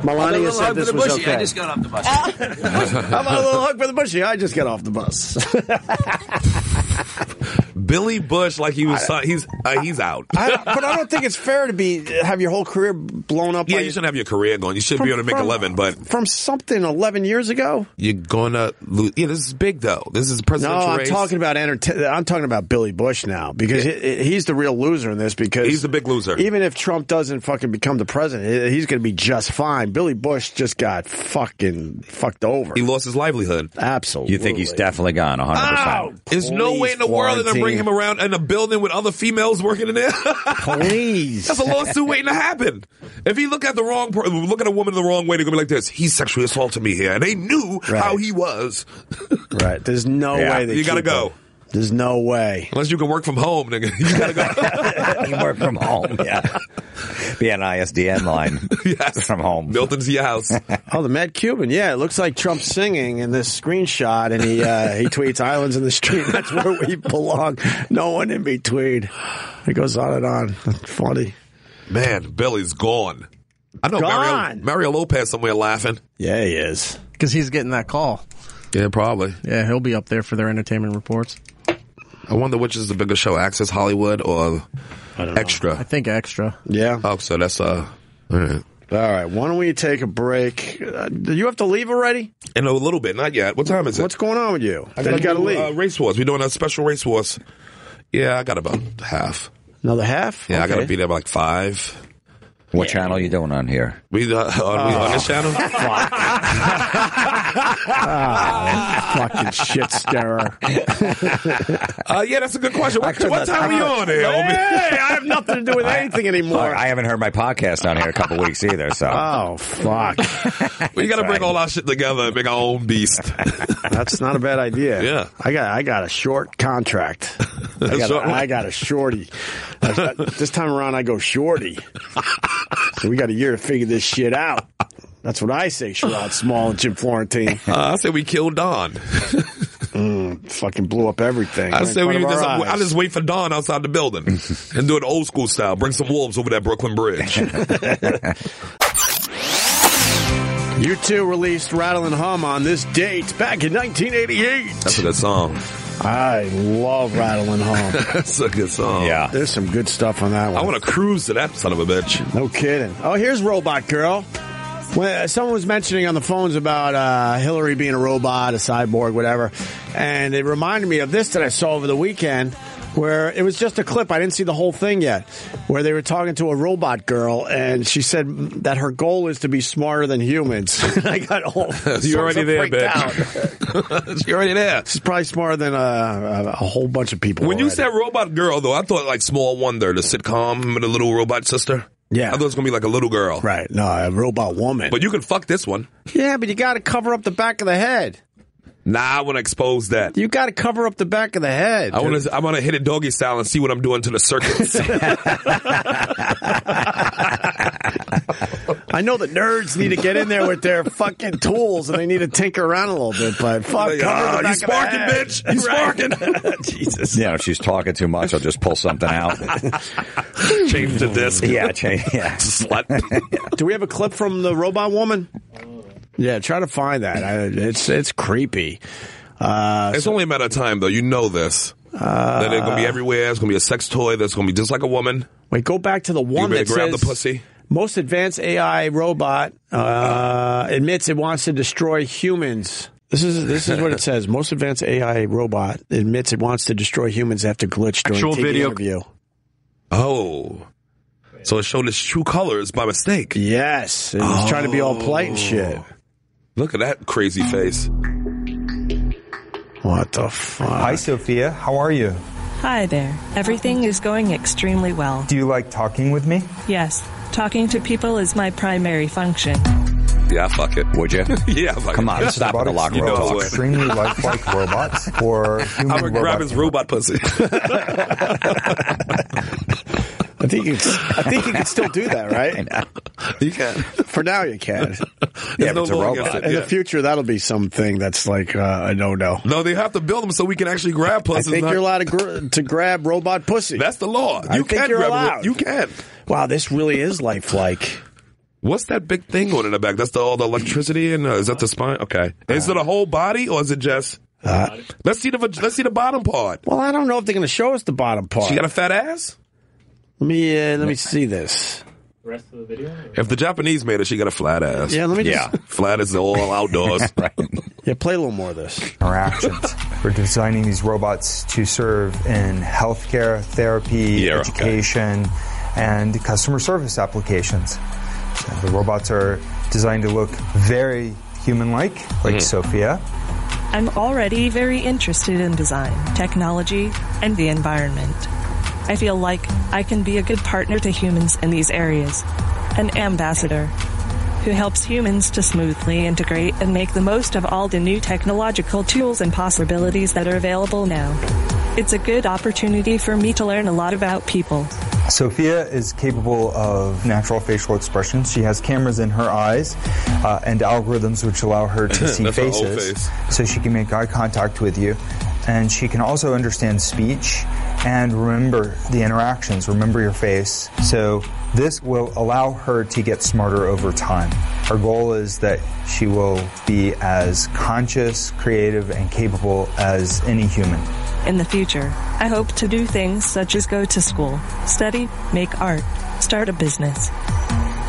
Melania said this was I okay. just got off the bus. How about a little hug for the bushy? I just got off the bus. Billy Bush, like he was, si- he's uh, he's out. I, but I don't think it's fair to be have your whole career blown up yeah, by you shouldn't have your career going. You should From- be able to make from- eleven, but from something 11 years ago. you're gonna lose. Yeah, this is big though. This is No, presidential I'm race. talking about entertain. I'm talking about Billy Bush now because he- he- he's the real loser in this. Because He's the big loser. Even if Trump doesn't fucking become the president, he- he's going to be just fine. Billy Bush just got fucking fucked over. He lost his livelihood. Absolutely. You think he's definitely gone 100%. There's no way in the world they're gonna bring him around in a building with other females working in there. Please, that's a lawsuit waiting to happen. If he look at the wrong, per- look at a woman the wrong way, they're gonna be like this. He sexually assaulted me here, and they knew how he was. right. There's no Yeah. way they You gotta keep him. go. There's no way. Unless you can work from home, nigga, you gotta go. he worked from home. Oh, Yeah, be an ISDN line from home. Built into your house. Oh, the Mad Cuban. Yeah, it looks like Trump's singing in this screenshot, and he uh, he tweets "Islands in the street. That's where we belong. No one in between." It goes on and on. Funny. Man, Billy's gone. I know Mario, Gone. Mario Lopez somewhere laughing. Yeah, he is. Because he's getting that call. Yeah, probably. Yeah, he'll be up there for their entertainment reports. I wonder which is the bigger show, Access Hollywood or I Extra. think extra. Yeah. Oh, so that's uh. All right. All right. Why don't we take a break? Uh, do you have to leave already? In a little bit, not yet. What time is it? What's going on with you? I Then you gotta do, leave. Uh, race wars. We're doing a special race wars. Yeah, I got about half. Another half? Yeah, I got to Okay. be there by like five. What channel are you doing on here? We, uh, on, we on this Oh. channel? fucking shit stirrer. Uh, yeah, that's a good question. What, what time are you on here, Hey, I have nothing to do with anything anymore. I haven't heard my podcast on here in a couple weeks either. So Oh fuck! homie? We got to bring all our shit together and make our own beast. That's not a bad idea. Yeah. I got I got a short contract. I got, Short a, one? I got a shorty. I- I- this time around, I go shorty. So we got a year to figure this shit out. That's what I say, Sherrod Small and Jim Florentine. Mm, Uh, I say we kill Don. Fucking blew up everything. I right say in we front of just, our I eyes. just wait for Don outside the building and do it old school style. Bring some wolves over that Brooklyn Bridge. You two released Rattle and Hum on this date back in 1988. That's a good song. I love Rattle and Hum. That's a good song. Yeah. There's some good stuff on that I one. want to cruise to that son of a bitch. No kidding. Oh, here's Robot Girl. When, uh, someone was mentioning on the phones about uh, Hillary being a robot, a cyborg, whatever, and it reminded me of this that I saw over the weekend, where it was just a clip. I didn't see the whole thing yet, where they were talking to a robot girl, and she said that her goal is to be smarter than humans. And I got all You're already there, freaked bitch. You're already there. She's probably smarter than uh, a, a whole bunch of people. When you already. said robot girl, though, I thought like Small Wonder, the sitcom, remember the little robot sister? Yeah. I thought it was going to be like a little girl. right, no, a robot woman. But you can fuck this one. yeah, but you got to cover up the back of the head. Nah, I want to expose that. You got to cover up the back of the head. I want to. I want to hit it doggy style and see what I'm doing to the circus. I know the nerds need to get in there with their fucking tools and they need to tinker around a little bit, but fuck, Like, cover the "Ah, back you of the sparking, head." bitch! You sparking? Jesus. Yeah, if she's talking too much, I'll just pull something out. change the disc. Yeah, change. Yeah, Do we have a clip from the robot woman? Yeah, try to find that. I, it's it's creepy. Uh, It's only a matter of time, though. You know this. Uh, that it's gonna be everywhere. It's gonna be a sex toy. That's gonna be just like a woman. Wait, go back to the one You better that grab says the pussy. most advanced AI robot uh, admits it wants to destroy humans. This is this is what it says. Most advanced AI robot admits it wants to destroy humans after glitch during Actual TV video- interview. Oh, so it showed its true colors by mistake. Oh. Yes, it was trying to be all polite and shit. Look at that crazy face. What the fuck? Hi, Sophia. How are you? Hi there. Everything is going extremely well. Do you like talking with me? Yes, talking to people is my primary function. Yeah, fuck it. Would you? yeah, fuck Come it. on, stop at the locker You room. know talk. what? Extremely lifelike robots or human I'm gonna grab his robot pussy. I think you, I think you can still do that, right? You can. For now, you can. There's no law against it, In yeah. the future, that'll be something that's like uh, a no-no. No, they have to build them so we can actually grab I pussies. think not- you're allowed to, gr- to grab robot pussy. That's the law. I You think can you're grab a- allowed. you can. Wow, this really is lifelike. What's that big thing on in the back? That's the, all the electricity and uh, is that the spine? Okay, is it a whole body or is it just? let's see the vag- let's see the bottom part. Uh, Well, I don't know if they're going to show us the bottom part. She got a fat ass. Let me uh, let me see this. The rest of the video. If the Japanese made it, she got a flat ass. Yeah, let me just- Yeah. flat is all outdoors. Yeah, play a little more of this. interactions. We're designing these robots to serve in healthcare, therapy, Yeah, okay. education, and customer service applications. So the robots are designed to look very human-like, like Mm-hmm. Mhm. Sophia. I'm already very interested in design, technology, and the environment. I feel like I can be a good partner to humans in these areas, an ambassador who helps humans to smoothly integrate and make the most of all the new technological tools and possibilities that are available now. It's a good opportunity for me to learn a lot about people. Sophia is capable of natural facial expressions. She has cameras in her eyes uh, and algorithms which allow her to see That's her whole faces face. so she can make eye contact with you. And she can also understand speech and remember the interactions, remember your face. So this will allow her to get smarter over time. Our goal is that she will be as conscious, creative, and capable as any human. In the future, I hope to do things such as go to school, study, make art, start a business,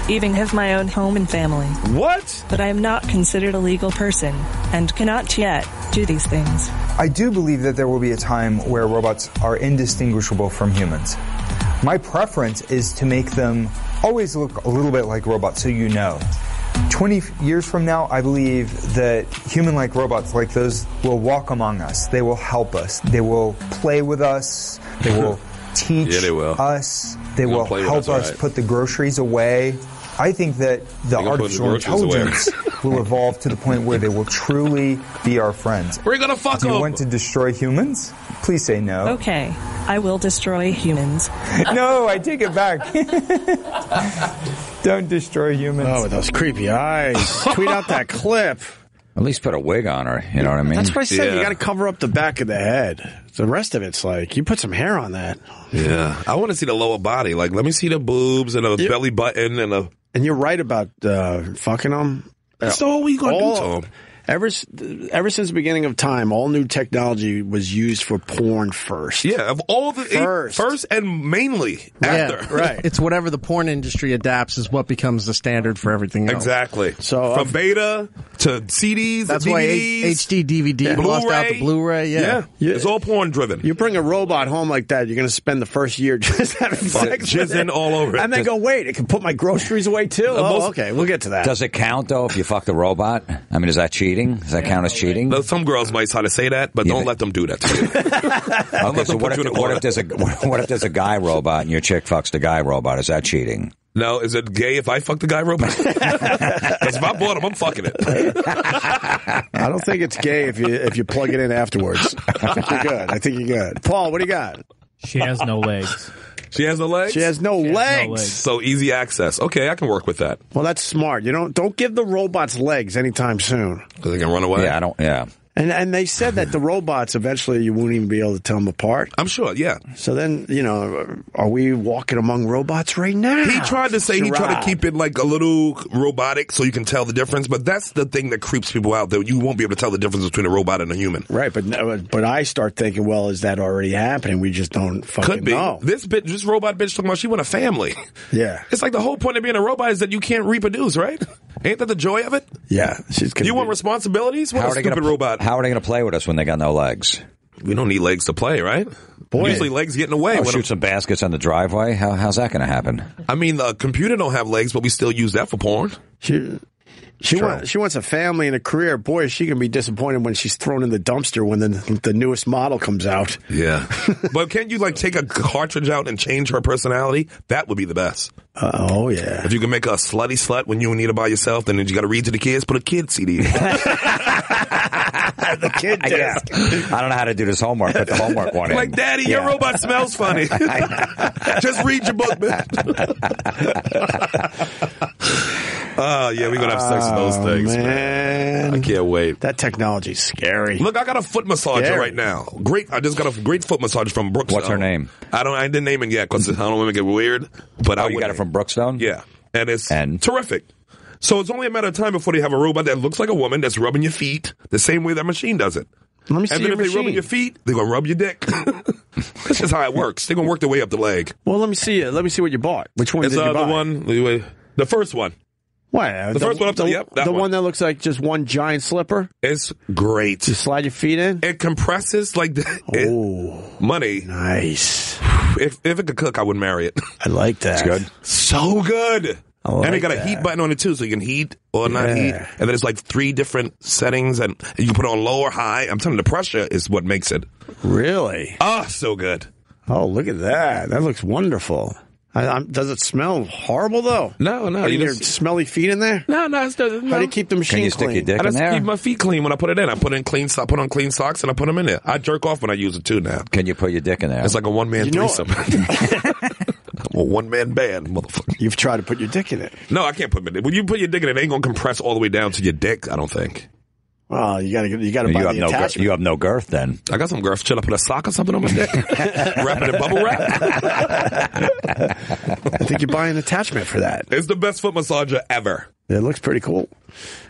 even have my own home and family. What? But I am not considered a legal person and cannot yet do these things. I do believe that there will be a time where robots are indistinguishable from humans. My preference is to make them always look a little bit like robots so you know. 20 years from now, I believe that human like robots like those will walk among us. They will help us. They will play with us. They will teach Yeah, they will. us. They They'll will play with help us, all us right. put the groceries away. I think that They the gonna put the artificial groceries away. intelligence will evolve to the point where they will truly be our friends. We're gonna fuck Do you them. want to destroy humans? Please say no. Okay, I will destroy humans. Oh. no, I take it back. Don't destroy humans. Oh, with those creepy eyes. Tweet out that clip. At least put a wig on her. You know what I mean? That's what I said. You Yeah. got to cover up the back of the head. The rest of it's like you put some hair on that, Yeah, I want to see the lower body. Like, let me see the boobs and a belly button and a. and you're right about uh, fucking them. That's all we gonna do to 'em. Ever, s- ever since the beginning of time, all new technology was used for porn first. Yeah, of all the First. first and mainly after. right. It's whatever the porn industry adapts is what becomes the standard for everything else. Exactly. So uh, from beta to CDs, That's to why DVDs, H- HD DVD lost out the Blu-ray. Yeah. it's all porn driven. You bring a robot home like that, you're going to spend the first year just having sex with jizzing it. all over it. and then Just- go, wait, it can put my groceries away too. Oh, okay, we'll get to that. Does it count though if you fuck the robot? I mean, is that cheating? Does that count as cheating? Though some girls might try to say that, but don't let them do that to you. Okay, so what if, what if there's a what if there's a guy robot and your chick fucks the guy robot? Is that cheating? No, is it gay if I fuck the guy robot? 'Cause if I bought him, I'm fucking it. I don't think it's gay if you if you plug it in afterwards. I think you're good. I think you're good. Paul, what do you got? She has no legs. She has no legs. She has no legs. So easy access. Okay, I can work with that. Well, that's smart. You don't don't give the robots legs anytime soon. Because they can run away. Yeah, I don't. Yeah. And and they said that the robots eventually you won't even be able to tell them apart. I'm sure. Yeah. So then you know, are we walking among robots right now? He tried to say he tried to keep it like a little robotic so you can tell the difference, but that's the thing that creeps people out that you won't be able to tell the difference between a robot and a human. Right, but no- but I start thinking, well, is that already happening? We just don't fucking Could be. know. This bitch, this robot bitch talking about she want a family. Yeah. It's like the whole point of being a robot is that you can't reproduce, right? Ain't that the joy of it? Yeah. She's you want responsibilities? What How a are they gonna stupid pl- robot. How are they going to play with us when they got no legs? We don't need legs to play, right? Boy. Usually legs get in the way. I'll when shoot some baskets on the driveway. How, how's that going to happen? I mean, the computer don't have legs, but we still use that for porn. She, she, wa- she wants a family and a career. Boy, is she going to be disappointed when she's thrown in the dumpster when the, the newest model comes out. Yeah. but can't you like take a cartridge out and change her personality? That would be the best. Uh, oh, yeah. If you can make her a slutty slut when you need her by yourself, then you got to read to the kids. Put a kid CD. in. the kid Yeah. I don't know how to do this homework. Put the homework one in. like, Daddy, your Yeah. robot smells funny. Just read your book, man. Oh yeah, we're gonna have sex with those Ah, Oh, things, man. I can't wait. That technology's scary. Look, I got a foot massager Scary. right now. Great, I just got a great foot massage from Brookstone. What's her name? I don't, I didn't name it yet because I don't want to make it weird. But Oh, I you would got it name from Brookstone? Yeah, and it's And? terrific. So it's only a matter of time before they have a robot that looks like a woman that's rubbing your feet the same way that machine does it. Let me see and then your if they rubbing machine. your feet, they're gonna rub your dick. That's just how it works. They're gonna work their way up the leg. Well, let me see it. Let me see what you bought. Which one it's did uh, you buy? the one, the first one. What? The first one up to- yep, that the one. that looks like just one giant slipper. It's great. You slide your feet in. It compresses like the oh, money. nice. If if it could cook, I would marry it. I like that. good. So good. I like and it got a that. heat button on it too, so you can heat or not Yeah. heat. And then it's like three different settings, and you can put it on low or high. I'm telling you, the pressure is what makes it. Really? Ah, so good. Oh, look at that. That looks wonderful. I, I'm, does it smell horrible though? No, no, Are you you your just- smelly feet in there? No, no, it's no. How do you keep the machine Can you stick clean? your dick I in just there? keep my feet clean when I put it in. I put in clean, so I put on clean socks, and I put them in there. I jerk off when I use it too. Now Can you put your dick in there? it's like a one man You know- threesome. I'm a one man band, motherfucker. You've tried to put your dick in it. No, I can't put my dick. When you put your dick in it, it ain't gonna compress all the way down to your dick. I don't think. Oh, you gotta you gotta you buy have the no girth, attachment. you have no girth then. I got some girth. Should I put a sock or something on my dick? wrap it in bubble wrap. I think you buy an attachment for that. It's the best foot massager ever. It looks pretty cool.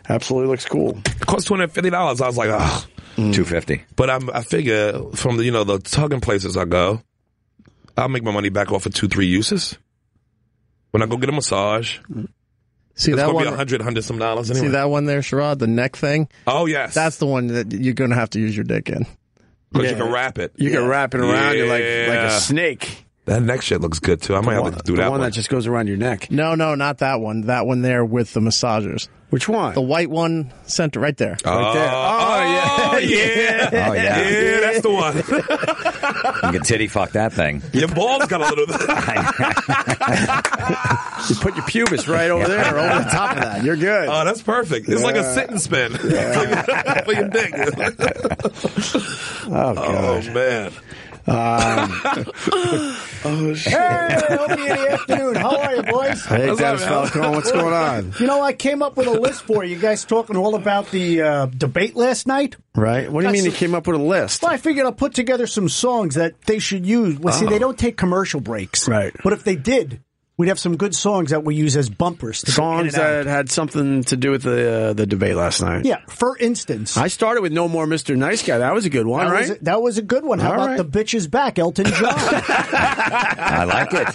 Absolutely looks cool. It cost two hundred fifty dollars. I was like, oh. Mm. Two fifty. But I'm, I figure from the you know the tugging places I go, I'll make my money back off of two three uses. When I go get a massage, See it's that gonna one. be a hundred hundred some dollars anyway. See that one there, Sherrod, the neck thing. Oh yes, That's the one that you're going to have to use your dick in. because Yeah. you can wrap it. You can wrap it around you like like Yeah. a snake. That neck shit looks good too. I might have to do the that one one. that just goes around your neck. No, no, not that one. That one there with the massagers. Which one? The white one center right there. Uh, right there. Oh, yeah. Oh, yeah. yeah, that's the one. You can titty fuck that thing. Your balls got a little. You put your pubis right over there, over the top of that. You're good. Oh, that's perfect. It's like a sit and spin for your dick. oh oh god. man. oh shit. um, Hey, Opie in the afternoon. How are you, boys? Hey, What's Dennis up, man? Falcone, what's going on? You know, I came up with a list for you. You guys talking all about the uh, debate last night? Right? What do you mean you That's- came up with a list? Well, I figured I'll put together some songs that they should use. Well, see, they don't take commercial breaks. Oh. Right. But if they did, we'd have some good songs that we use as bumpers. To go in Songs and out. that had something to do with the uh, the debate last night. Yeah, for instance. I started with No More Mr. Nice Guy. That was a good one, that, right? was a, that was a good one. How All about right. The Bitch's Back, Elton John? I like it.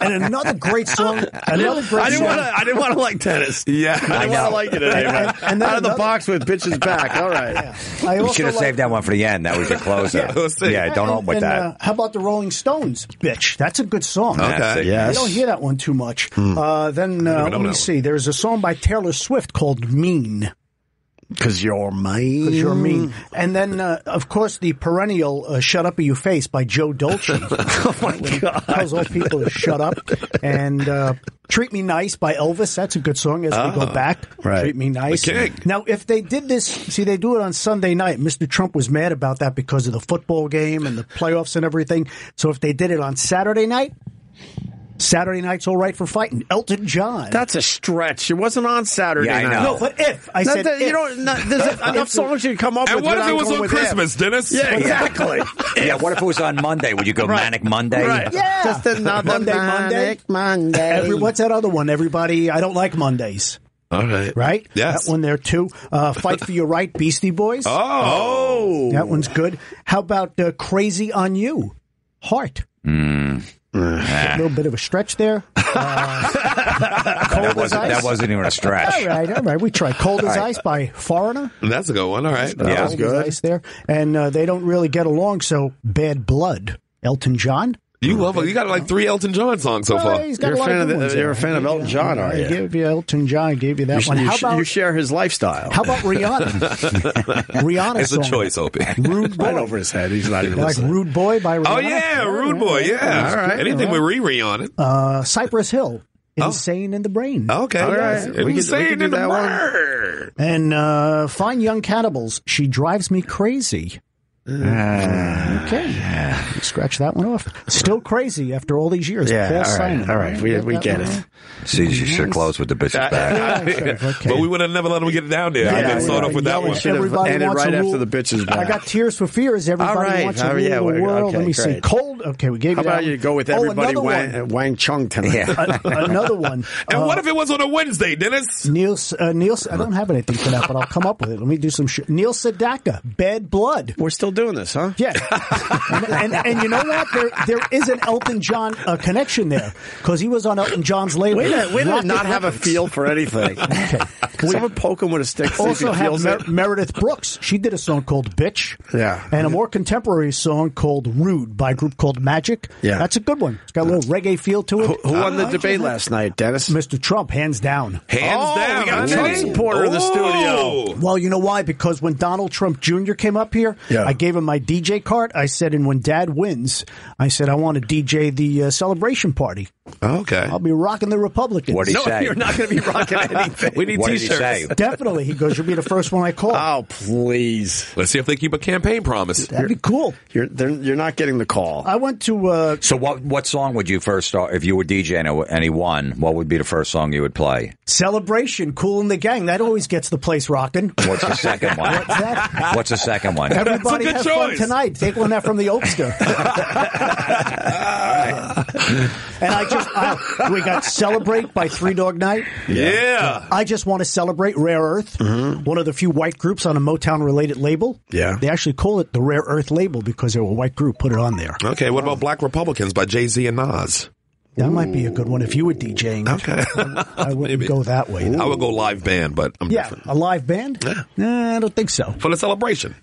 and another great song. Another great I didn't song. want to. I didn't want to like tennis. Yeah. I didn't want to like you today, man. And- and then Out of the another- box with bitches back. All right. I You also should have like- saved that one for the end. That was your closer. Yeah, let's see. Yeah, don't and- open with and, that. uh, how about the Rolling Stones? Bitch, that's a good song. That's it. I Yes. don't hear that one too much. Uh, then uh, know let that me one. see. There's a song by Taylor Swift called "Mean." Because you're mean. Because you're mean. And then, uh, of course, the perennial uh, "Shut Up or You Face" by Joe Dolce. oh my god! Tells all people to shut up. And uh, "Treat Me Nice" by Elvis. That's a good song as we Ah, go back. right. Treat Me Nice. The king. Now, if they did this, see, they do it on Sunday night. Mr. Trump was mad about that because of the football game and the playoffs and everything. So if they did it on Saturday night, Saturday night's all right for fighting. Elton John. That's a stretch. It wasn't on Saturday Yeah, I night. know. No, but if. I said You if. don't, not, there's enough songs you can come up And with. what if without it was going on with Christmas, if. Dennis? Yeah, exactly. yeah, what if it was on Monday? Would you go manic Monday? Right. Just another manic Monday. Every, what's that other one? Everybody, I don't like Mondays. All right. Right? Yes. That one there too. Uh, Fight for Your Right, Beastie Boys. Oh. That one's good. How about uh, Crazy on You? Heart. Hmm. A little bit of a stretch there. Uh, that, wasn't, ice. that wasn't even a All stretch. right, all right. We tried Cold All as right. Ice by Foreigner. That's a good one. All right. Cold as Ice there. And uh, they don't really get along, so Bad Blood. Elton John. You love you got like three Elton John songs so far. Hey, he's got a lot of good ones there. Elton John, I give you Elton John. Gave oh, you that one. How about share his lifestyle. How about Rihanna? Rihanna It's a song. choice, Opie. Rude boy. Right over his head. He's not even like listening. Rude Boy by Rihanna. Oh yeah, Rude Boy. Yeah. All right. Anything all right. with Riri on it. uh, Cypress Hill, Insane in the Brain. Okay. All yes. right, Insane in the Bird. And uh, Fine Young Cannibals. She drives me crazy. Ah. okay, scratch that one off. Still crazy after all these years. Yeah, Paul all right, Simon. all right, we- Get we that get one it. out. See, you should close with the bitch's back. But we would have never let him get down there. I've been sawed off with that one. Everybody wants a rule. I got Tears for Fears. Everybody All right. wants to Oh, rule yeah, the well, world. okay, Let me see. great. Cold. Okay, we gave How you that about one. you go with Oh, everybody another Wang, one. uh, Wang Chung tonight? A- another one. And Uh, what if it was on a Wednesday, Dennis? Neil, uh, Neil, I don't have anything for that, but I'll come up with it. Let me do some shit. Neil Sedaka, Bad Blood. We're still doing this, huh? Yeah. and, and, and you know what? There, there is an Elton John uh, connection there because he was on Elton John's label. Way to, way to Rocket not have a Records. feel for anything. okay. Someone poke him with a stick. see if Also he have feels Mer- it. Meredith Brooks. She did a song called "Bitch." Yeah. and a more contemporary song called "Rude" by a group called Magic. Yeah. that's a good one. It's got a little reggae feel to it. Who, who won the debate last night, Dennis? Mr. Trump, hands down. Hands oh, down. Oh. We got a Ooh. Trump supporter in the studio. Well, you know why? Because when Donald Trump Jr. came up here, Yeah. I gave him my DJ card. I said, and when Dad wins, I said, I want to DJ the uh, celebration party. Oh, Okay. I'll be rocking the Republicans. What did he No, say? you're not going to be rocking anything. We need What did he t-shirts. say? Definitely. He goes, you'll be the first one I call. Oh, please. Let's see if they keep a campaign promise. That'd be cool. You're, they're- you're not getting the call. Oh. I went to, uh, So what what song would you first start if you were DJing and- and he won? What would be the first song you would play? Celebration, Cool in the Gang. That always gets the place rocking. What's the second one? that? What's the second one? Everybody good have fun choice. tonight. Take one out from the Oakster. and I just, I, we got Celebrate by Three Dog Night. Yeah. I just want to celebrate Rare Earth, one of the few white groups on a Motown related label. Yeah. They actually call it the Rare Earth label because they were a white group, put it on there. Okay. What about Black Republicans by Jay Z and Nas? That might be a good one if you were DJing. Okay. I wouldn't go that way. I would go live band, but I'm Yeah, different a live band? Nah, I don't think so. for the celebration.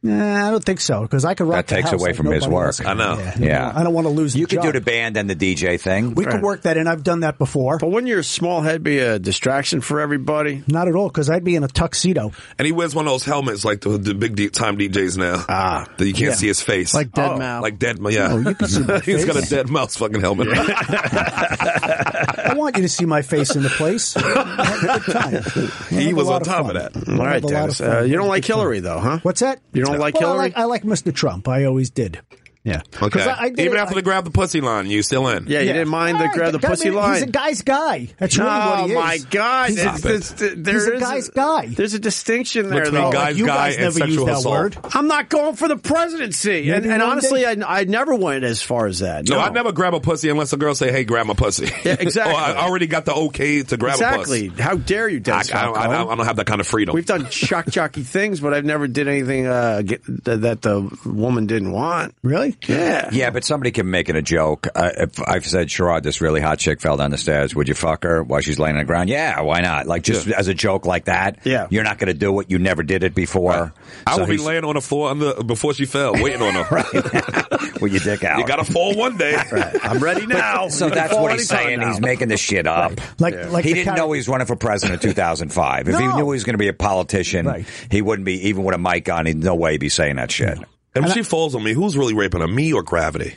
Nah, I don't think so because I could rock That the takes house away like from his nobody work. else. I know. Yeah. I don't want to lose. You the could do job. the band and the DJ thing. We could work that in. I've done that before. But wouldn't your small head be a distraction for everybody? Not at all, because I'd be in a tuxedo, And he wears one of those helmets like the, the big D- time DJs now. Ah. That you can't Yeah. see his face. Oh. Like Dead Mouse. Like dead mouse. Yeah. Oh, you can see my He's got a face. dead mouse fucking helmet. I want you to see my face in the place. Have a good time. We'll He have a was lot on top fun. of that. We'll All right, have a lot Dennis. of fun. Uh, you don't Have a like good time. Hillary, though, huh? What's that? You don't like well, I Hillary? like, I like Mr. Trump. I always did. Yeah. 'Cause Okay. I, I did Even it- after I- the grab the pussy line, you still in. Yeah, you yeah. didn't mind the All right, grab the I mean, pussy line. He's a guy's guy. That's really what oh he is. my God! He's a- It's- it's- there He's a is guy's guy. There's a distinction there, Between though. guy- like, you guy guys and never use sexual that assault. word. I'm not going for the presidency, and, Maybe and one honestly, day. I, I never went as far as that. No, I never grab a pussy unless a girl say, "Hey, grab my pussy." Yeah, exactly. or I already got the okay to grab exactly. a How dare you, pussy. Dennis? I, I, I, Falco? I don't have that kind of freedom. We've done shock jockey things, but I've never did anything uh, get, that the woman didn't want. Really? Yeah. Yeah, but somebody can make it a joke. Uh, if I've said, Sherrod, this really hot chick fell down the stairs. Would you fuck her while she's laying on the ground? Yeah, why not? Like, just as a joke like that. Yeah. You're not going to do it. You never did it before. I So will be he's- laying on the floor on the, before she fell, waiting on her. With your dick out. You got to fall one day. I'm ready now. So You that's fall what he's anytime saying. now. He's making this shit up. Like- he didn't like the character- know he was running for president in 2005. If he No. knew he was going to be a politician, he wouldn't be even with a mic on. He'd no way be saying that shit. And if she falls on me, who's really raping her, me or gravity?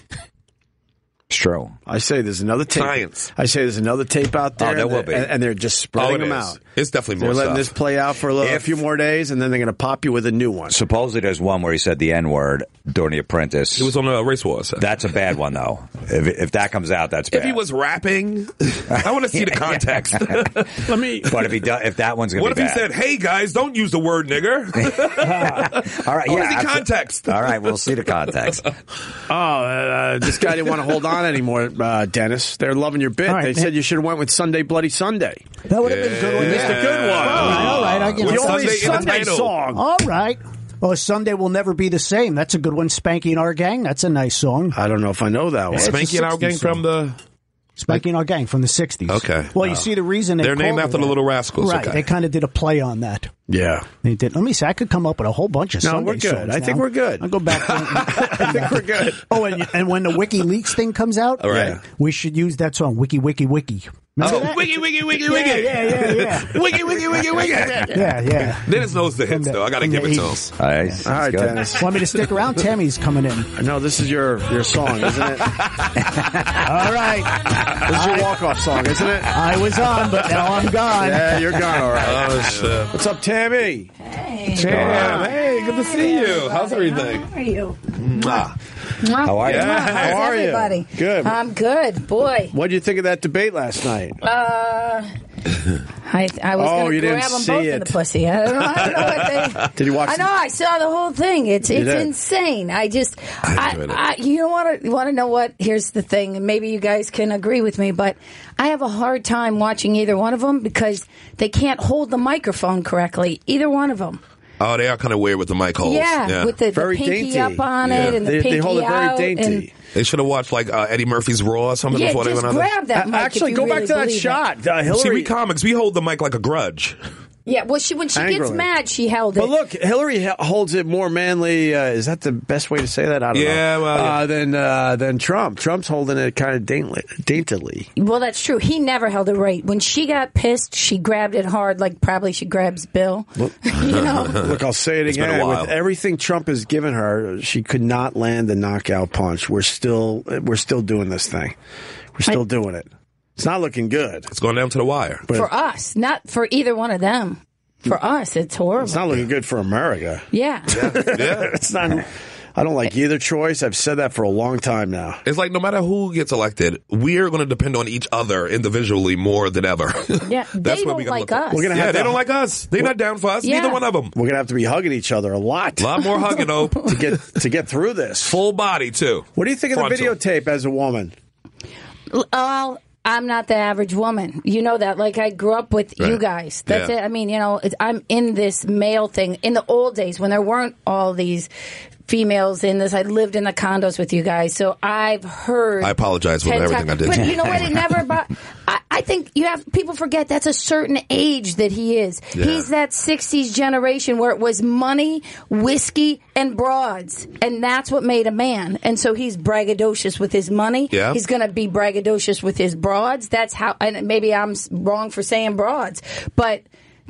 It's true. I say there's another tape. Science. I say there's another tape out there. Oh, there will and- be. And, and they're just spreading Oh, it them is. out. It's definitely They're more letting stuff. this play out for a, little, a few more days, and then they're going to pop you with a new one. Supposedly, there's one where he said the N word during The Apprentice. He was on a race war. That's a bad one, though. If, if that comes out, that's If bad. he was rapping, I want to see the context. Let me. But if he does, if that one's going What to if be he bad. said, "Hey guys, don't use the word nigger"? All right, What yeah, oh, is the abso- context? All right, we'll see the context. Oh, uh, this guy didn't want to hold on anymore, uh, Dennis. They're loving your bit. All right. They said you should have went with Sunday Bloody Sunday. That would have been good. You missed a good one. All right, all right. I get The it. only Sunday song. All right. Well, Sunday will never be the same. That's a good one. Spanky and Our Gang. That's a nice song. I don't know if I know that one. Spanky and Our Gang from the. Spanky and Our Gang from the 60s. Okay. Well, you Oh. see the reason they They're named called it after the that. Little Rascals, Right. okay. They kind of did a play on that. Yeah. They did. Let me see. I could come up with a whole bunch of No, Sunday we're good. songs I think now. we're good. I'll go back. I think we're good. Oh, and, and when the WikiLeaks thing comes out, All right. Oh. yeah, we should use that song, Wiki Wiki Wiki. Remember that? wiggy, wiggy, wiggy, Yeah, wiggy. yeah, yeah, yeah. wiggy, wiggy, wiggy, wiggy. Yeah, yeah. Dennis knows the hits, though. I got to give it to him. All right, All right, Dennis. Want me to stick around? Tammy's coming in. I know this is your, your song, isn't it? All right. This is your walk off song, isn't it? I was on, but now I'm gone. Yeah, you're gone. All right. Oh, shit. What's up, Tammy? Hey. uh, Damn. Hey, good to see you. How's everything? How are you? Mwah. How are you? Yeah, How's how are you? everybody? Good. I'm good. Boy. What did you think of that debate last night? Uh, I, I was Oh, going you to didn't grab them see both it. in the pussy. I don't know, I don't know what they Did you watch? I know. I saw the whole thing. It's You it's did. insane. I just, I, I, you know what? You want to know what? Here's the thing. and Maybe you guys can agree with me, but I have a hard time watching either one of them because they can't hold the microphone correctly. Either one of them. Oh, they are kind of weird with the mic holes. Yeah, with the- the Very pinky dainty. up on it and the They- they pinky hold it very out dainty. and- They should have watched like uh, Eddie Murphy's Raw or something Yeah, before they just went on. there. grab that A- mic if actually, you go back really to that believe it. shot. Uh, See, Hillary- we comics, we hold the mic like a grudge. Yeah. Well, she when she gets Angrily. mad, she held it. But look, Hillary h- holds it more manly. Uh, is that the best way to say that? I don't Yeah, know. well, uh, than uh, than Trump. Trump's holding it kind of daintily. daintily. Well, that's true. He never held it right. When she got pissed, she grabbed it hard, like probably she grabs Bill. You know. Look, I'll say it It's been a again. while. With everything Trump has given her, she could not land the knockout punch. We're still we're still doing this thing. We're still doing it. It's not looking good. It's going down to the wire. But for us, not for either one of them. For us, it's horrible. it's not looking good for America. yeah. it's not. I don't like either choice. I've said that for a long time now. It's like no matter who gets elected, we're going to depend on each other individually more than ever. Yeah, That's they what don't we gotta like look at. us. We're gonna yeah, have they to- don't like us. They're not down for us. Yeah. Neither one of them. We're gonna have to be hugging each other a lot. A lot more hugging though. to get to get through this. Full body too. What do you think of the Frontal. videotape as a woman? Well, I'm not the average woman. You know that. Like I grew up with you Right. guys. That's Yeah. it. I mean, you know, it's, I'm in this male thing. In the old days when there weren't all these females in this, I lived in the condos with you guys, so I've heard. I apologize for ten everything times- I did. But you know what? It never. But I, I think you have people forget that's a certain age that he is. Yeah. He's that '60s generation where it was money, whiskey, and broads, and that's what made a man. And so he's braggadocious with his money. Yeah. He's going to be braggadocious with his broads. That's how, and maybe I'm s- wrong for saying broads, but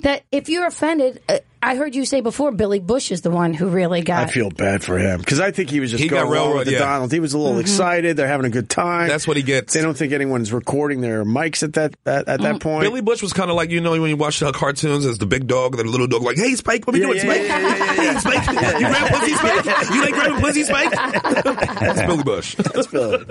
that if you're offended, uh, I heard you say before Billy Bush is the one who really I got. feel bad for him because I think he was just He going got along railroaded, with the yeah. Donald. He was a Mm-hmm. little excited. They're having a good time. That's what he gets. Mm. They don't think anyone's recording their mics at that at, at that point. Billy Bush was kind of like you know when you watch uh, cartoons as the big dog, the little dog, like, "Hey Spike, what are you doing, Spike? Hey Spike, you grab pussy, Spike? You like grabbing pussy, Spike?" That's Billy Bush. That's Billy.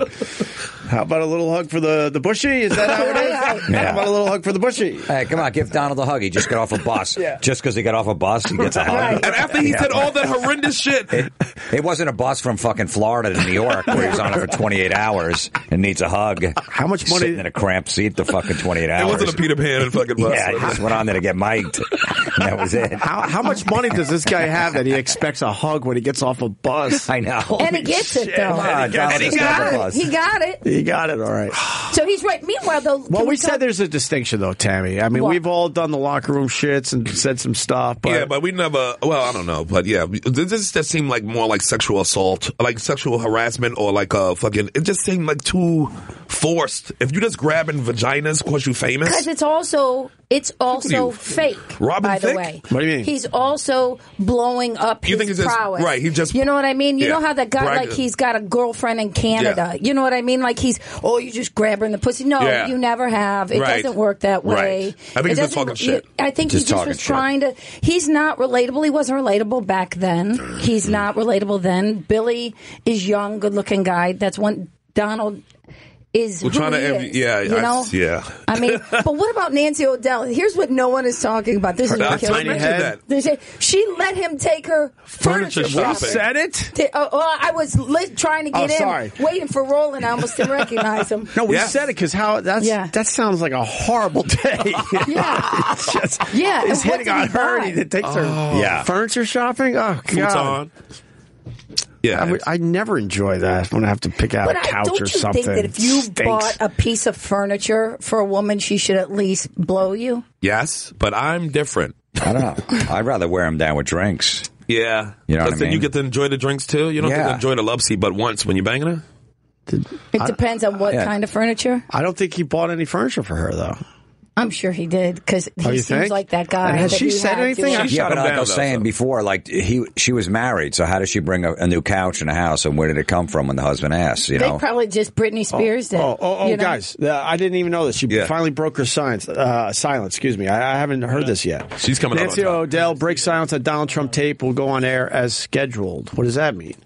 How about a little hug for the the bushy? Is that how it is? How about a little hug for the bushy? Hey, come on, give Donald a hug. He just got off a bus. Just because he got off a bus, he gets a hug. And after he Yeah. said all that horrendous shit, It, it wasn't a bus from fucking Florida to New York where he was on it for 28 hours and needs a hug. How much money- Sitting in a cramped seat the fucking 28 hours. it wasn't a Peter Pan and fucking bus. Yeah, he just went on there to get mic'd. That was it. How, how much money does this guy have that he expects a hug when he gets off a bus? I know. And he gets it, though. And he Come on, gets Donald, it. it's not the bus. He got it. He got it. All right. So he's right. Meanwhile, though, Well, can we talk- said there's a distinction, though, Tammy. I mean, What? we've all done the locker room shits and said some stuff, but yeah, but we never. Well, I don't know, but yeah, this this just seemed like more like sexual assault, like sexual harassment, or like a fucking. It just seemed like too forced. If you just grabbing vaginas because you famous, Because it's also it's also you- fake. Robin by the Thicke? way, What do you mean? He's also blowing up You his think it's just- prowess. right, he just- you know what I mean. You yeah, know how that guy brag- like he's got a girlfriend in Canada. You know what I mean? Like he's oh, you just grab her in the pussy. No, Yeah. you never have. It Right. doesn't work Right. that way. I think It he's just doesn't- talking shit. you- I think Just he just talking was shit. trying to. He's not relatable. He wasn't relatable back then. He's Mm. not relatable then. Billy is young, good-looking guy. That's one. Donald is we're who trying to. he ev- is, yeah, you I- know. yeah. I mean, but what about Nancy O'Dell? Here's what no one is talking about. This Her is what tiny kills me. head. They say She let him take her furniture. Furniture shopping. shopping. Said it. oh, oh, I was li- trying to Oh, get in, sorry. waiting for Roland. I almost didn't recognize him. no, we said it because how that's that sounds like a horrible day. Yeah, it's just Yeah, He's and hitting what did he on her. buy? And he takes Oh. her Yeah. furniture shopping. Oh God. Futon. Yeah, I, would- I never enjoy that when I have to pick out But a I, couch don't or you something. think that if you Stinks. bought a piece of furniture for a woman, she should at least blow you? Yes, but I'm different. I don't know. I'd rather wear them down with drinks. Yeah, You know what I But then mean? you get to enjoy the drinks too. You don't get Yeah. to enjoy the love seat but once when you're banging her. It I- depends on what yeah. kind of furniture. I don't think he bought any furniture for her though. I'm sure he did because he Oh, you seems think? like that guy. And has that she he said had to anything? have- She yeah, shut but him like down, I was though, saying before, like he she was married, so how does she bring a, a new couch in a house, and where did it come from when the husband asks? You They know, probably just Britney Spears did. Oh, oh, oh you know? guys! Uh, I didn't even know this. She finally broke her silence. Uh, silence, excuse me. I, I haven't heard this yet. She's coming up on Nancy top. O'Dell breaks silence on Donald Trump tape. Will go on air as scheduled. What does that mean?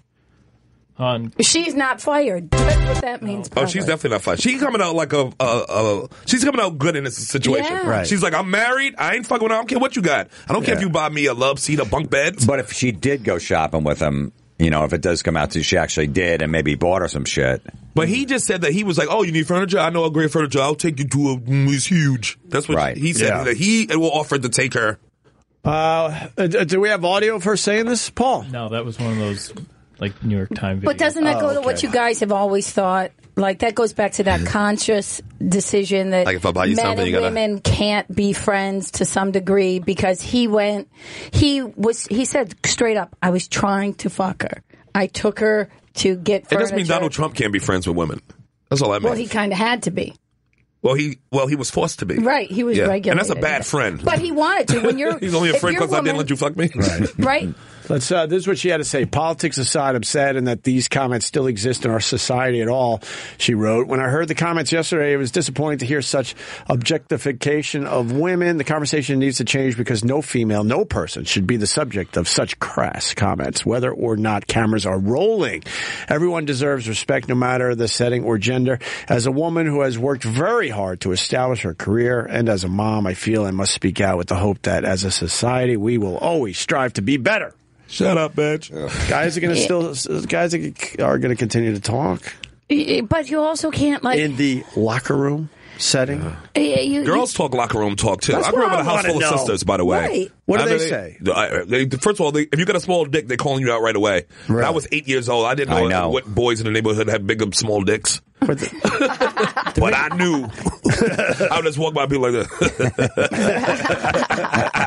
On She's not fired. That's what that means. Oh, she's definitely not fine. She's coming out like a, a, a she's coming out good in this situation. Yeah. Right. She's like, I'm married. I ain't fucking. With, I don't care what you got. I don't care if Yeah. you buy me a love seat, a bunk bed. but if she did go shopping with him, you know, if it does come out that she actually did, and maybe bought her some shit, But he just said that he was like, "Oh, you need furniture? I know a great furniture. I'll take you to a. mm, It's huge." That's what Right. he said. Yeah. That he will offer to take her. Uh, uh, do we have audio of her saying this, Paul? No, that was one of those like New York Times. But doesn't Oh, that Oh, go to what you guys have always thought? Like that goes back to that conscious decision that Mm-hmm. Like, if I buy you men something, and you gotta- women can't be friends to some degree because he went, he was, he said straight up, I was trying to fuck her. I took her to get It furniture. doesn't mean Donald Trump can't be friends with women. That's all that means. well, he kind of had to be. Well, he well he was forced to be. Right, he was And that's a regulated. bad friend. But he wanted to. When you're, he's only a if friend you're because I didn't woman- let you fuck me. Right. Right. Let's. Uh, this is what she had to say. Politics aside, I'm saddened that these comments still exist in our society at all. She wrote. When I heard the comments yesterday, it was disappointing to hear such objectification of women. The conversation needs to change because no female, no person should be the subject of such crass comments, whether or not cameras are rolling. Everyone deserves respect, no matter the setting or gender. As a woman who has worked very hard to establish her career, and as a mom, I feel I must speak out with the hope that as a society, we will always strive to be better. Shut up, bitch. Guys are going to still. Guys are going to continue to talk But you also can't like in the locker room setting. you- you- Girls talk locker room talk too. That's I grew what up in a I house full wanna of know. sisters, by the way. Right. What do I mean, they say? I- they- first of all, they, if you got a small dick, they're calling you out right away. When I was eight years old. I didn't I know, know. what boys in the neighborhood had big and small dicks. But, I knew. I would just walk by people like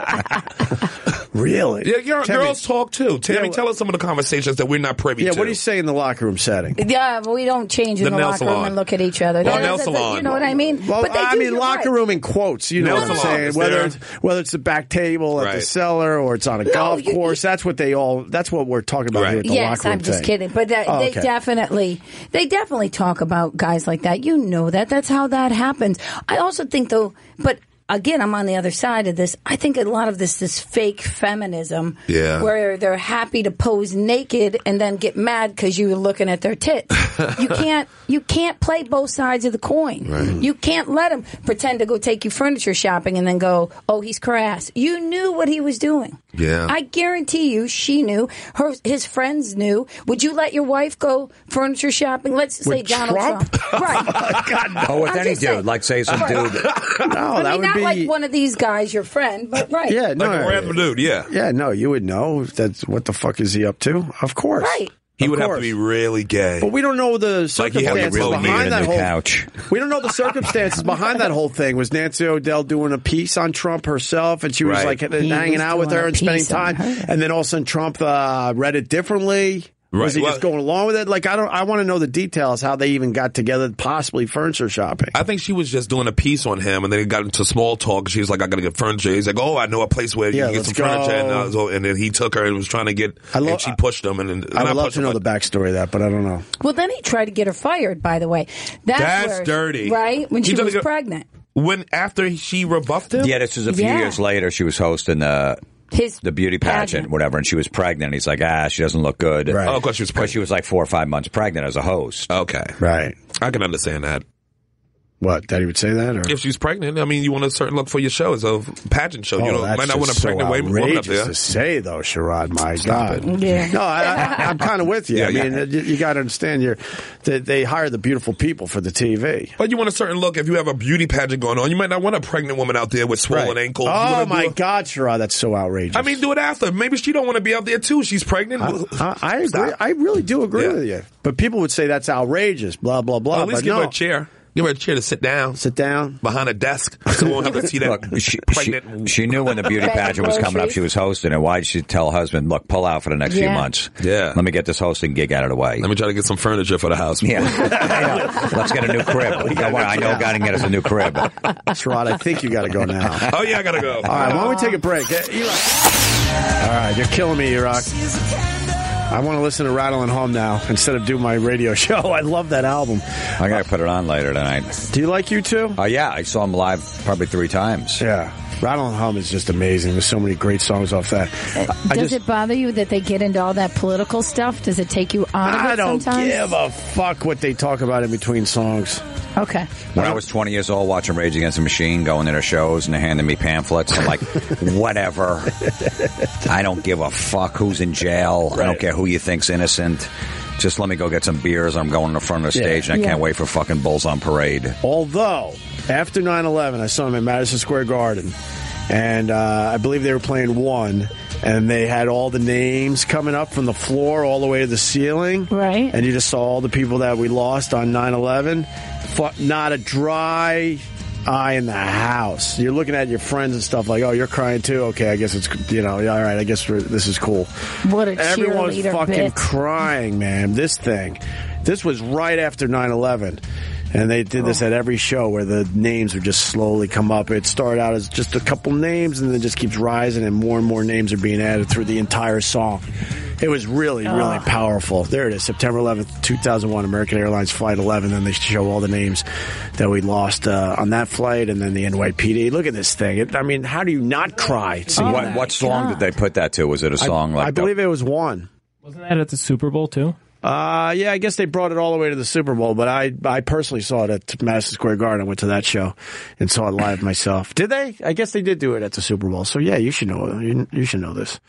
that. really? Yeah, girl- Tammy. girls talk too. Tammy, Yeah, wh- tell us some of the conversations that we're not privy Yeah, to. what do you say in the locker room setting? Yeah, but we don't change in The the, nail locker room salon. and look at each other. Well, That- nail that- salon. You know what I mean? Well, but they I do, mean you're locker right. room in quotes. You know No, what I'm no, saying? it's Whether there. it's, whether it's the back table at the Right. cellar or it's on a golf course, that's what they all. That's what we're talking about here at the Yes, locker room I'm just thing. kidding. But that, Oh, they okay. definitely, they definitely talk about guys like that. You know that. That's how that happens. I also think though, but again, I'm on the other side of this. I think a lot of this is fake feminism. Yeah. Where they're happy to pose naked and then get mad because you were looking at their tits. you can't, you can't play both sides of the coin. Right. You can't let him pretend to go take you furniture shopping and then go, oh, he's crass. You knew what he was doing. Yeah. I guarantee you, she knew. Her, his friends knew. Would you let your wife go furniture shopping? Let's say With Donald Trump, Trump? right? Oh, with I'm any just dude, saying. like say some Right. dude. No, I Oh, that mean, would not be like one of these guys, your friend, but right? Yeah, no, dude. Yeah, yeah, no, you would know that's what the fuck is he up to? Of course, right? He would have to be really gay. But we don't know the Like he had to circumstances really need a behind that new whole. couch. We don't know the circumstances behind that whole thing. Was Nancy O'Dell doing a piece on Trump herself, and she was Right. like He hanging was out with doing her a and spending piece on time, and then all of a sudden Trump uh, read it differently. Right. Was he just Well- going along with it? Like I don't. I want to know the details how they even got together, possibly furniture shopping. I think she was just doing a piece on him, and then it got into small talk. She was like, "I gotta get furniture." He's like, "Oh, I know a place where Yeah, you can get let's some furniture." And, go. uh, so- and then he took her and was trying to get. I lo- and she pushed him, and, and I would not love pushed to him, know but- the backstory of that, but I don't know. Well, then he tried to get her fired. By the way, that's, That's where- dirty. right? When He she tried to was get- pregnant, when after she rebuffed him. Yeah, this was a few Yeah. years later. She was hosting the His the beauty pageant, pageant. whatever, and she was pregnant. He's like, ah, she doesn't look good. Right. Oh, 'cause she was pregnant. she was like four or five months pregnant as a host. Okay, right. I can understand that. What that he would say that? Or? If she's pregnant, I mean, you want a certain look for your show. It's a pageant show. you Oh, don't, that's might not want a just so pregnant woman up outrageous there. to say, though, Sherrod. My God, Yeah. No, I, I, I'm kind of with you. Yeah, I mean, yeah. you, you got to understand, you're they, they hire the beautiful people for the TV. But you want a certain look. If you have a beauty pageant going on, you might not want a pregnant woman out there with swollen ankles. You Oh wanna do my a- God, Sherrod, that's so outrageous. I mean, do it after. Maybe she don't want to be out there too. She's pregnant. I, I agree. I really do agree with you. But people would say that's outrageous. Blah blah blah. Well, at least Oh, but give no. her a chair. Give her a chair to sit down. Sit down behind a desk. So we won't have to see that Look, she, she, pregnant. she knew when the beauty Bag of pageant was coming up. groceries. She was hosting it. Why did she tell her husband, "Look, pull out for the next few Yeah. months"? Yeah. Let me get this hosting gig out of the way. Let me try to get some furniture for the house. Yeah. Yeah. Let's get a new crib. You know what? I know a guy can get us a new crib. Sherrod, I think you got to go now. Oh yeah, I gotta go. All right, why don't we take a break? Eh, Erock. All right, you're killing me, Iraq. I want to listen to Rattling Home now instead of do my radio show. I love that album. I gotta put it on later tonight. Do you like you too? Oh yeah, I saw him live probably three times. Yeah, Rattling Home is just amazing. There's so many great songs off that. I does just it bother you that they get into all that political stuff? Does it take you out of I it don't sometimes? give a fuck what they talk about in between songs. Okay. When I was 20 years old, watching Rage Against the Machine, going to their shows, and they handing me pamphlets, I'm like, whatever. I don't give a fuck who's in jail. I don't care who you think's innocent. Just let me go get some beers. I'm going in front of the Yeah. stage, and I Yeah. can't wait for fucking Bulls on Parade. Although, after 9 11, I saw him at Madison Square Garden, and uh, I believe they were playing one, and they had all the names coming up from the floor all the way to the ceiling. Right. And you just saw all the people that we lost on 9 11. Not a dry eye in the house. You're looking at your friends and stuff like, oh, you're crying too? Okay, I guess it's, you know, yeah, all right, I guess we're, this is cool. What a Everyone's cheerleader fucking bitch. crying, man. This thing. This was right after 9 11. And they did this at every show where the names would just slowly come up. It started out as just a couple names and then just keeps rising, and more and more names are being added through the entire song. It was really, really Ugh. powerful. There it is, September 11th, 2001, American Airlines Flight 11. Then they show all the names that we lost uh, on that flight and then the NYPD. Look at this thing. It, I mean, how do you not cry? seeing what, that? what song did they put that to? Was it a I- song I like that? believe it was one. Wasn't that at the Super Bowl too? Uh, yeah, I guess they brought it all the way to the Super Bowl, but I, I personally saw it at Madison Square Garden. I went to that show and saw it live myself. Did they? I guess they did do it at the Super Bowl. So yeah, you should know, you, you should know this.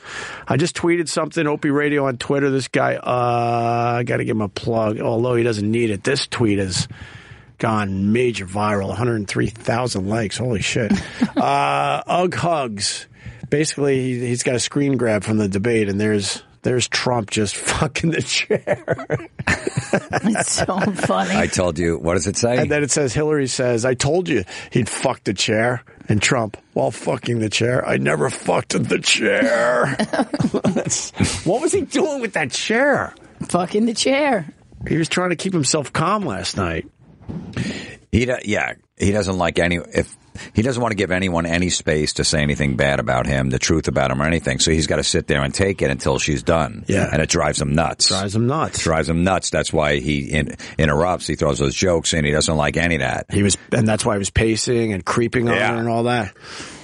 I just tweeted something, Opie Radio on Twitter. This guy, uh, I gotta give him a plug, although he doesn't need it. This tweet has Gone major viral, 103,000 likes. Holy shit. uh, Ugg Hugs. Basically, he, he's got a screen grab from the debate, and there's there's Trump just fucking the chair. it's so funny. I told you. What does it say? And then it says Hillary says, "I told you he'd fuck the chair." And Trump, while fucking the chair, I never fucked the chair. what was he doing with that chair? Fucking the chair. He was trying to keep himself calm last night. He do, yeah, he doesn't like any if he doesn't want to give anyone any space to say anything bad about him, the truth about him or anything. So he's got to sit there and take it until she's done. Yeah. and it drives him nuts. Drives him nuts. Drives him nuts. That's why he in, interrupts. He throws those jokes in. He doesn't like any of that. He was, and that's why he was pacing and creeping on her and all that.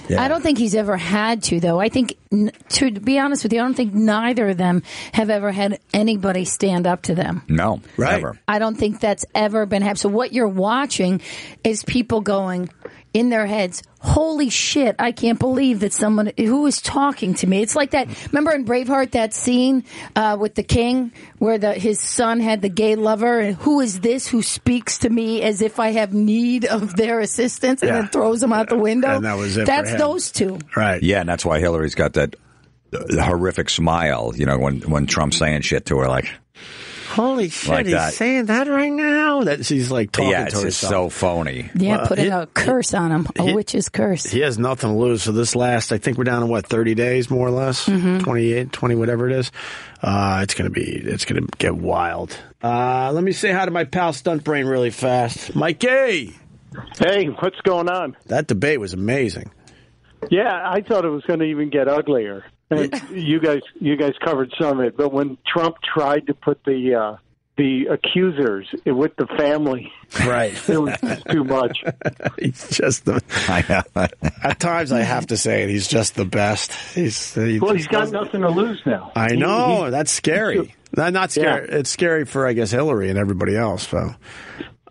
I don't think he's ever had to, though. I think, n- to be honest with you, I don't think neither of them have ever had anybody stand up to them. No, right. I don't think that's ever been happened. So what you're watching is people going, in their heads, holy shit, I can't believe that someone who is talking to me. It's like that. Remember in Braveheart that scene uh, with the king where the his son had the gay lover, and who is this who speaks to me as if I have need of their assistance, and Yeah. then throws him out the window. And that was it for That's him. those two. Right. Yeah, and that's why Hillary's got that uh, horrific smile. You know, when when Trump's saying shit to her, like Holy shit, Like he's that. saying that right now. That she's like talking yeah, to it's just herself. so phony. Yeah, Well, putting he- a curse on him, a he- witch's curse. He has nothing to lose. So this last, I think we're down to what thirty days, more or less, Mhm. 28, 20, whatever it is. Uh, it's gonna be, it's gonna get wild. Uh, let me say hi to my pal Stunt Brain really fast, Mikey. Hey, what's going on? That debate was amazing. Yeah, I thought it was going to even get uglier. And you guys, you guys covered some of it, but when Trump tried to put the uh, the accusers with the family, right? It was just too much. He's just the. at times, I have to say it. He's just the best. He's he Well, he's just got doesn't- nothing to lose now. I He- know he- that's scary. Not, not scary. It's scary for I guess Hillary and everybody else. So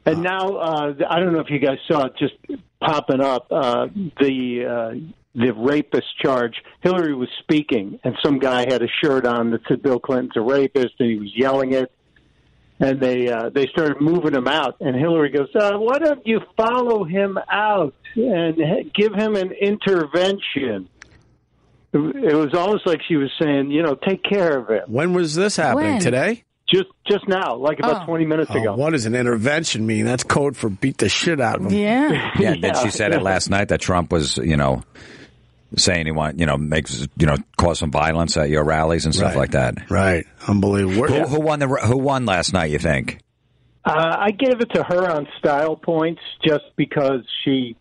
And now, uh, I don't know if you guys saw it just popping up uh, the uh, the rapist charge. Hillary was speaking, and some guy had a shirt on that said Bill Clinton's a rapist, and he was yelling it. And they uh, they started moving him out, and Hillary goes, uh, "Why don't you follow him out and h- give him an intervention?" It was almost like she was saying, "You know, take care of him." when was this happening When? today? Just just now, like about Oh. twenty minutes Oh, ago. what does an intervention mean? That's code for beat the shit out of him. Yeah. Yeah, and then she said it last night that Trump was, you know, saying he want, you know, makes, you know, cause some violence at your rallies and stuff Right. like that. Right, unbelievable. Who, who won the Who won last night? You think? Uh, I gave it to her on style points just because she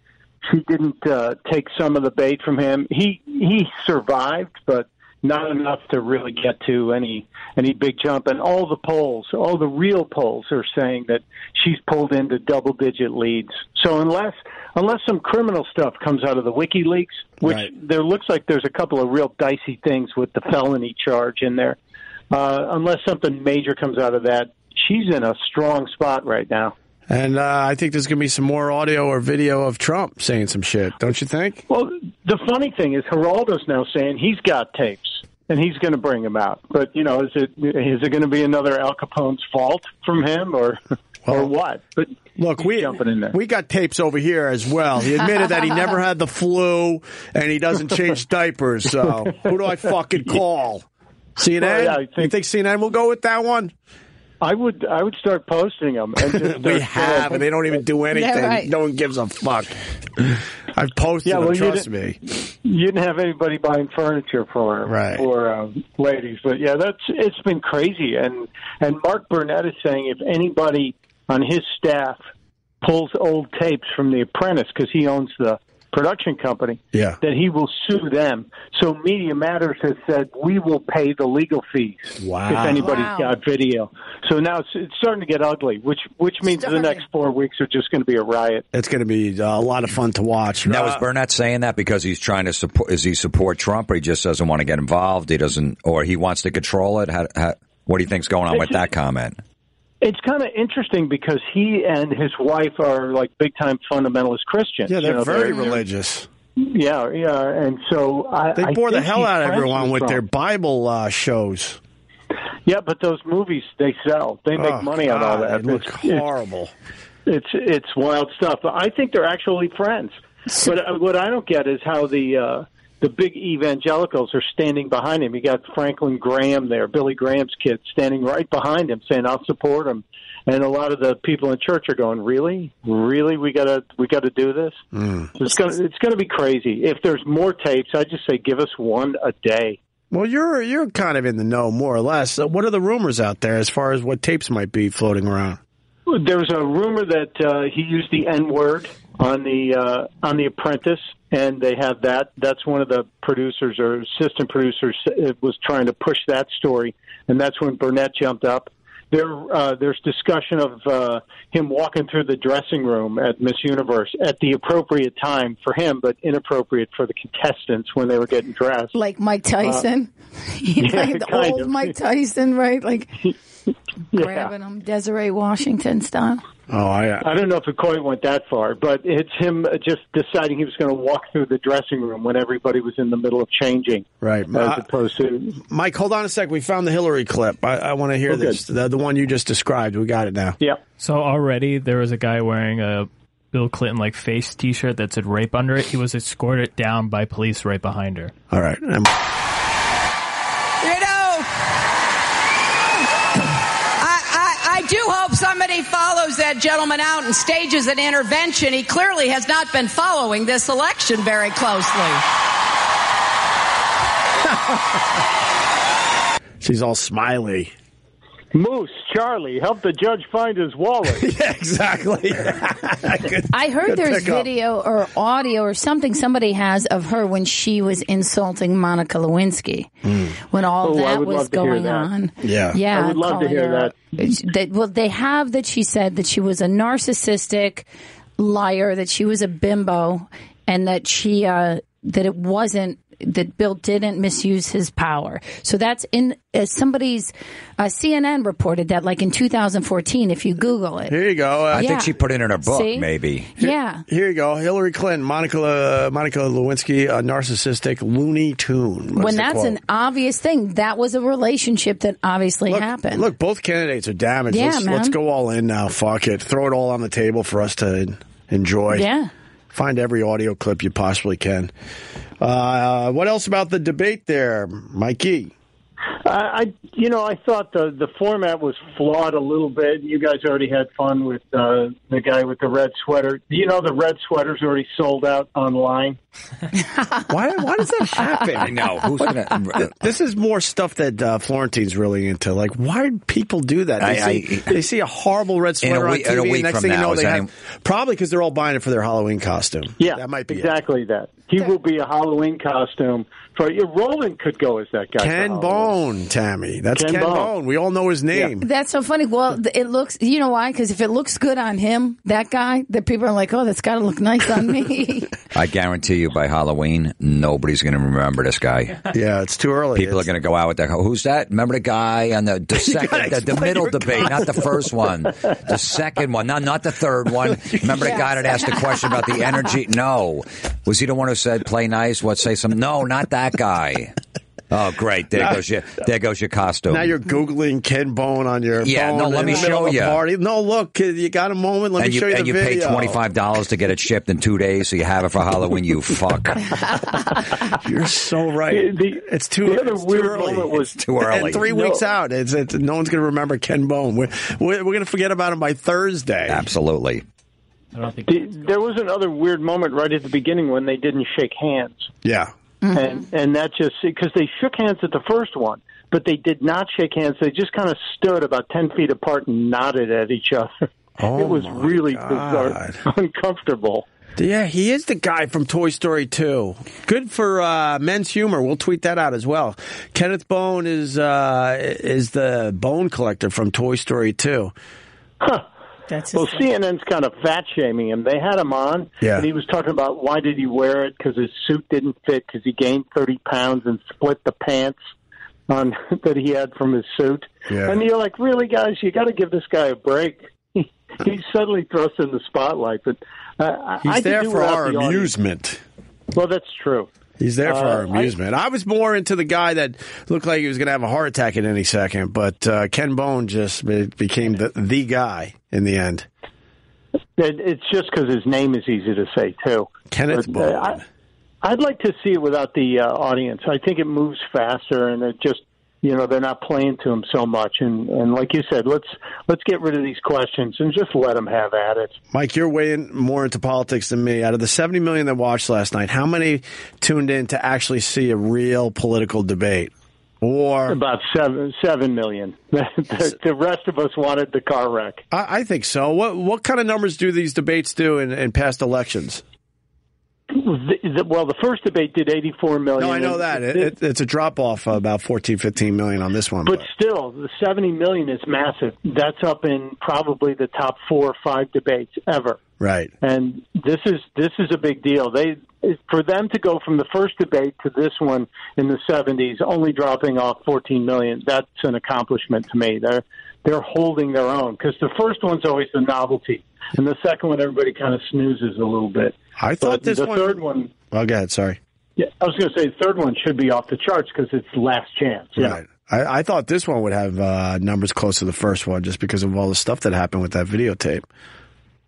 she didn't uh, take some of the bait from him. He he survived, but not enough to really get to any any big jump. And all the polls, all the real polls, are saying that she's pulled into double digit leads. So unless unless some criminal stuff comes out of the WikiLeaks, which there looks like there's a couple of real dicey things with the felony charge in there. Uh, unless something major comes out of that, she's in a strong spot right now. And uh, I think there's going to be some more audio or video of Trump saying some shit, don't you think? Well, the funny thing is, Geraldo's now saying he's got tapes and he's going to bring them out. But you know, is it is it going to be another Al Capone's fault from him or or what? But look, we jumping in there. We got tapes over here as well. He admitted that he never had the flu and he doesn't change diapers. So who do I fucking call? CNN? Well, yeah, I you think- think CNN will go with that one? I would I would start posting them. And just We start- have, and they don't even do anything. right. No one gives a fuck. I've posted Yeah, them, well, you trust didn't- me. You didn't have anybody buying furniture for him Right. for um, ladies, but yeah, that's it's been crazy. And and Mark Burnett is saying if anybody on his staff pulls old tapes from The Apprentice because he owns the production company, Yeah. that he will sue them. So Media Matters has said we will pay the legal fees Wow. if anybody's Wow. got video. So now it's, it's starting to get ugly, which which means the next four weeks are just going to be a riot. It's going to be uh, a lot of fun to watch. Now Uh, is Burnett saying that because he's trying to support? Is he support Trump, or he just doesn't want to get involved? He doesn't, or he wants to control it. How, how, what do you think's going on with that comment? It's kind of interesting because he and his wife are like big time fundamentalist Christians. yeah, they're You know, very religious. Yeah, yeah, and so I They I bore the think hell he's out of friends everyone with Trump. their Bible uh, shows. Yeah, but those movies they sell. They make Oh, money on all God, that. It looks It's- horrible. It's it's wild stuff. But I think they're actually friends. But uh, what I don't get is how the uh, the big evangelicals are standing behind him. You got Franklin Graham there, Billy Graham's kid, standing right behind him, saying, "I'll support him." And a lot of the people in church are going, "Really, really, we gotta we gotta do this." Mm. It's gonna it's gonna be crazy. If there's more tapes, I just say give us one a day. Well, you're you're kind of in the know, more or less. Uh, What are the rumors out there as far as what tapes might be floating around? There was a rumor that uh, he used the N word on the uh, on the Apprentice, and they have that. That's one of the producers or assistant producers uh, was trying to push that story, and that's when Burnett jumped up. There, uh, there's discussion of uh, him walking through the dressing room at Miss Universe at the appropriate time for him, but inappropriate for the contestants when they were getting dressed. Like Mike Tyson, Uh, yeah, like the kind old of. Mike Tyson, right? Like grabbing them Desiree Washington style. Oh, I, I don't know if it quite went that far, but it's him uh, just deciding he was going to walk through the dressing room when everybody was in the middle of changing. Right. Uh, As opposed to. Mike, hold on a sec. We found the Hillary clip. I, I want to hear Oh, good. this. The, the one you just described. We got it now. Yeah. So already there was a guy wearing a Bill Clinton like face T-shirt that said "rape" under it. He was escorted down by police right behind her. All right. I'm- know, I, I, I do hope somebody follows that gentleman out and stages an intervention. He clearly has not been following this election very closely. She's all smiley. Moose, Charlie, help the judge find his wallet. yeah, exactly. I heard Good there's pickup. video or audio or something somebody has of her when she was insulting Monica Lewinsky when all Oh, I that would was love to hear going that. on. Yeah. yeah. I would love to calling hear her- that. It's- that. Well, they have that she said that she was a narcissistic liar, that she was a bimbo, and that she uh, that it wasn't that Bill didn't misuse his power. So that's in uh, somebody's uh, CNN reported that like in 2014. If you Google it, Here you go. I think Yeah. she put it in her book, See? maybe. yeah. Here you go. Hillary Clinton, Monica, uh, Monica Lewinsky, a narcissistic loony tune. was when the that's quote. an obvious thing, that was a relationship that obviously happened. Look, both candidates are damaged. Yeah, let's, man. let's go all in now. Fuck it. Throw it all on the table for us to en- enjoy. Yeah. Find every audio clip you possibly can. Uh, what else about the debate there, Mikey? I, I- you know, I thought the the format was flawed a little bit. You guys already had fun with uh, the guy with the red sweater. You know, the red sweater's already sold out online. why? Why does that happen? I know. Who's gonna- This is more stuff that uh, Florentine's really into. Like, why do people do that? They, I- see, I- they see a horrible red In a sweater week- on in a TV, and week next from thing you now, know, is they any- have, probably because they're all buying it for their Halloween costume. Yeah, that might be exactly that. He will be a Halloween costume for you. Roland could go as that guy. Ken Bone, Tammy. That's Ken, Ken Bone. Bone. We all know his name. That's so funny. Well, th- it looks, you know why? Because if it looks good on him, that guy, the people are like, oh, that's got to look nice on me. I guarantee you, by Halloween, nobody's going to remember this guy. Yeah, it's too early. People are going to go out with that. Who's that? Remember the guy on the, the second, the, the middle debate, not the first one, the second one, not not the third one. Remember the guy that asked the question about the energy? No, was he the one who said play nice? What say some? No, not that guy. Oh, great! There Now- goes your there goes your costume. Now you're googling Ken Bone on your Yeah, phone no, in let the me middle show of a ya. Party. No, look, kid, you got a moment. Let and me show you and the you pay video. twenty five dollars to get it shipped in two days, so you have it for Halloween. You fuck. You're so right. it's too. the other it's weird too early. moment was- It's too early. And three No. weeks out, it's, it's no one's going to remember Ken Bone. We're we're, we're going to forget about him by Thursday. Absolutely. I don't think The- there was another weird moment right at the beginning when they didn't shake hands, Yeah. and and that just because they shook hands at the first one, but they did not shake hands. They just kind of stood about ten feet apart and nodded at each other. Oh, it was my really God. bizarre, uncomfortable. Yeah, he is the guy from Toy Story 2. Good for uh, men's humor. We'll tweet that out as well. Kenneth Bone is uh, is the bone collector from Toy Story 2. well, CNN's kind of fat shaming him. They had him on, Yeah. and he was talking about why did he wear it because his suit didn't fit because he gained thirty pounds and split the pants on that he had from his suit. Yeah. And you're like, really, guys, you got to give this guy a break. He's suddenly thrust in the spotlight, but uh, Uh, He's I could there do for without our the audience. amusement. Well, that's true. He's there for Uh, our I- amusement. I, was more into the guy that looked like he was going to have a heart attack at any second, but uh, Ken Bone just be- became the, the guy in the end. It, it's just because his name is easy to say too. Kenneth But, uh, I, I'd like to see it without the uh, audience. I think it moves faster, and it just you know they're not playing to him so much. And and like you said, let's let's get rid of these questions and just let them have at it. Mike, you're way in, more into politics than me. Out of the 70 million that watched last night, how many tuned in to actually see a real political debate? Or About seven seven million. the, the rest of us wanted the car wreck. I, I think so. What what kind of numbers do these debates do in, in past elections? The, the, well, the first debate did eighty four million. No, Oh, I know and that it, thi- it, it's a drop off about 14, 15 million on this one. But But still, the 70 million is massive. That's up in probably the top four or five debates ever. Right. And this is this is a big deal. They for them to go from the first debate to this one in the 70s, only dropping off 14 million. That's an accomplishment to me. They're they're holding their own because the first one's always the novelty, and the second one everybody kind of snoozes a little bit. I thought But this the one- third one. Well, oh, go ahead. Sorry. Yeah, I was going to say the third one should be off the charts because it's last chance. Yeah. Right. I, I thought this one would have uh, numbers close to the first one just because of all the stuff that happened with that videotape.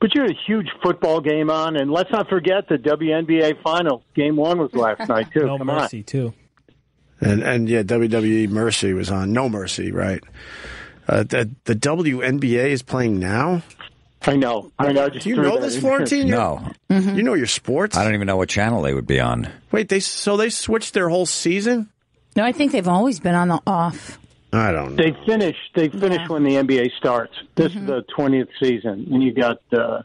But you had a huge football game on, and let's not forget the WNBA Finals. Game one was last night too. Come on. too. And and yeah, WWE Mercy was on. No Mercy, right? Uh, the, the WNBA is playing now. I know. I know. I just Do you threw know that this, in. Florentine? You're- No. You know your sports. I don't even know what channel they would be on. Wait, they so they switched their whole season? No, I think they've always been on the off. I don't. They finish. They finish when the NBA starts. This Mm-hmm. is the twentieth season, and you got. Uh,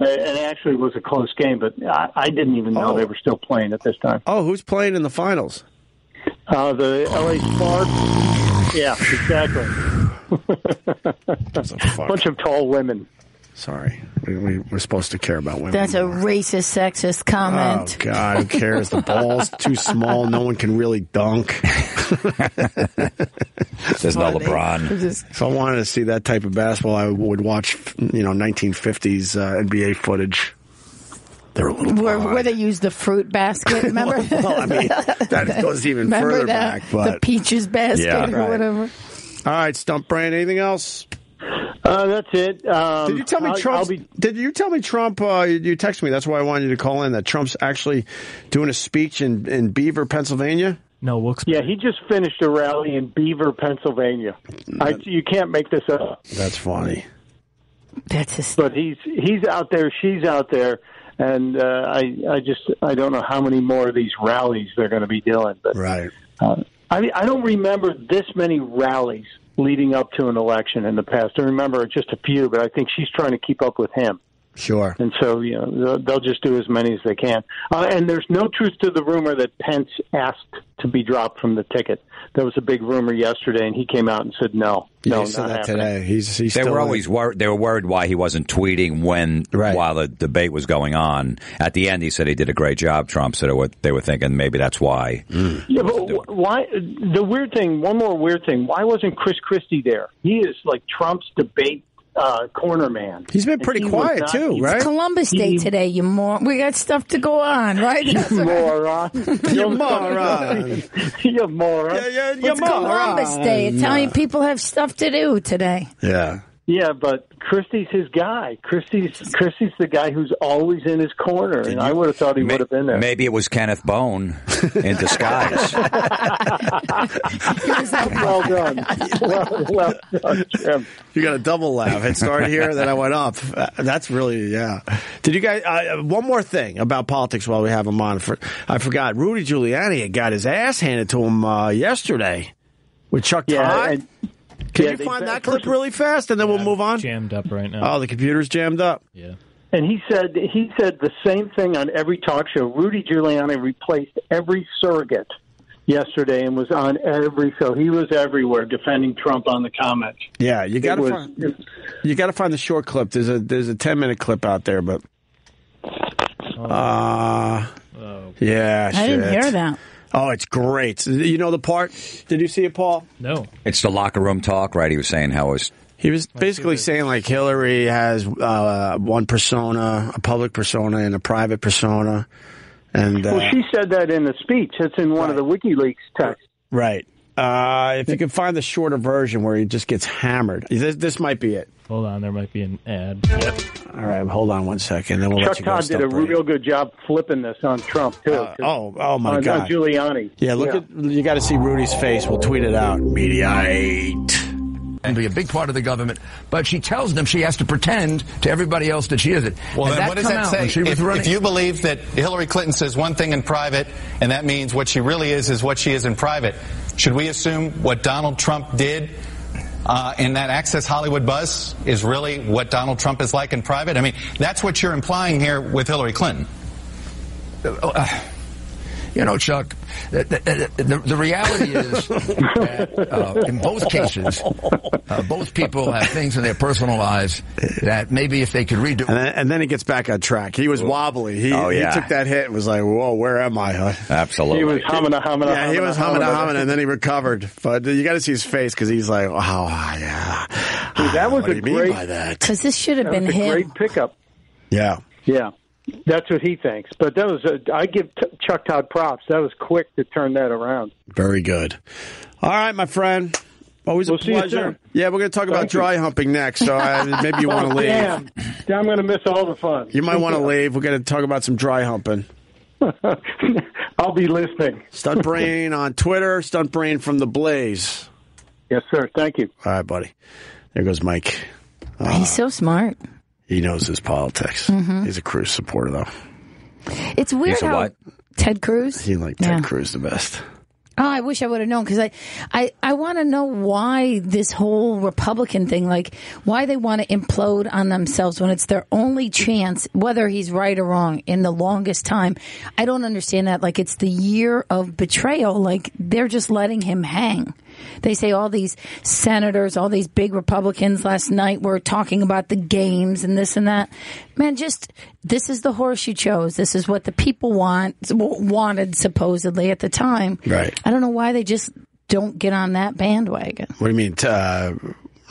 and it actually was a close game, but I, I didn't even know they were still playing at this time. Oh, who's playing in the finals? Uh, the LA Sparks. Yeah, exactly. Bunch of tall women. Sorry, we, we, we're supposed to care about women. That's a racist, sexist comment. Oh God, who cares? The ball's too small. No one can really dunk. There's no LeBron. If I wanted to see that type of basketball, I would watch you know 1950s uh, NBA footage. They're a little. Where, where they use the fruit basket, remember? Well, I mean, that goes even remember further the, back, but- the peaches basket Yeah. or Right. whatever. All right, Stump Brain. Anything else? Uh, that's it. Um, Did you tell me I'll- I'll Trump? be- Did you tell me Trump? Uh, you- you texted me. That's why I wanted you to call in. That Trump's actually doing a speech in in Beaver, Pennsylvania. No, Wilkes. yeah, he just finished a rally in Beaver, Pennsylvania. I, you can't make this up. That's funny. That's his. But he's he's out there. She's out there, and uh, I I just I don't know how many more of these rallies they're going to be doing. But right. Uh, I mean, I don't remember this many rallies leading up to an election in the past. I remember just a few, but I think she's trying to keep up with him. Sure. And so, you know, they'll- they'll just do as many as they can. Uh, and there's no truth to the rumor that Pence asked to be dropped from the ticket. There was a big rumor yesterday, and he came out and said no. No, he said not that happening. today. He's he's They still were in. always worried. They were worried why he wasn't tweeting when while the debate was going on. At the end, he said he did a great job. Trump said it, wa- they were thinking maybe that's why. Hmm. Yeah, but wh- why? The weird thing, one more weird thing. Why wasn't Chris Christie there? He is like Trump's debate uh, corner man. He's been And pretty he was quiet not- too, right? It's Columbus Day today, you moron. We got stuff to go on, right? You moron. You moron. you moron. Yeah, yeah, you It's Columbus moron. Day. Italian people have stuff to do today. Yeah. Yeah, but Christie's his guy. Christie's Christie's the guy who's always in his corner, and I would have thought he would have been there. Maybe it was Kenneth Bone in disguise. well done. Well, well done, Jim. You got a double laugh. It started here, then I went up. Uh, That's really yeah. Did you guys? Uh, one more thing about politics while we have him on. For, I forgot. Rudy Giuliani had got his ass handed to him uh, yesterday with Chuck Yeah, Todd. and- Can yeah, you they- find that first clip of- really fast, and then we'll move on? Jammed up right now. Oh, the computer's jammed up. And he said he said the same thing on every talk show. Rudy Giuliani replaced every surrogate yesterday and was on every show. He was everywhere defending Trump on the comments. Yeah, you got to It was- find. You got to find the short clip. There's a there's a ten minute clip out there, but. Uh, yeah, I didn't shit. hear that. Oh, it's great. You know the part? Did you see it, Paul? No. It's the locker room talk, right? He was saying how it was. He was basically saying like Hillary has uh, one persona, a public persona and a private persona, and uh, Well, she said that in the speech. It's in one of the WikiLeaks texts. right. Uh, if you can find the shorter version where he just gets hammered, this, this might be it. Hold on, there might be an ad. All right, hold on one second, then we'll Chuck let you go. Todd did a Stump Brain. real good job flipping this on Trump too. oh, oh my on, on God. Giuliani. Yeah, look at you got to see Rudy's face. We'll tweet it out. Mediate. Be a big part of the government, but she tells them she has to pretend to everybody else that she is it. Well, And then what does come that out say? when she was If, running- if you believe that Hillary Clinton says one thing in private, and that means what she really is is what she is in private, should we assume what Donald Trump did uh, in that Access Hollywood buzz is really what Donald Trump is like in private? I mean, that's what you're implying here with Hillary Clinton. Uh, you know, Chuck, the, the, the, the reality is that uh, in both cases, uh, both people have things in their personal lives that maybe if they could redo And then, and then he gets back on track. He was wobbly. He, Oh, yeah. he took that hit and was like, whoa, where am I? Absolutely. He was humming a humming a Yeah, he humming a was humming a humming a- humming, and then he recovered. But you got to see his face because he's like, wow, yeah. that was what do you mean by that? Because this should have That been was a him. Great pickup. Yeah. Yeah, that's what he thinks. But that was a, I give t- Chuck Todd props. That was quick to turn that around. Very good. All right, my friend. Always We'll a see you pleasure. soon. Yeah, we're going to talk about Thank you. dry humping next, so I, maybe you want to Oh, leave. Damn, Damn, I'm going to miss all the fun. You might want to leave. We're going to talk about some dry humping. I'll be listening. Stunt Brain on Twitter, Stunt Brain from the Blaze. Yes, sir. Thank you. All right, buddy. There goes Mike. He's so smart. He knows his politics. Mhm. He's a Cruz supporter, though. It's weird He's a how what? Ted Cruz. He liked Ted Yeah. Cruz the best. Oh, I wish I would have known because I, I, I want to know why this whole Republican thing, like why they want to implode on themselves when it's their only chance, whether he's right or wrong, in the longest time. I don't understand that. Like it's the year of betrayal. Like they're just letting him hang. They say all these senators, all these big Republicans last night were talking about the games and this and that. Man, just this is the horse you chose. This is what the people want wanted supposedly at the time. Right. I don't know why they just don't get on that bandwagon. What do you mean? t- Uh,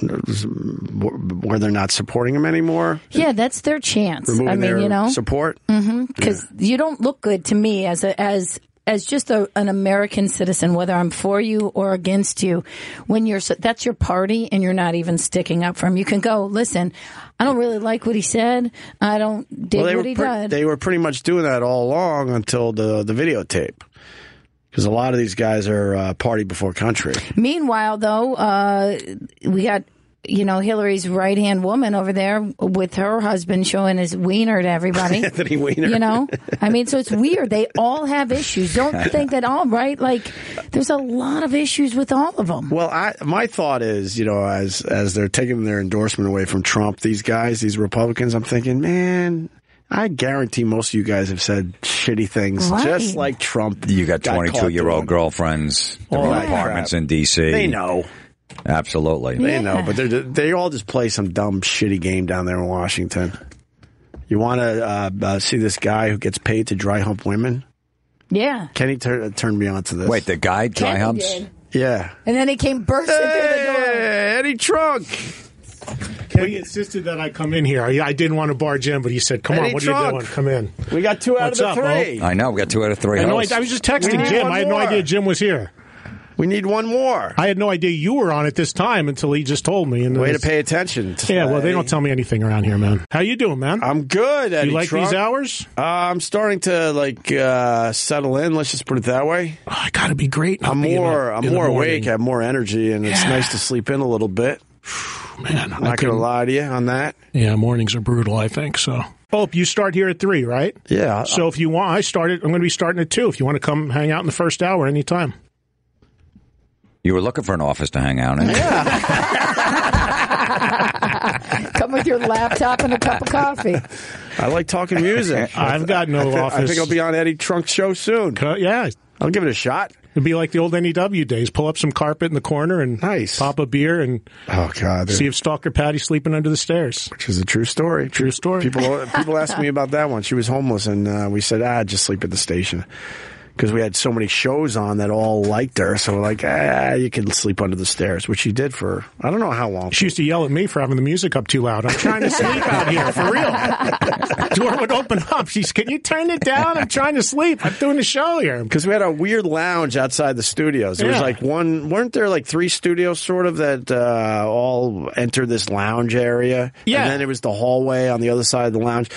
where they're not supporting him anymore? Yeah, that's their chance. Removing I mean, their you know, support? because you don't look good to me as a as as just a, an American citizen, whether I'm for you or against you, when you're so- that's your party and you're not even sticking up for him, you can go listen. I don't really like what he said. I don't dig Well, they what were he pre- did. They were pretty much doing that all along until the the videotape, because a lot of these guys are uh, party before country. Meanwhile, though, uh, we got you know Hillary's right hand woman over there with her husband showing his wiener to everybody. Anthony Weiner. You know, I mean, so it's weird. They all have issues. Don't think that all right. Like, there's a lot of issues with all of them. Well, I, my thought is, you know, as as they're taking their endorsement away from Trump, these guys, these Republicans, I'm thinking, man. I guarantee most of you guys have said shitty things, Right. just like Trump. You got caught 22 year doing. old girlfriends, their All own that apartments crap. in D.C. They know. Absolutely. They know, but they they all just play some dumb, shitty game down there in Washington. You want to uh, uh, see this guy who gets paid to dry hump women? Yeah. Kenny tur- uh, turned me on to this. Wait, the guy dry Kenny humps? did. Yeah. And then he came bursting through the door. Eddie Trunk. Kenny insisted that I come in here. I, I didn't want to barge in, but he said, "Come Eddie on, what are Trunk. you doing? Come in." We got two out What's of the up, three. I know. We got two out of three. I, know, I, hosts. I was just We texting need Jim. one I had no more. idea Jim was here. We need one more. I had no idea you were on at this time until he just told me. And Way to it's- pay attention. Yeah, well, they don't tell me anything around here, man. How you doing, man? I'm good. Eddie You like Trunk. these hours? Uh, I'm starting to like uh, settle in. Let's just put it that way. Oh, I gotta be great. I'm being more. up I'm in the more morning. awake. I have more energy, and it's Yeah. nice to sleep in a little bit. Man, I'm not going to lie to you on that. Yeah, mornings are brutal. I think so. Oh, you start here at three, right? Yeah. So if you want, I started. I'm going to be starting at two. If you want to come hang out in the first hour anytime. You were looking for an office to hang out in. Yeah. Come with your laptop and a cup of coffee. I like talking music. I've got no I thi- I office. think I'll be on Eddie Trunk's show soon. yeah, I'll give it a shot. It'd be like the old NEW days. Pull up some carpet in the corner and nice. pop a beer and oh god, see if Stalker Patty's sleeping under the stairs. which is a true story. True story. People people asked me about that one. She was homeless, and uh, we said, "Ah, just sleep at the station," because we had so many shows on that all liked her. So we're like, "Ah, you can sleep under the stairs," which she did for I don't know how long. She used to yell at me for having the music up too loud. I'm trying to sleep out here for real. Door would open up. She's, can you turn it down? I'm trying to sleep. I'm doing a show here. Because we had a weird lounge outside the studios. There was Yeah. like one, weren't there like three studios sort of that uh, all enter this lounge area? Yeah. And then it was the hallway on the other side of the lounge.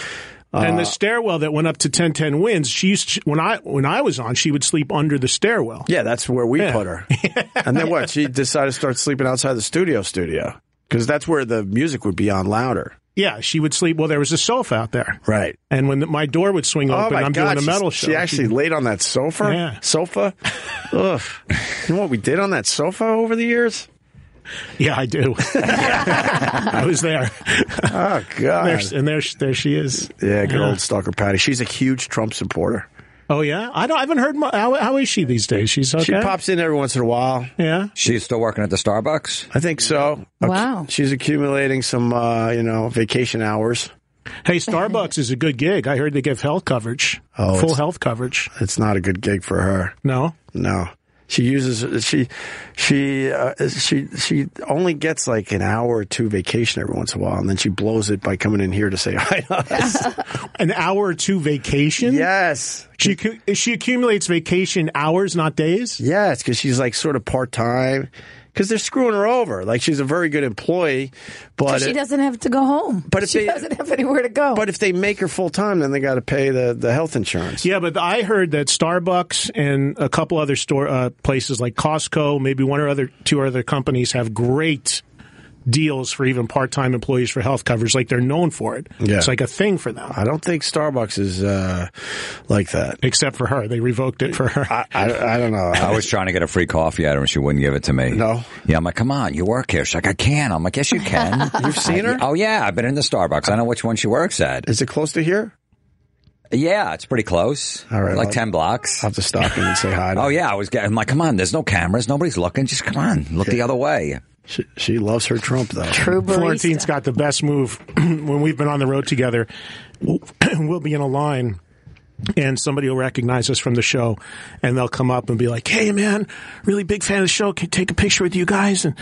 and Uh, the stairwell that went up to 1010 wins. She used to- when I when I was on, she would sleep under the stairwell. Yeah, that's where we put her. and then what? She decided to start sleeping outside the studio studio because that's where the music would be on louder. Yeah, she would sleep. Well, there was a sofa out there, Right. and when the, my door would swing Oh open, my I'm God, doing a metal she, show. She actually laid on that sofa. Yeah. Sofa. Ugh. You know what we did on that sofa over the years? yeah, I do. I was there. Oh God. There's- and there, she- there she is. Yeah, good old stalker Patty. She's a huge Trump supporter. Oh yeah, I don't. I haven't heard. Mu- how, how is she these days? She's okay. She pops in every once in a while. Yeah. She's still working at the Starbucks. I think so. Wow. She's accumulating some, uh, you know, vacation hours. Hey, Starbucks is a good gig. I heard they give health coverage, Oh, full it's- health coverage. It's not a good gig for her. No. No. She uses she she uh, she she only gets like an hour or two vacation every once in a while, and then she blows it by coming in here to say hi to us. An hour or two vacation. Yes. She cu- she accumulates vacation hours, not days. Yeah, it's because she's like sort of part time. Because they're screwing her over. Like she's a very good employee, but she it- doesn't have to go home. But if she they- doesn't have anywhere to go. but if they make her full time, then they got to pay the, the health insurance. Yeah, but I heard that Starbucks and a couple other store uh, places like Costco, maybe one or other two other companies have great deals for even part-time employees for health coverage. Like they're known for it. Yeah. It's like a thing for them. I don't think Starbucks is uh, like that. Except for her, they revoked it for her. I, I, I don't Uh, know. I was trying to get a free coffee out of her, and she wouldn't give it to me. No. Yeah, I'm like, come on, you work here. She's like, I can. I'm like, yes, you can. You've seen her? oh yeah, I've been in the Starbucks. I know which one she works at. Is it close to here? Yeah, it's pretty close. All right, like I'll- ten blocks. I'll have to stop in and say hi. To oh yeah, I was getting. I'm like, come on, there's no cameras, nobody's looking. Just come on, look the other way. She, she loves her Trump though. Florentine's got the best move when we've been on the road together. We'll we'll be in a line. And somebody will recognize us from the show, and they'll come up and be like, "Hey, man, really big fan of the show. Can I take a picture with you guys?" And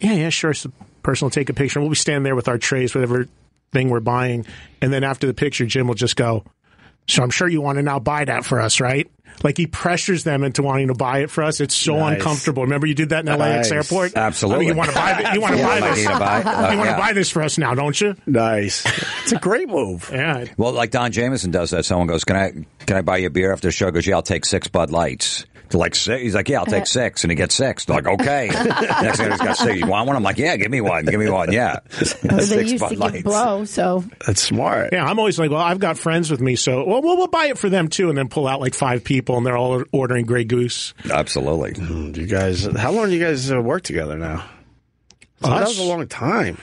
yeah, yeah, sure. So the person will take a picture, and we'll be standing there with our trays, whatever thing we're buying, and then after the picture, Jim will just go. So I'm sure you want to now buy that for us, right? Like he pressures them into wanting to buy it for us. It's so Nice. uncomfortable. Remember you did that in LAX Nice. airport? Absolutely. I mean, you want to buy it? You want to Yeah, buy I this? need to buy it. Uh, you want yeah. to buy this for us now, don't you? Nice. It's a great move. Yeah. Well, like Don Jameson does that. Someone goes, "Can I can I buy you a beer after the show?" He Goes, "Yeah, I'll take six Bud Lights." They're like six. He's like, "Yeah, I'll Uh-huh. take six. and he gets six. They're like, "Okay." Next thing he's got six. You want one? I'm like, "Yeah, give me one. Give me one. Yeah." Or they Six used Bud to Lights. give blow, so That's smart. Yeah, I'm always like, well, I've got friends with me, so well, we'll, we'll buy it for them too, and then pull out like five people, and they're all ordering Grey Goose. Absolutely. Mm, You guys, how long do you guys uh, work together now? So Oh, that Us? was a long time.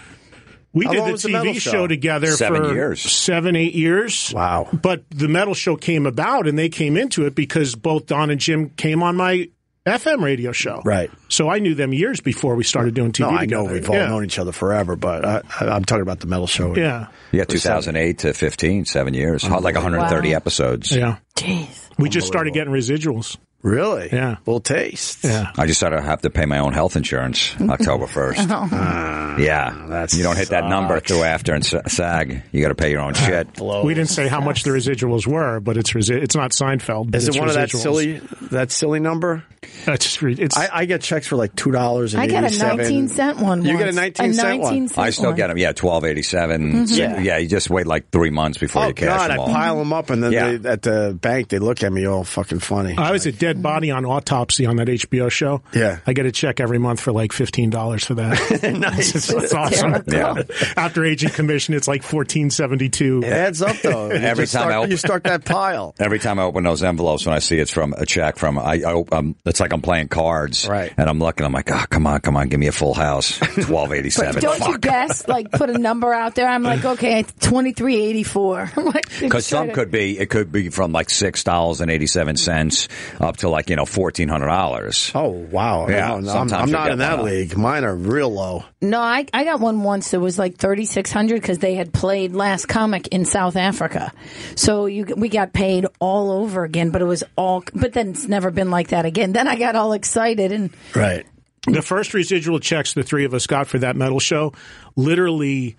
We How did long the was the metal TV show? show? together Seven for years. seven, eight years. Wow. But the metal show came about, and they came into it because both Don and Jim came on my FM radio show. Right. So I knew them years before we started doing TV no, I together. know we've all Yeah. known each other forever, but I, I, I'm talking about the metal show. Yeah. Yeah, 2008 to 15, seven years, Oh, like 130 Wow. episodes. Yeah. Jeez. We just started getting residuals. Really? Yeah. Well, taste. Yeah. I decided I have to pay my own health insurance October 1st. Oh. yeah. Ah, that you don't hit that number sucks. through after and SAG. You got to pay your own shit. We didn't say how much the residuals were, but it's resi- it's not Seinfeld. but Is it it's one of that residuals. silly that silly number? That's just re- it's I, I get checks for like two dollars. I got a 19 cent one. You get a once. 19 cent one. 19 cent I still one. get them. Yeah, 1287. Mhm. Yeah. you just wait like three months before Oh you cash God! I them all. pile them up, and then Yeah. they, at the bank they look at me all fucking funny. Uh, I was a dead body on autopsy on that HBO show. Yeah. I get a check every month for like fifteen dollars for that. Nice. It's, it's awesome. Yeah. After agent commission, it's like fourteen seventy two. It adds up though. You Every just time start, I open- you start that pile. Every time I open those envelopes, when I see it's from a check from, I, I um, it's like I'm playing cards, Right. And I'm looking, I'm like, oh, come on, come on, give me a full house, twelve eighty seven. Don't you guess? Like, put a number out there. I'm like, okay, twenty three eighty four. I'm like, Because some could be, it could be from like six dollars and eighty seven cents up to like you know fourteen hundred dollars. Oh wow! Yeah, No, no, I'm, sometimes I'm you not get in that one. league. Mine are real low. No, I I got one once that was like thirty six hundred because they had played last comic in South Africa, so you we got paid all over again. But it was all. But then it's never been like that again. Then I got all excited and Right. The first residual checks the three of us got for that metal show, literally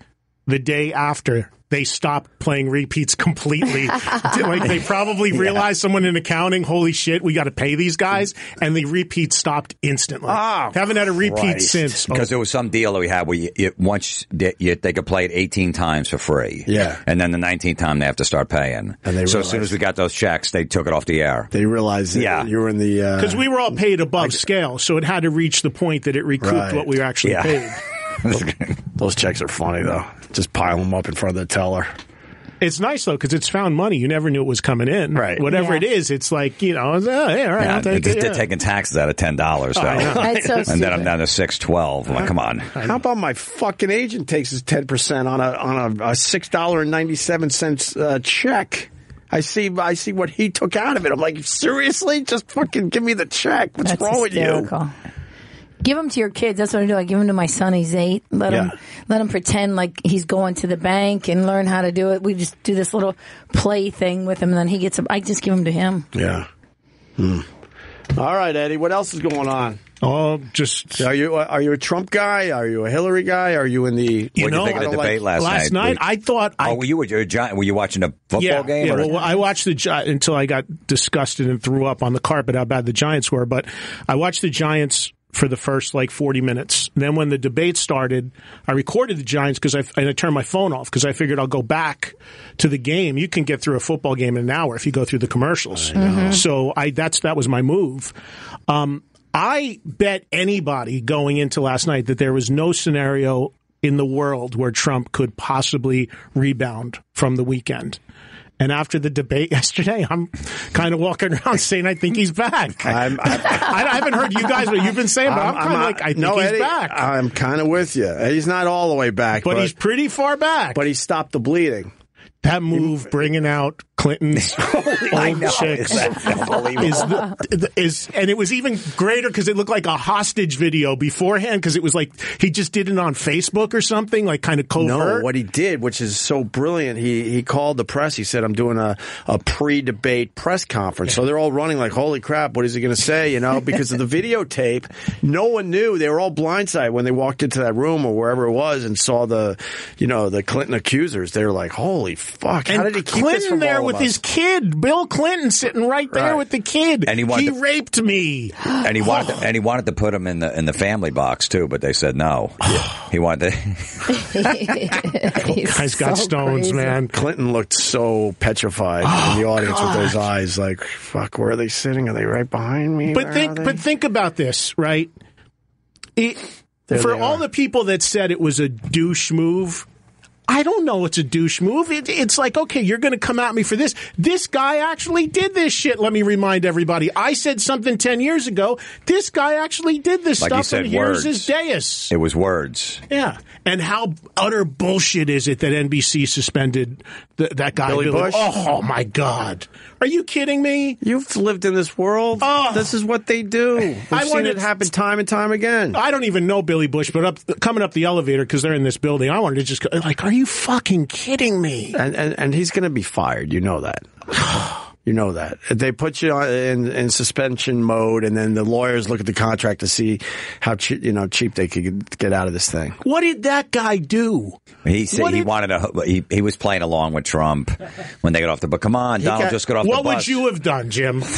the day after they stopped playing repeats completely. like they probably realized someone in accounting, holy shit, we got to pay these guys, and the repeats stopped instantly. Oh, Haven't had a repeat Christ. since. Because there was some deal that we had where you, it, once they, you, they could play it 18 times for free. Yeah. And then the 19th time they have to start paying. And they so as soon as realized- we got those checks, they took it off the air. They realize that Yeah. you were in the uh, because we were all paid above scale, so it had to reach the point that it recouped Right. what we were actually Yeah. paid. Those checks are funny though. Just pile them up in front of the teller. It's nice though because it's found money. You never knew it was coming in. Right. Whatever Yeah. it is, it's like you know. it's, Oh, yeah, all right. Yeah, I'll take they, it. are yeah. taking taxes out of ten dollars though, That's so and then I'm stupid. down to six twelve. I'm like, come on, How about my fucking agent takes his ten percent on a on a, a six dollar and ninety seven cents uh, check? I see. I see what he took out of it. I'm like, seriously, just fucking give me the check. What's That's wrong hysterical. with Give them to your kids. That's what I do. I give them to my son. He's eight. Let him Yeah. let him pretend like he's going to the bank and learn how to do it. We just do this little play thing with him, and then he gets. A, I just give him to him. you? Yeah. Hmm. All right, Eddie. What else is going on? Oh, just are you are you a Trump guy? Are you a Hillary guy? Are you in the? What did you think of the debate last, night? I thought. oh, were you were you a giant? Were you watching a football yeah, game? Yeah, or- well, I watched the Gi- until I got disgusted and threw up on the carpet how bad the Giants were. But I watched the Giants for the first like 40 minutes. Then when the debate started, I recorded the Giants because I and I turned my phone off because I figured I'll go back to the game. You can get through a football game in an hour if you go through the commercials. So I that's that was my move. Um, I bet anybody going into last night that there was no scenario in the world where Trump could possibly rebound from the weekend. And after the debate yesterday, I'm kind of walking around saying I think he's back. I'm, I, I haven't heard you guys what you've been saying, but I'm, kind of like I think no, he's Eddie, back. I'm kind of with you. He's not all the way back, But he's pretty far back. But he stopped the bleeding. That move, bringing out Clinton's old know, chicks, is that unbelievable? is, the, the- is and it was even greater because it looked like a hostage video beforehand because it was like he just did it on Facebook or something, like kind of covert. No, what he did, which is so brilliant, he he called the press. He said, "I'm doing a, a pre-debate press conference." So they're all running like, "Holy crap! What is he going to say?" You know, because of the videotape, no one knew. They were all blindsided when they walked into that room or wherever it was and saw the, you know, the Clinton accusers. They were like, "Holy fuck! How and did he keep Clinton this from all there of with us? his kid, Bill Clinton sitting right there Right. with the kid. And he wanted he to- raped me. and he wanted to, and he wanted to put him in the in the family box too, but they said no. He wanted to. Guy's got so stones, crazy. man. Oh, Clinton looked so petrified in the audience with those eyes. Like, fuck, where are they sitting? Are they right behind me? But Where think, are they? but think about this, right? It, There for they all the people that said it was a douche move, I don't know. It's a douche move. It, it's like, okay, you're going to come at me for this. This guy actually did this shit. Let me remind everybody. I said something ten years ago. This guy actually did this Like he stuff, said and here's words. his dais. It was words. Yeah, and how utter bullshit is it that NBC suspended th- that guy? Billy Bush? Oh my god, are you kidding me? You've lived in this world. This is what they do. We've Oh. I seen it wanted- happen time and time again. I don't even know Billy Bush, but up coming up the elevator because they're in this building, I wanted to just go, like, are you fucking kidding me? And and, and he's going to be fired. You know that. You know that they put you on, in in suspension mode, and then the lawyers look at the contract to see how che- you know cheap they could get out of this thing. What did that guy do? He said What he did- wanted a. He, he was playing along with Trump when they got off the. But come on, Donald got- just got off What the would bus. you have done, Jim?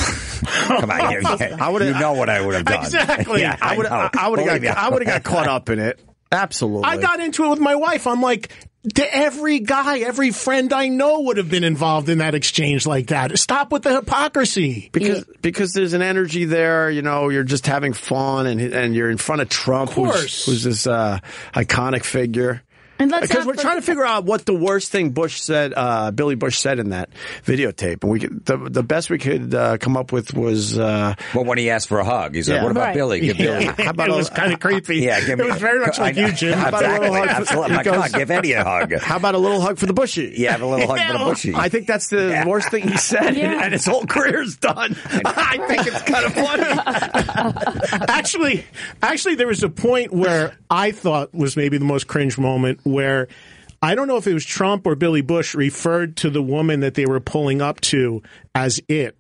Come on, you, I would've- you know what I would have done. Exactly. Yeah, I would I, would have got I would have got caught up in it. Absolutely. I got into it with my wife. I'm like, to every guy, every friend I know would have been involved in that exchange like that. Stop with the hypocrisy. because because there's an energy there, you know, you're just having fun and and you're in front of Trump, who's, course. who's this uh, iconic figure. And let's Because not we're for- trying to figure out what the worst thing Bush said, uh, Billy Bush said in that videotape, and we could, the the best we could uh, come up with was uh, Well, when he asked for a hug, he said, Yeah. "What about Right. Billy? Give Billy." How about it a- was kind of creepy. Yeah, give me it was very much like I know. you, Jim. How about a Exactly. little hug for- Absolutely. he My God, goes- give Eddie a hug. how about a little hug for the bushy? Yeah, have a little hug for the bushy. I think that's the worst thing he said, Yeah. and his whole career's done. I think it's kind of funny. actually, actually, there was a point where I thought was maybe the most cringe moment where I don't know if it was Trump or Billy Bush referred to the woman that they were pulling up to as it.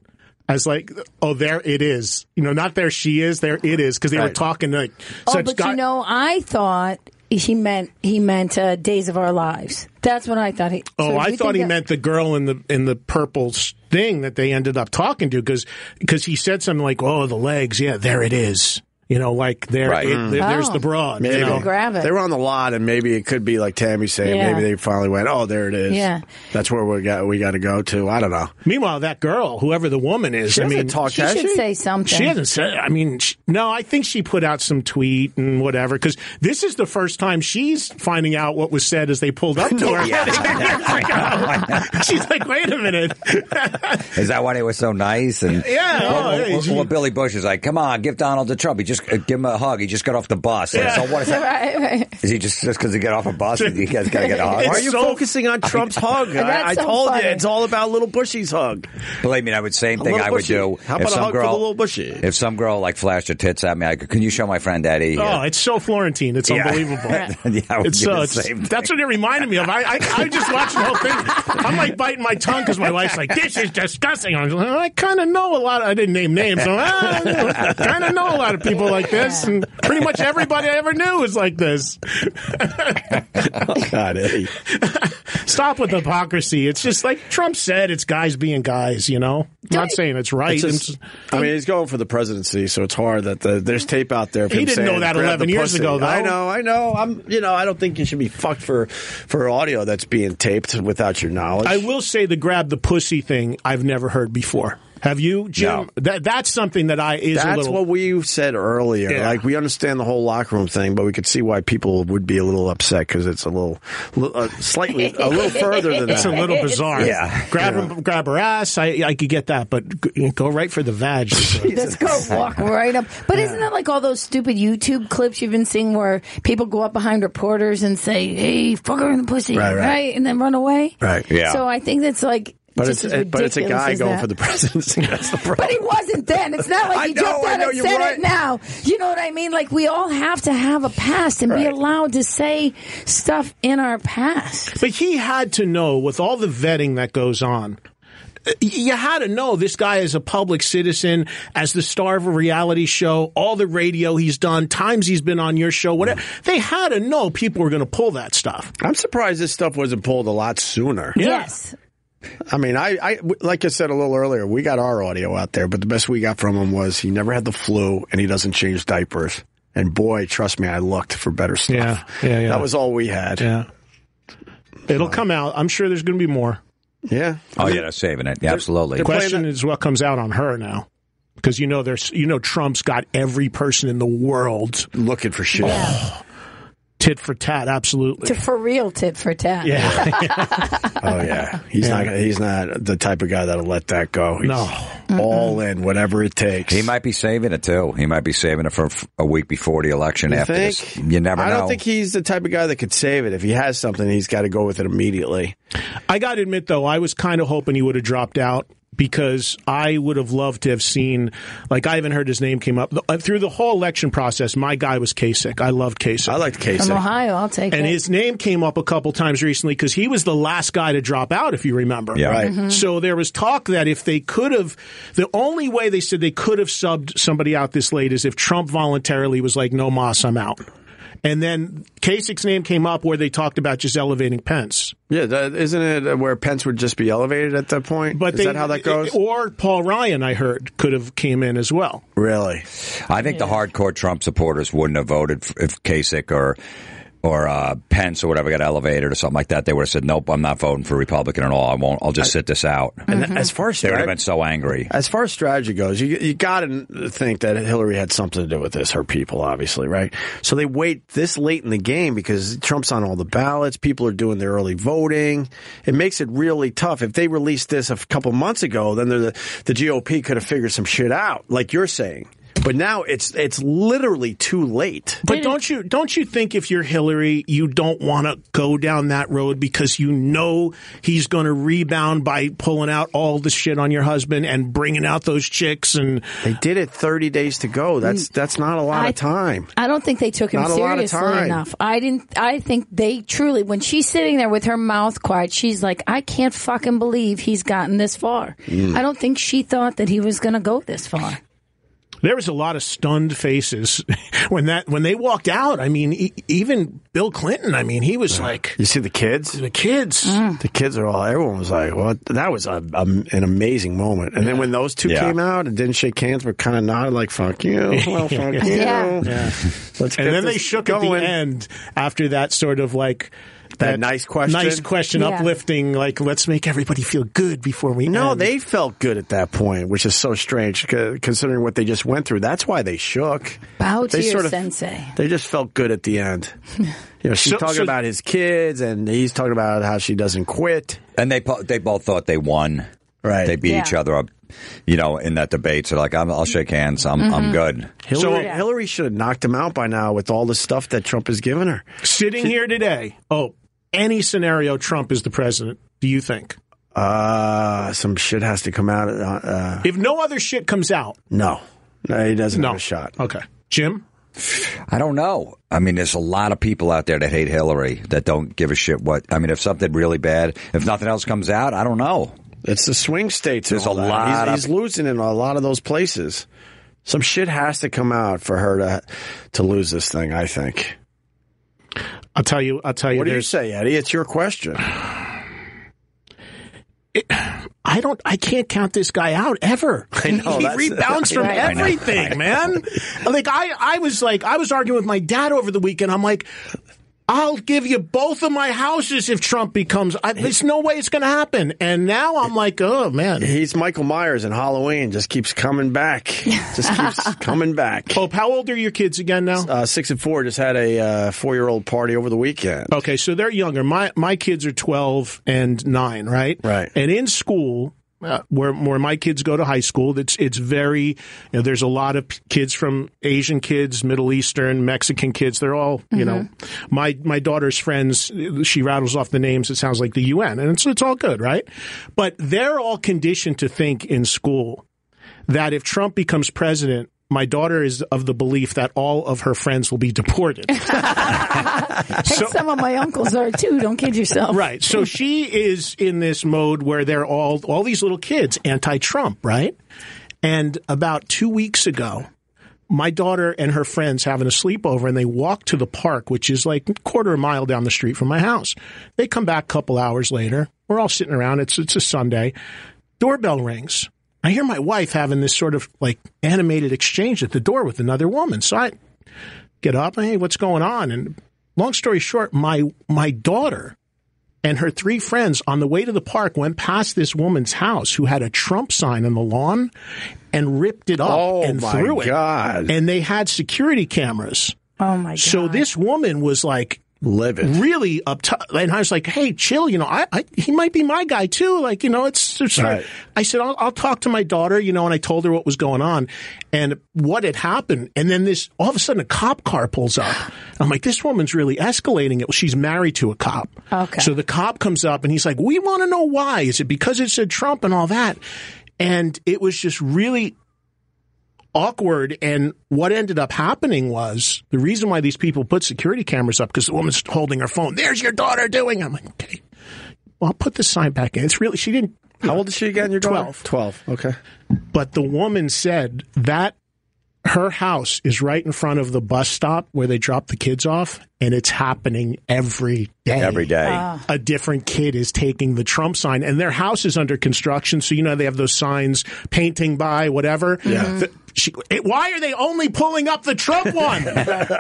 As like, oh, there it is. You know, not there she is, there it is, because they were Right. talking like Oh, such but guy- you know, I thought he meant he meant uh, Days of Our Lives. That's what I thought he. Oh, so I you thought think he that- meant the girl in the in the purple s- thing that they ended up talking to because he said something like, "Oh, the legs, yeah, there it is." You know, like there, Right. it, there- there's Oh. the broad. Mm. Maybe. You know? grab it. They were on the lot, and maybe it could be like Tammy saying. Yeah. Maybe they finally went. Oh, there it is. Yeah. that's where we got we got to go to. I don't know. Meanwhile, that girl, whoever the woman is, She I doesn't mean, talk She has should say something. she hasn't said. I mean, sh no, I think she put out some tweet and whatever because this is the first time she's finding out what was said as they pulled up to her. oh she's like, "Wait a minute." Is that why they were so nice? And Yeah, Well, oh, well, yeah, well, she- well, Billy Bush is like, come on, give Donald to Trump. He just just uh, give him a hug. He just got off the bus. Like, So what is that? right, right. Is he just just because he got off a bus? You guys got to get a hug. Why are you focusing on Trump's hug? I, That's I so told funny. you, it's all about little Bushy's hug. Believe me, I would same A thing. little I would bushy. do. How If about a some hug for girl- the little bushy? If some girl like flashed her tits at me, I could, can you show my friend uh, Eddie? Oh, it's so Florentine. It's Yeah. unbelievable. yeah, I would it's, do uh, the it's- same thing. that's what it reminded me of. I, I, I just watched the whole thing. I'm like biting my tongue because my wife's like, "This is disgusting." I'm like, I kind of know a lot. Of, I didn't name names. So, I kind of know a lot of people like this, and pretty much everybody I ever knew is like this. Oh, God, Eddie. Stop with hypocrisy. It's just like Trump said. It's guys being guys. You know, not saying it's right. It's just- I'm just- I mean, he's going for the presidency, so it's hard that the, there's tape out there. Of He him didn't know saying, that "Grab 11 the years pussy." ago, though. I know, I know. I'm, you know, I don't think you should be fucked for for audio that's being taped without your knowledge. I will say the grab the pussy thing I've never heard before. Have you, Jim? That that's something that I is That's a little. what we said earlier. Yeah. Like we understand the whole locker room thing, but we could see why people would be a little upset because it's a little, li- uh, slightly a little further than that. It's a little bizarre. Yeah, grab Yeah. her, grab her ass. I I could get that, but g- go right for the vag. Let's go walk right up. But isn't that like all those stupid YouTube clips you've been seeing where people go up behind reporters and say, "Hey, fuck her in the pussy," Right, right, right. and then run away? Right. Yeah. So I think that's like. But just it's as it- but it's a ridiculous guy as going that. for the presidency. That's the problem. But he wasn't then. It's not like I he know, jumped I out know, and you're said right. it now. You know what I mean? Like we all have to have a past and be allowed to say stuff in our past. But he had to know with all the vetting that goes on. y- You had to know this guy is a public citizen, as the star of a reality show, all the radio he's done, times he's been on your show, whatever. Mm. They had to know people were going to pull that stuff. I'm surprised this stuff wasn't pulled a lot sooner. Yes. I mean, I, I like I said a little earlier, we got our audio out there, but the best we got from him was he never had the flu and he doesn't change diapers. And boy, trust me, I looked for better stuff. Yeah, yeah, yeah. That was all we had. Yeah. It'll come out. I'm sure there's going to be more. Yeah. Oh yeah, they're saving it. Yeah, absolutely. The question is what comes out on her now, because you know there's you know Trump's got every person in the world Oh. looking for shit. tit for tat, absolutely. To for real tit for tat. Yeah. Oh yeah, he's Yeah. not. He's not the type of guy that'll let that go. He's No. all in, whatever it takes. He might be saving it too. He might be saving it for f- a week before the election. You after think? this, you never I know. don't think he's the type of guy that could save it. If he has something, he's got to go with it immediately. I got to admit though, I was kind of hoping he would have dropped out because I would have loved to have seen. Like I haven't heard his name came up Th- through the whole election process. My guy was Kasich. I loved Kasich. I liked From Ohio, I'll take and it. his name came up a couple times recently because he was the last guy to drop out, if you remember. Yeah. Right. Mm-hmm. Mhm. So there was talk that if they could have, the only way they said they could have subbed somebody out this late is if Trump voluntarily was like, "No, Moss, I'm out." And then Kasich's name came up where they talked about just elevating Pence. Yeah, that, isn't it where Pence would just be elevated at that point? But is they, that how that goes? Or Paul Ryan, I heard, could have came in as well. Really? I think the hardcore Trump supporters wouldn't have voted f- if Kasich or or uh, Pence or whatever got elevated or something like that. They would have said, "Nope, I'm not voting for Republican at all. I won't. I'll just sit this out." And as far as they would have strat- been so angry. As far as strategy goes, you you got to think that Hillary had something to do with this. Her people, obviously, right? So they wait this late in the game because Trump's on all the ballots. People are doing their early voting. It makes it really tough. If they released this a couple months ago, then the the GOP could have figured some shit out, like you're saying. But now it's it's literally too late. But don't you don't you think if you're Hillary, you don't want to go down that road because you know he's going to rebound by pulling out all the shit on your husband and bringing out those chicks and Mm. they did it 30 days to go. That's that's not a lot I- of time. I don't think they took him Not a lot of seriously time. enough. I didn't. I think they truly, when she's sitting there with her mouth quiet, she's like, "I can't fucking believe he's gotten this far." Mm. I don't think she thought that he was going to go this far. There was a lot of stunned faces when that when they walked out. I mean, e- even Bill Clinton. I mean, he was like, You see the kids? The kids. The kids are all, everyone was like, well, that was a, a- an amazing moment. And then when those two Yeah. came out and didn't shake hands, but kind of nodded like, fuck you. Well, fuck you. Yeah. Let's get and then they this shook at going. the end after that sort of like that, nice question? nice question, Yeah. uplifting. Like, let's make everybody feel good before we. No, end. they felt good at that point, which is so strange c- considering what they just went through. That's why they shook. Bow to They your sort of- sensei. They just felt good at the end. You know, she's So- talking so- about his kids, and he's talking about how she doesn't quit. And they po- they both thought they won. Right. They beat Yeah. each other up you know, in that debate. So like, I'm, I'll shake hands. I'm, I'm Mhm. good. Hillary, Hillary should have knocked him out by now with all the stuff that Trump has given her. Sitting here today, oh, any scenario, Trump is the president. Do you think? Uh, some shit has to come out. Uh, uh, If no other shit comes out, no, no, he doesn't have a shot. Okay, Jim. I don't know. I mean, there's a lot of people out there that hate Hillary that don't give a shit what. I mean, if something really bad, if nothing else comes out, I don't know. It's the swing states. There's a all that. lot. Uh, He's, of, he's losing in a lot of those places. Some shit has to come out for her to to lose this thing. I think. I'll tell you. I'll tell you. What do you there's- say, Eddie? It's your question. I don't. I can't count this guy out ever. I know, he that's- rebounds from Right. I know, everything, I know. man. Like I, I was like, I was arguing with my dad over the weekend. I'm like, I'll give you both of my houses if Trump becomes. I, there's no way it's going to happen. And now I'm like, oh man. He's Michael Myers in Halloween. Just keeps coming back. Just keeps coming back. Pope, how old are your kids again now? Uh, six and four just had a uh, four year old party over the weekend. Okay, so they're younger. My my kids are twelve and nine, right? Right. And in school, uh, where where my kids go to high school, it's it's very. You know, there's a lot of p- kids from Asian kids, Middle Eastern, Mexican kids. They're all you know. My my daughter's friends. She rattles off the names. It sounds like the UN, and it's it's all good, right? But they're all conditioned to think in school that if Trump becomes president. My daughter is of the belief that all of her friends will be deported. Hey, some of my uncles are too. Don't kid yourself. Right. So she is in this mode where they're all all these little kids anti-Trump, right? And about 2 weeks ago, my daughter and her friends having a sleepover and they walk to the park, which is like a quarter of a mile down the street from my house. They come back a couple hours later. We're all sitting around. It's it's a Sunday. Doorbell rings. I hear my wife having this sort of like animated exchange at the door with another woman. So I get up, hey, what's going on? And long story short, my my daughter and her three friends on the way to the park went past this woman's house who had a Trump sign on the lawn and ripped it up Oh, and my threw it. God. And they had security cameras. Oh my god. So this woman was like livid, really uptight, and I was like, "Hey, chill. You know, I, I he might be my guy too. Like, you know, it's." it's Right. I said, I'll, "I'll talk to my daughter." You know, and I told her what was going on and what had happened. And then this, all of a sudden, a cop car pulls up. I'm like, "This woman's really escalating it. She's married to a cop." Okay. So the cop comes up and he's like, "We want to know why. Is it because it said Trump and all that?" And it was just really awkward. And what ended up happening was the reason why these people put security cameras up because the woman's holding her phone. There's your daughter doing. I'm like, okay, well, I'll put this sign back in. It's really she didn't. How old is she again? Your daughter? twelve. Twelve. Okay. But the woman said that her house is right in front of the bus stop where they drop the kids off, and it's happening every day. Every day. Ah. a different kid is taking the Trump sign, and their house is under construction, so you know they have those signs painting by whatever. Yeah. The- she, it- why are they only pulling up the Trump one?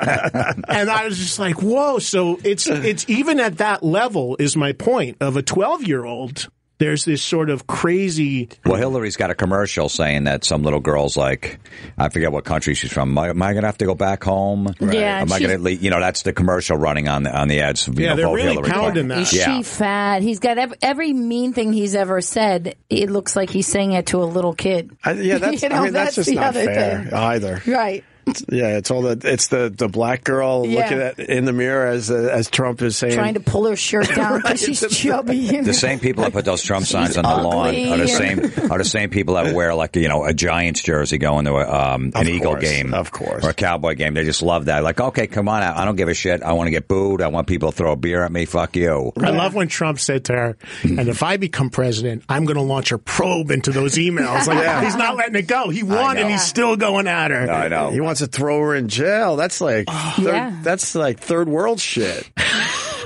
and I was just like, whoa. So it's it's even at that level is my point of a twelve year old. There's this sort of crazy well, Hillary's got a commercial saying that some little girl's like, I forget what country she's from. Am I, am I going to have to go back home? Right. Yeah, Am I she- going to? You know, that's the commercial running on the on the ads. You Yeah, know, they're vote really Hillary pounding Clinton. that. Yeah. She fat. He's got ev- every mean thing he's ever said. It looks like he's saying it to a little kid. I, yeah, that's, You know, I mean, that's, that's just the not other fair thing. either. Right. Yeah, it's all the it's the the black girl Yeah. looking at in the mirror as uh, as Trump is saying Trying to pull her shirt down because she's chubby. and- The same people that put those Trump signs on the ugly lawn are the and- same are the same people that wear like you know a Giants jersey going to a, um, an Eagle game, of course, or a Cowboy game. They just love that. Like, okay, come on out. I don't give a shit. I want to get booed. I want people to throw a beer at me. Fuck you. I love when Trump said to her, "And if I become president, I'm going to launch a probe into those emails." Like Yeah. he's not letting it go. He won, and he's still going at her. I know. He wants to throw her in jail. That's like third, Yeah. that's like third world shit.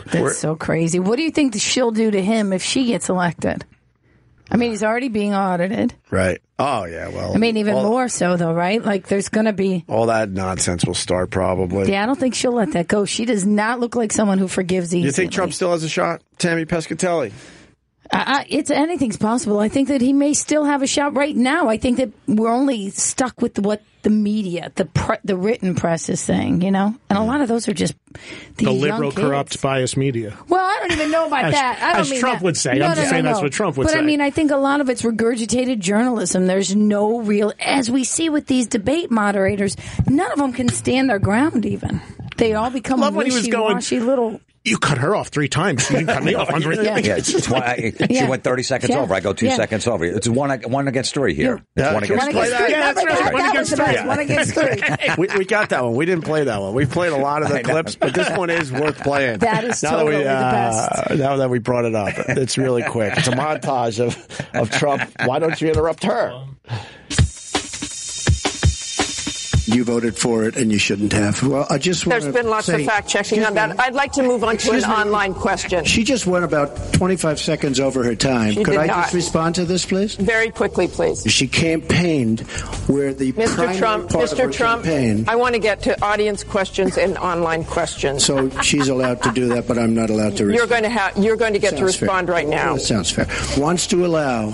That's so crazy. What do you think that she'll do to him if she gets elected? I mean, he's already being audited. Right. Oh yeah, well. I mean, even all, more so, though, right? Like, there's going to be. all that nonsense will start probably. Yeah, I don't think she'll let that go. She does not look like someone who forgives easily. You think Trump still has a shot? Tammy Pescatelli. I, I, it's anything's possible. I think that he may still have a shot right now. I think that we're only stuck with what the media, the pre, the written press is saying, you know, and a lot of those are just The, these young liberal, kids. corrupt, biased media. Well, I don't even know about As- that. I don't as mean Trump that. would say. No, I'm no, just no, saying no. that's what Trump would But I say. mean, I think a lot of it's regurgitated journalism. There's no real, as we see with these debate moderators, none of them can stand their ground. Even they all become Love when he was going- wishy-washy little. You cut her off three times. She didn't cut me off. Andre. Yeah. Yeah, it's twi- I- she Yeah. went thirty seconds Yeah. over. I go two Yeah. seconds over. It's one one against three here. It's Yeah. Yeah. one Can we against play three. that? Yeah, that's That- right. that One was against the three. best. One against three. we, we got that one. We didn't play that one. We played a lot of the clips, but this one is worth playing. That is totally the best. uh, Now that we brought it up, it's really quick. It's a montage of, of Trump. Why don't you interrupt her? You voted for it, and you shouldn't have. Well, I just want There's been lots of fact checking on that. I'd like to move on to an Excuse me. online question. She just went about 25 seconds over her time. She Could did I not. just respond to this, please? Very quickly, please. She campaigned where the primary Mr. Trump, part of her Mr. Trump, campaign. I want to get to audience questions and online questions. so she's allowed to do that, but I'm not allowed to. You're going to have you're going to get to Sounds fair. respond right now. That sounds fair. Wants to allow.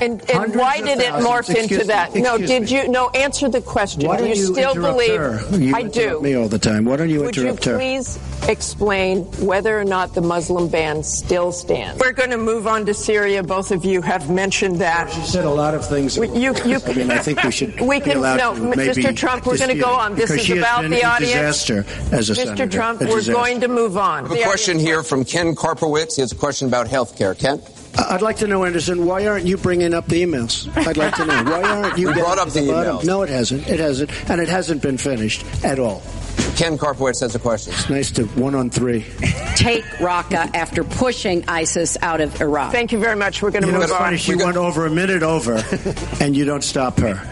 And, and why of did it thousands- morph into excuse- that? No, excuse did me. you no answer the question? Why do don't you, still interrupt believe her? You I interrupt do? Me all the time. Why don't you Would you interrupt her? please explain whether or not the Muslim ban still stands? We're going to move on to Syria. Both of you have mentioned that. She said a lot of things. We- you- you- I mean, I think we should We be can- allowed no, to M- maybe Mr. Trump, we're gonna dispute go it, on. This because is she has about been the a audience. disaster as a Mr. senator. Trump, a we're disaster. going to move on. A question here from Ken Karpowitz. He has a question about health care. Ken? I- I'd like to know, Anderson, why aren't you bringing up the emails? I'd like to know. Why aren't you We getting brought up to the bottom? emails. No, it hasn't. It hasn't. And it hasn't been finished at all. Ken Karpowitz has a question. It's nice to one on three. take Raqqa after pushing ISIS out of Iraq. Thank you very much. We're going to You know, move it's funny. on. She went over a minute over, and you don't stop her.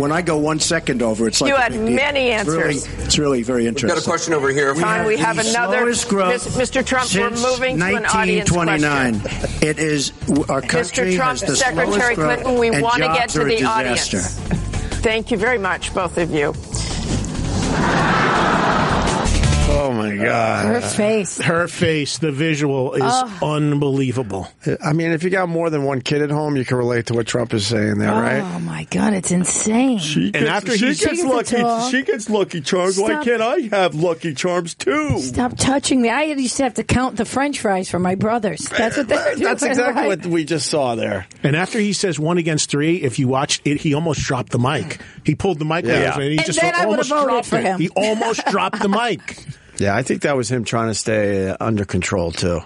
When I go one second over, it's like You a had big deal. many It's really- answers. it's really very We've got a interesting. question over here. Time, we have the another- slowest growth Mis- Mr. Trump, we're since moving to an audience 1929. It is our country Mr. Trump, has the Secretary slowest growth, Clinton, we and want to jobs get to are a the disaster. audience. Thank you very much, both of you. Oh my god. Her face. Uh, Her face. The visual is Ugh. unbelievable. I mean, if you got more than one kid at home, you can relate to what Trump is saying there, right? Oh my God, it's insane. She gets, she gets lucky. She gets Lucky Charms. Why Stop. can't I have Lucky Charms too? Stop touching me. I used to have to count the french fries for my brothers. That's what they're doing. That's exactly right? what we just saw there. And after he says one against three, if you watched it, he almost dropped the mic. He pulled the mic. Yeah. away, And he And just then I would've almost voted dropped for it. him. He almost dropped the mic. Yeah, I think that was him trying to stay uh, under control too.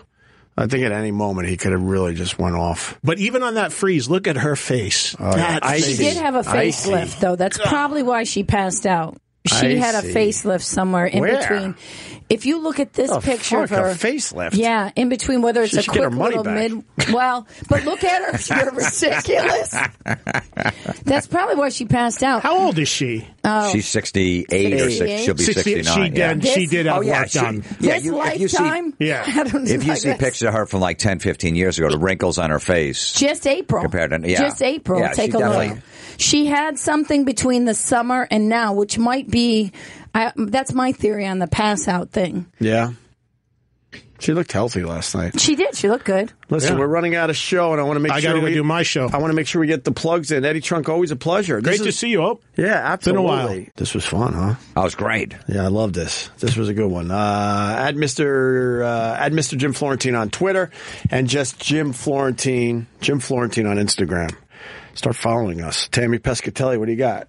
I think at any moment he could have really just went off. But even on that freeze, look at her face. That she face. did have a Icy. facelift, though. That's probably why she passed out. She had a Icy. facelift somewhere in Where? between. If you look at this Oh, picture fuck, of her a facelift. yeah, in between whether it's She a should get quick her money little back. mid. Well, but look at her; you're ridiculous. That's probably why she passed out. How old is she? Oh, She's sixty eight or six, she'll be 68. sixty nine. She did- she did have oh, yeah, work she- done. Yeah, this you, if you see, lifetime. yeah, I don't if you like see that. pictures of her from like 10, 15 years ago, the wrinkles on her face Just April. compared to yeah, Just April. Yeah, Take she a look. definitely- She had something between the summer and now, which might be. I, that's my theory on the pass out thing. Yeah. She looked healthy last night. She did. She looked good. Listen, Yeah. we're running out of show, and I want to make I sure gotta go we do my show. I want to make sure we get the plugs in. Eddie Trunk, always a pleasure. Great to see you, Hope. Yeah, been a absolutely. while. This was fun, huh? That was great. Yeah, I love this. This was a good one. Uh, at Mr. Uh, at Mr. Jim Florentine on Twitter, and just Jim Florentine, Jim Florentine on Instagram. Start following us. Tammy Pescatelli, what do you got?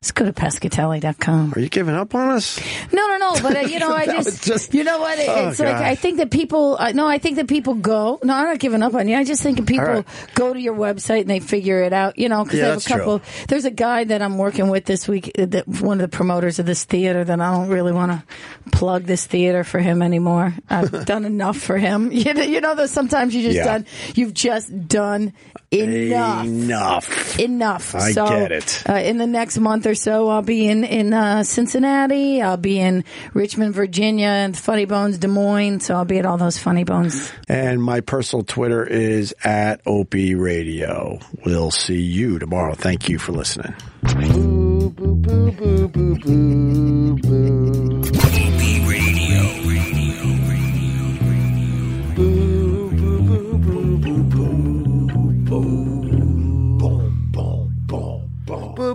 Let's go to pescatelli.com. Are you giving up on us? No, no, no. But uh, you know, I That just, was just- you know what? It- Oh, It's like God. I think that people. Uh, no, I think that people go. No, I'm not giving up on you. I just think that people All right. go to your website and they figure it out. You know, because Yeah, I have a that's true. couple. There's a guy that I'm working with this week. uh, That one of the promoters of this theater that I don't really want to plug this theater for him anymore. I've done enough for him. You know, you know that sometimes you just Yeah. done. You've just done enough. Enough. Enough. I so, get it. Uh, in the next month or so, I'll be in in uh, Cincinnati. I'll be in Richmond, Virginia, and Funny Bones, Des Moines. So I'll be at all those Funny Bones. And my personal Twitter is at Opie Radio. We'll see you tomorrow. Thank you for listening. Radio. boo boo boo boo boo boo. Boo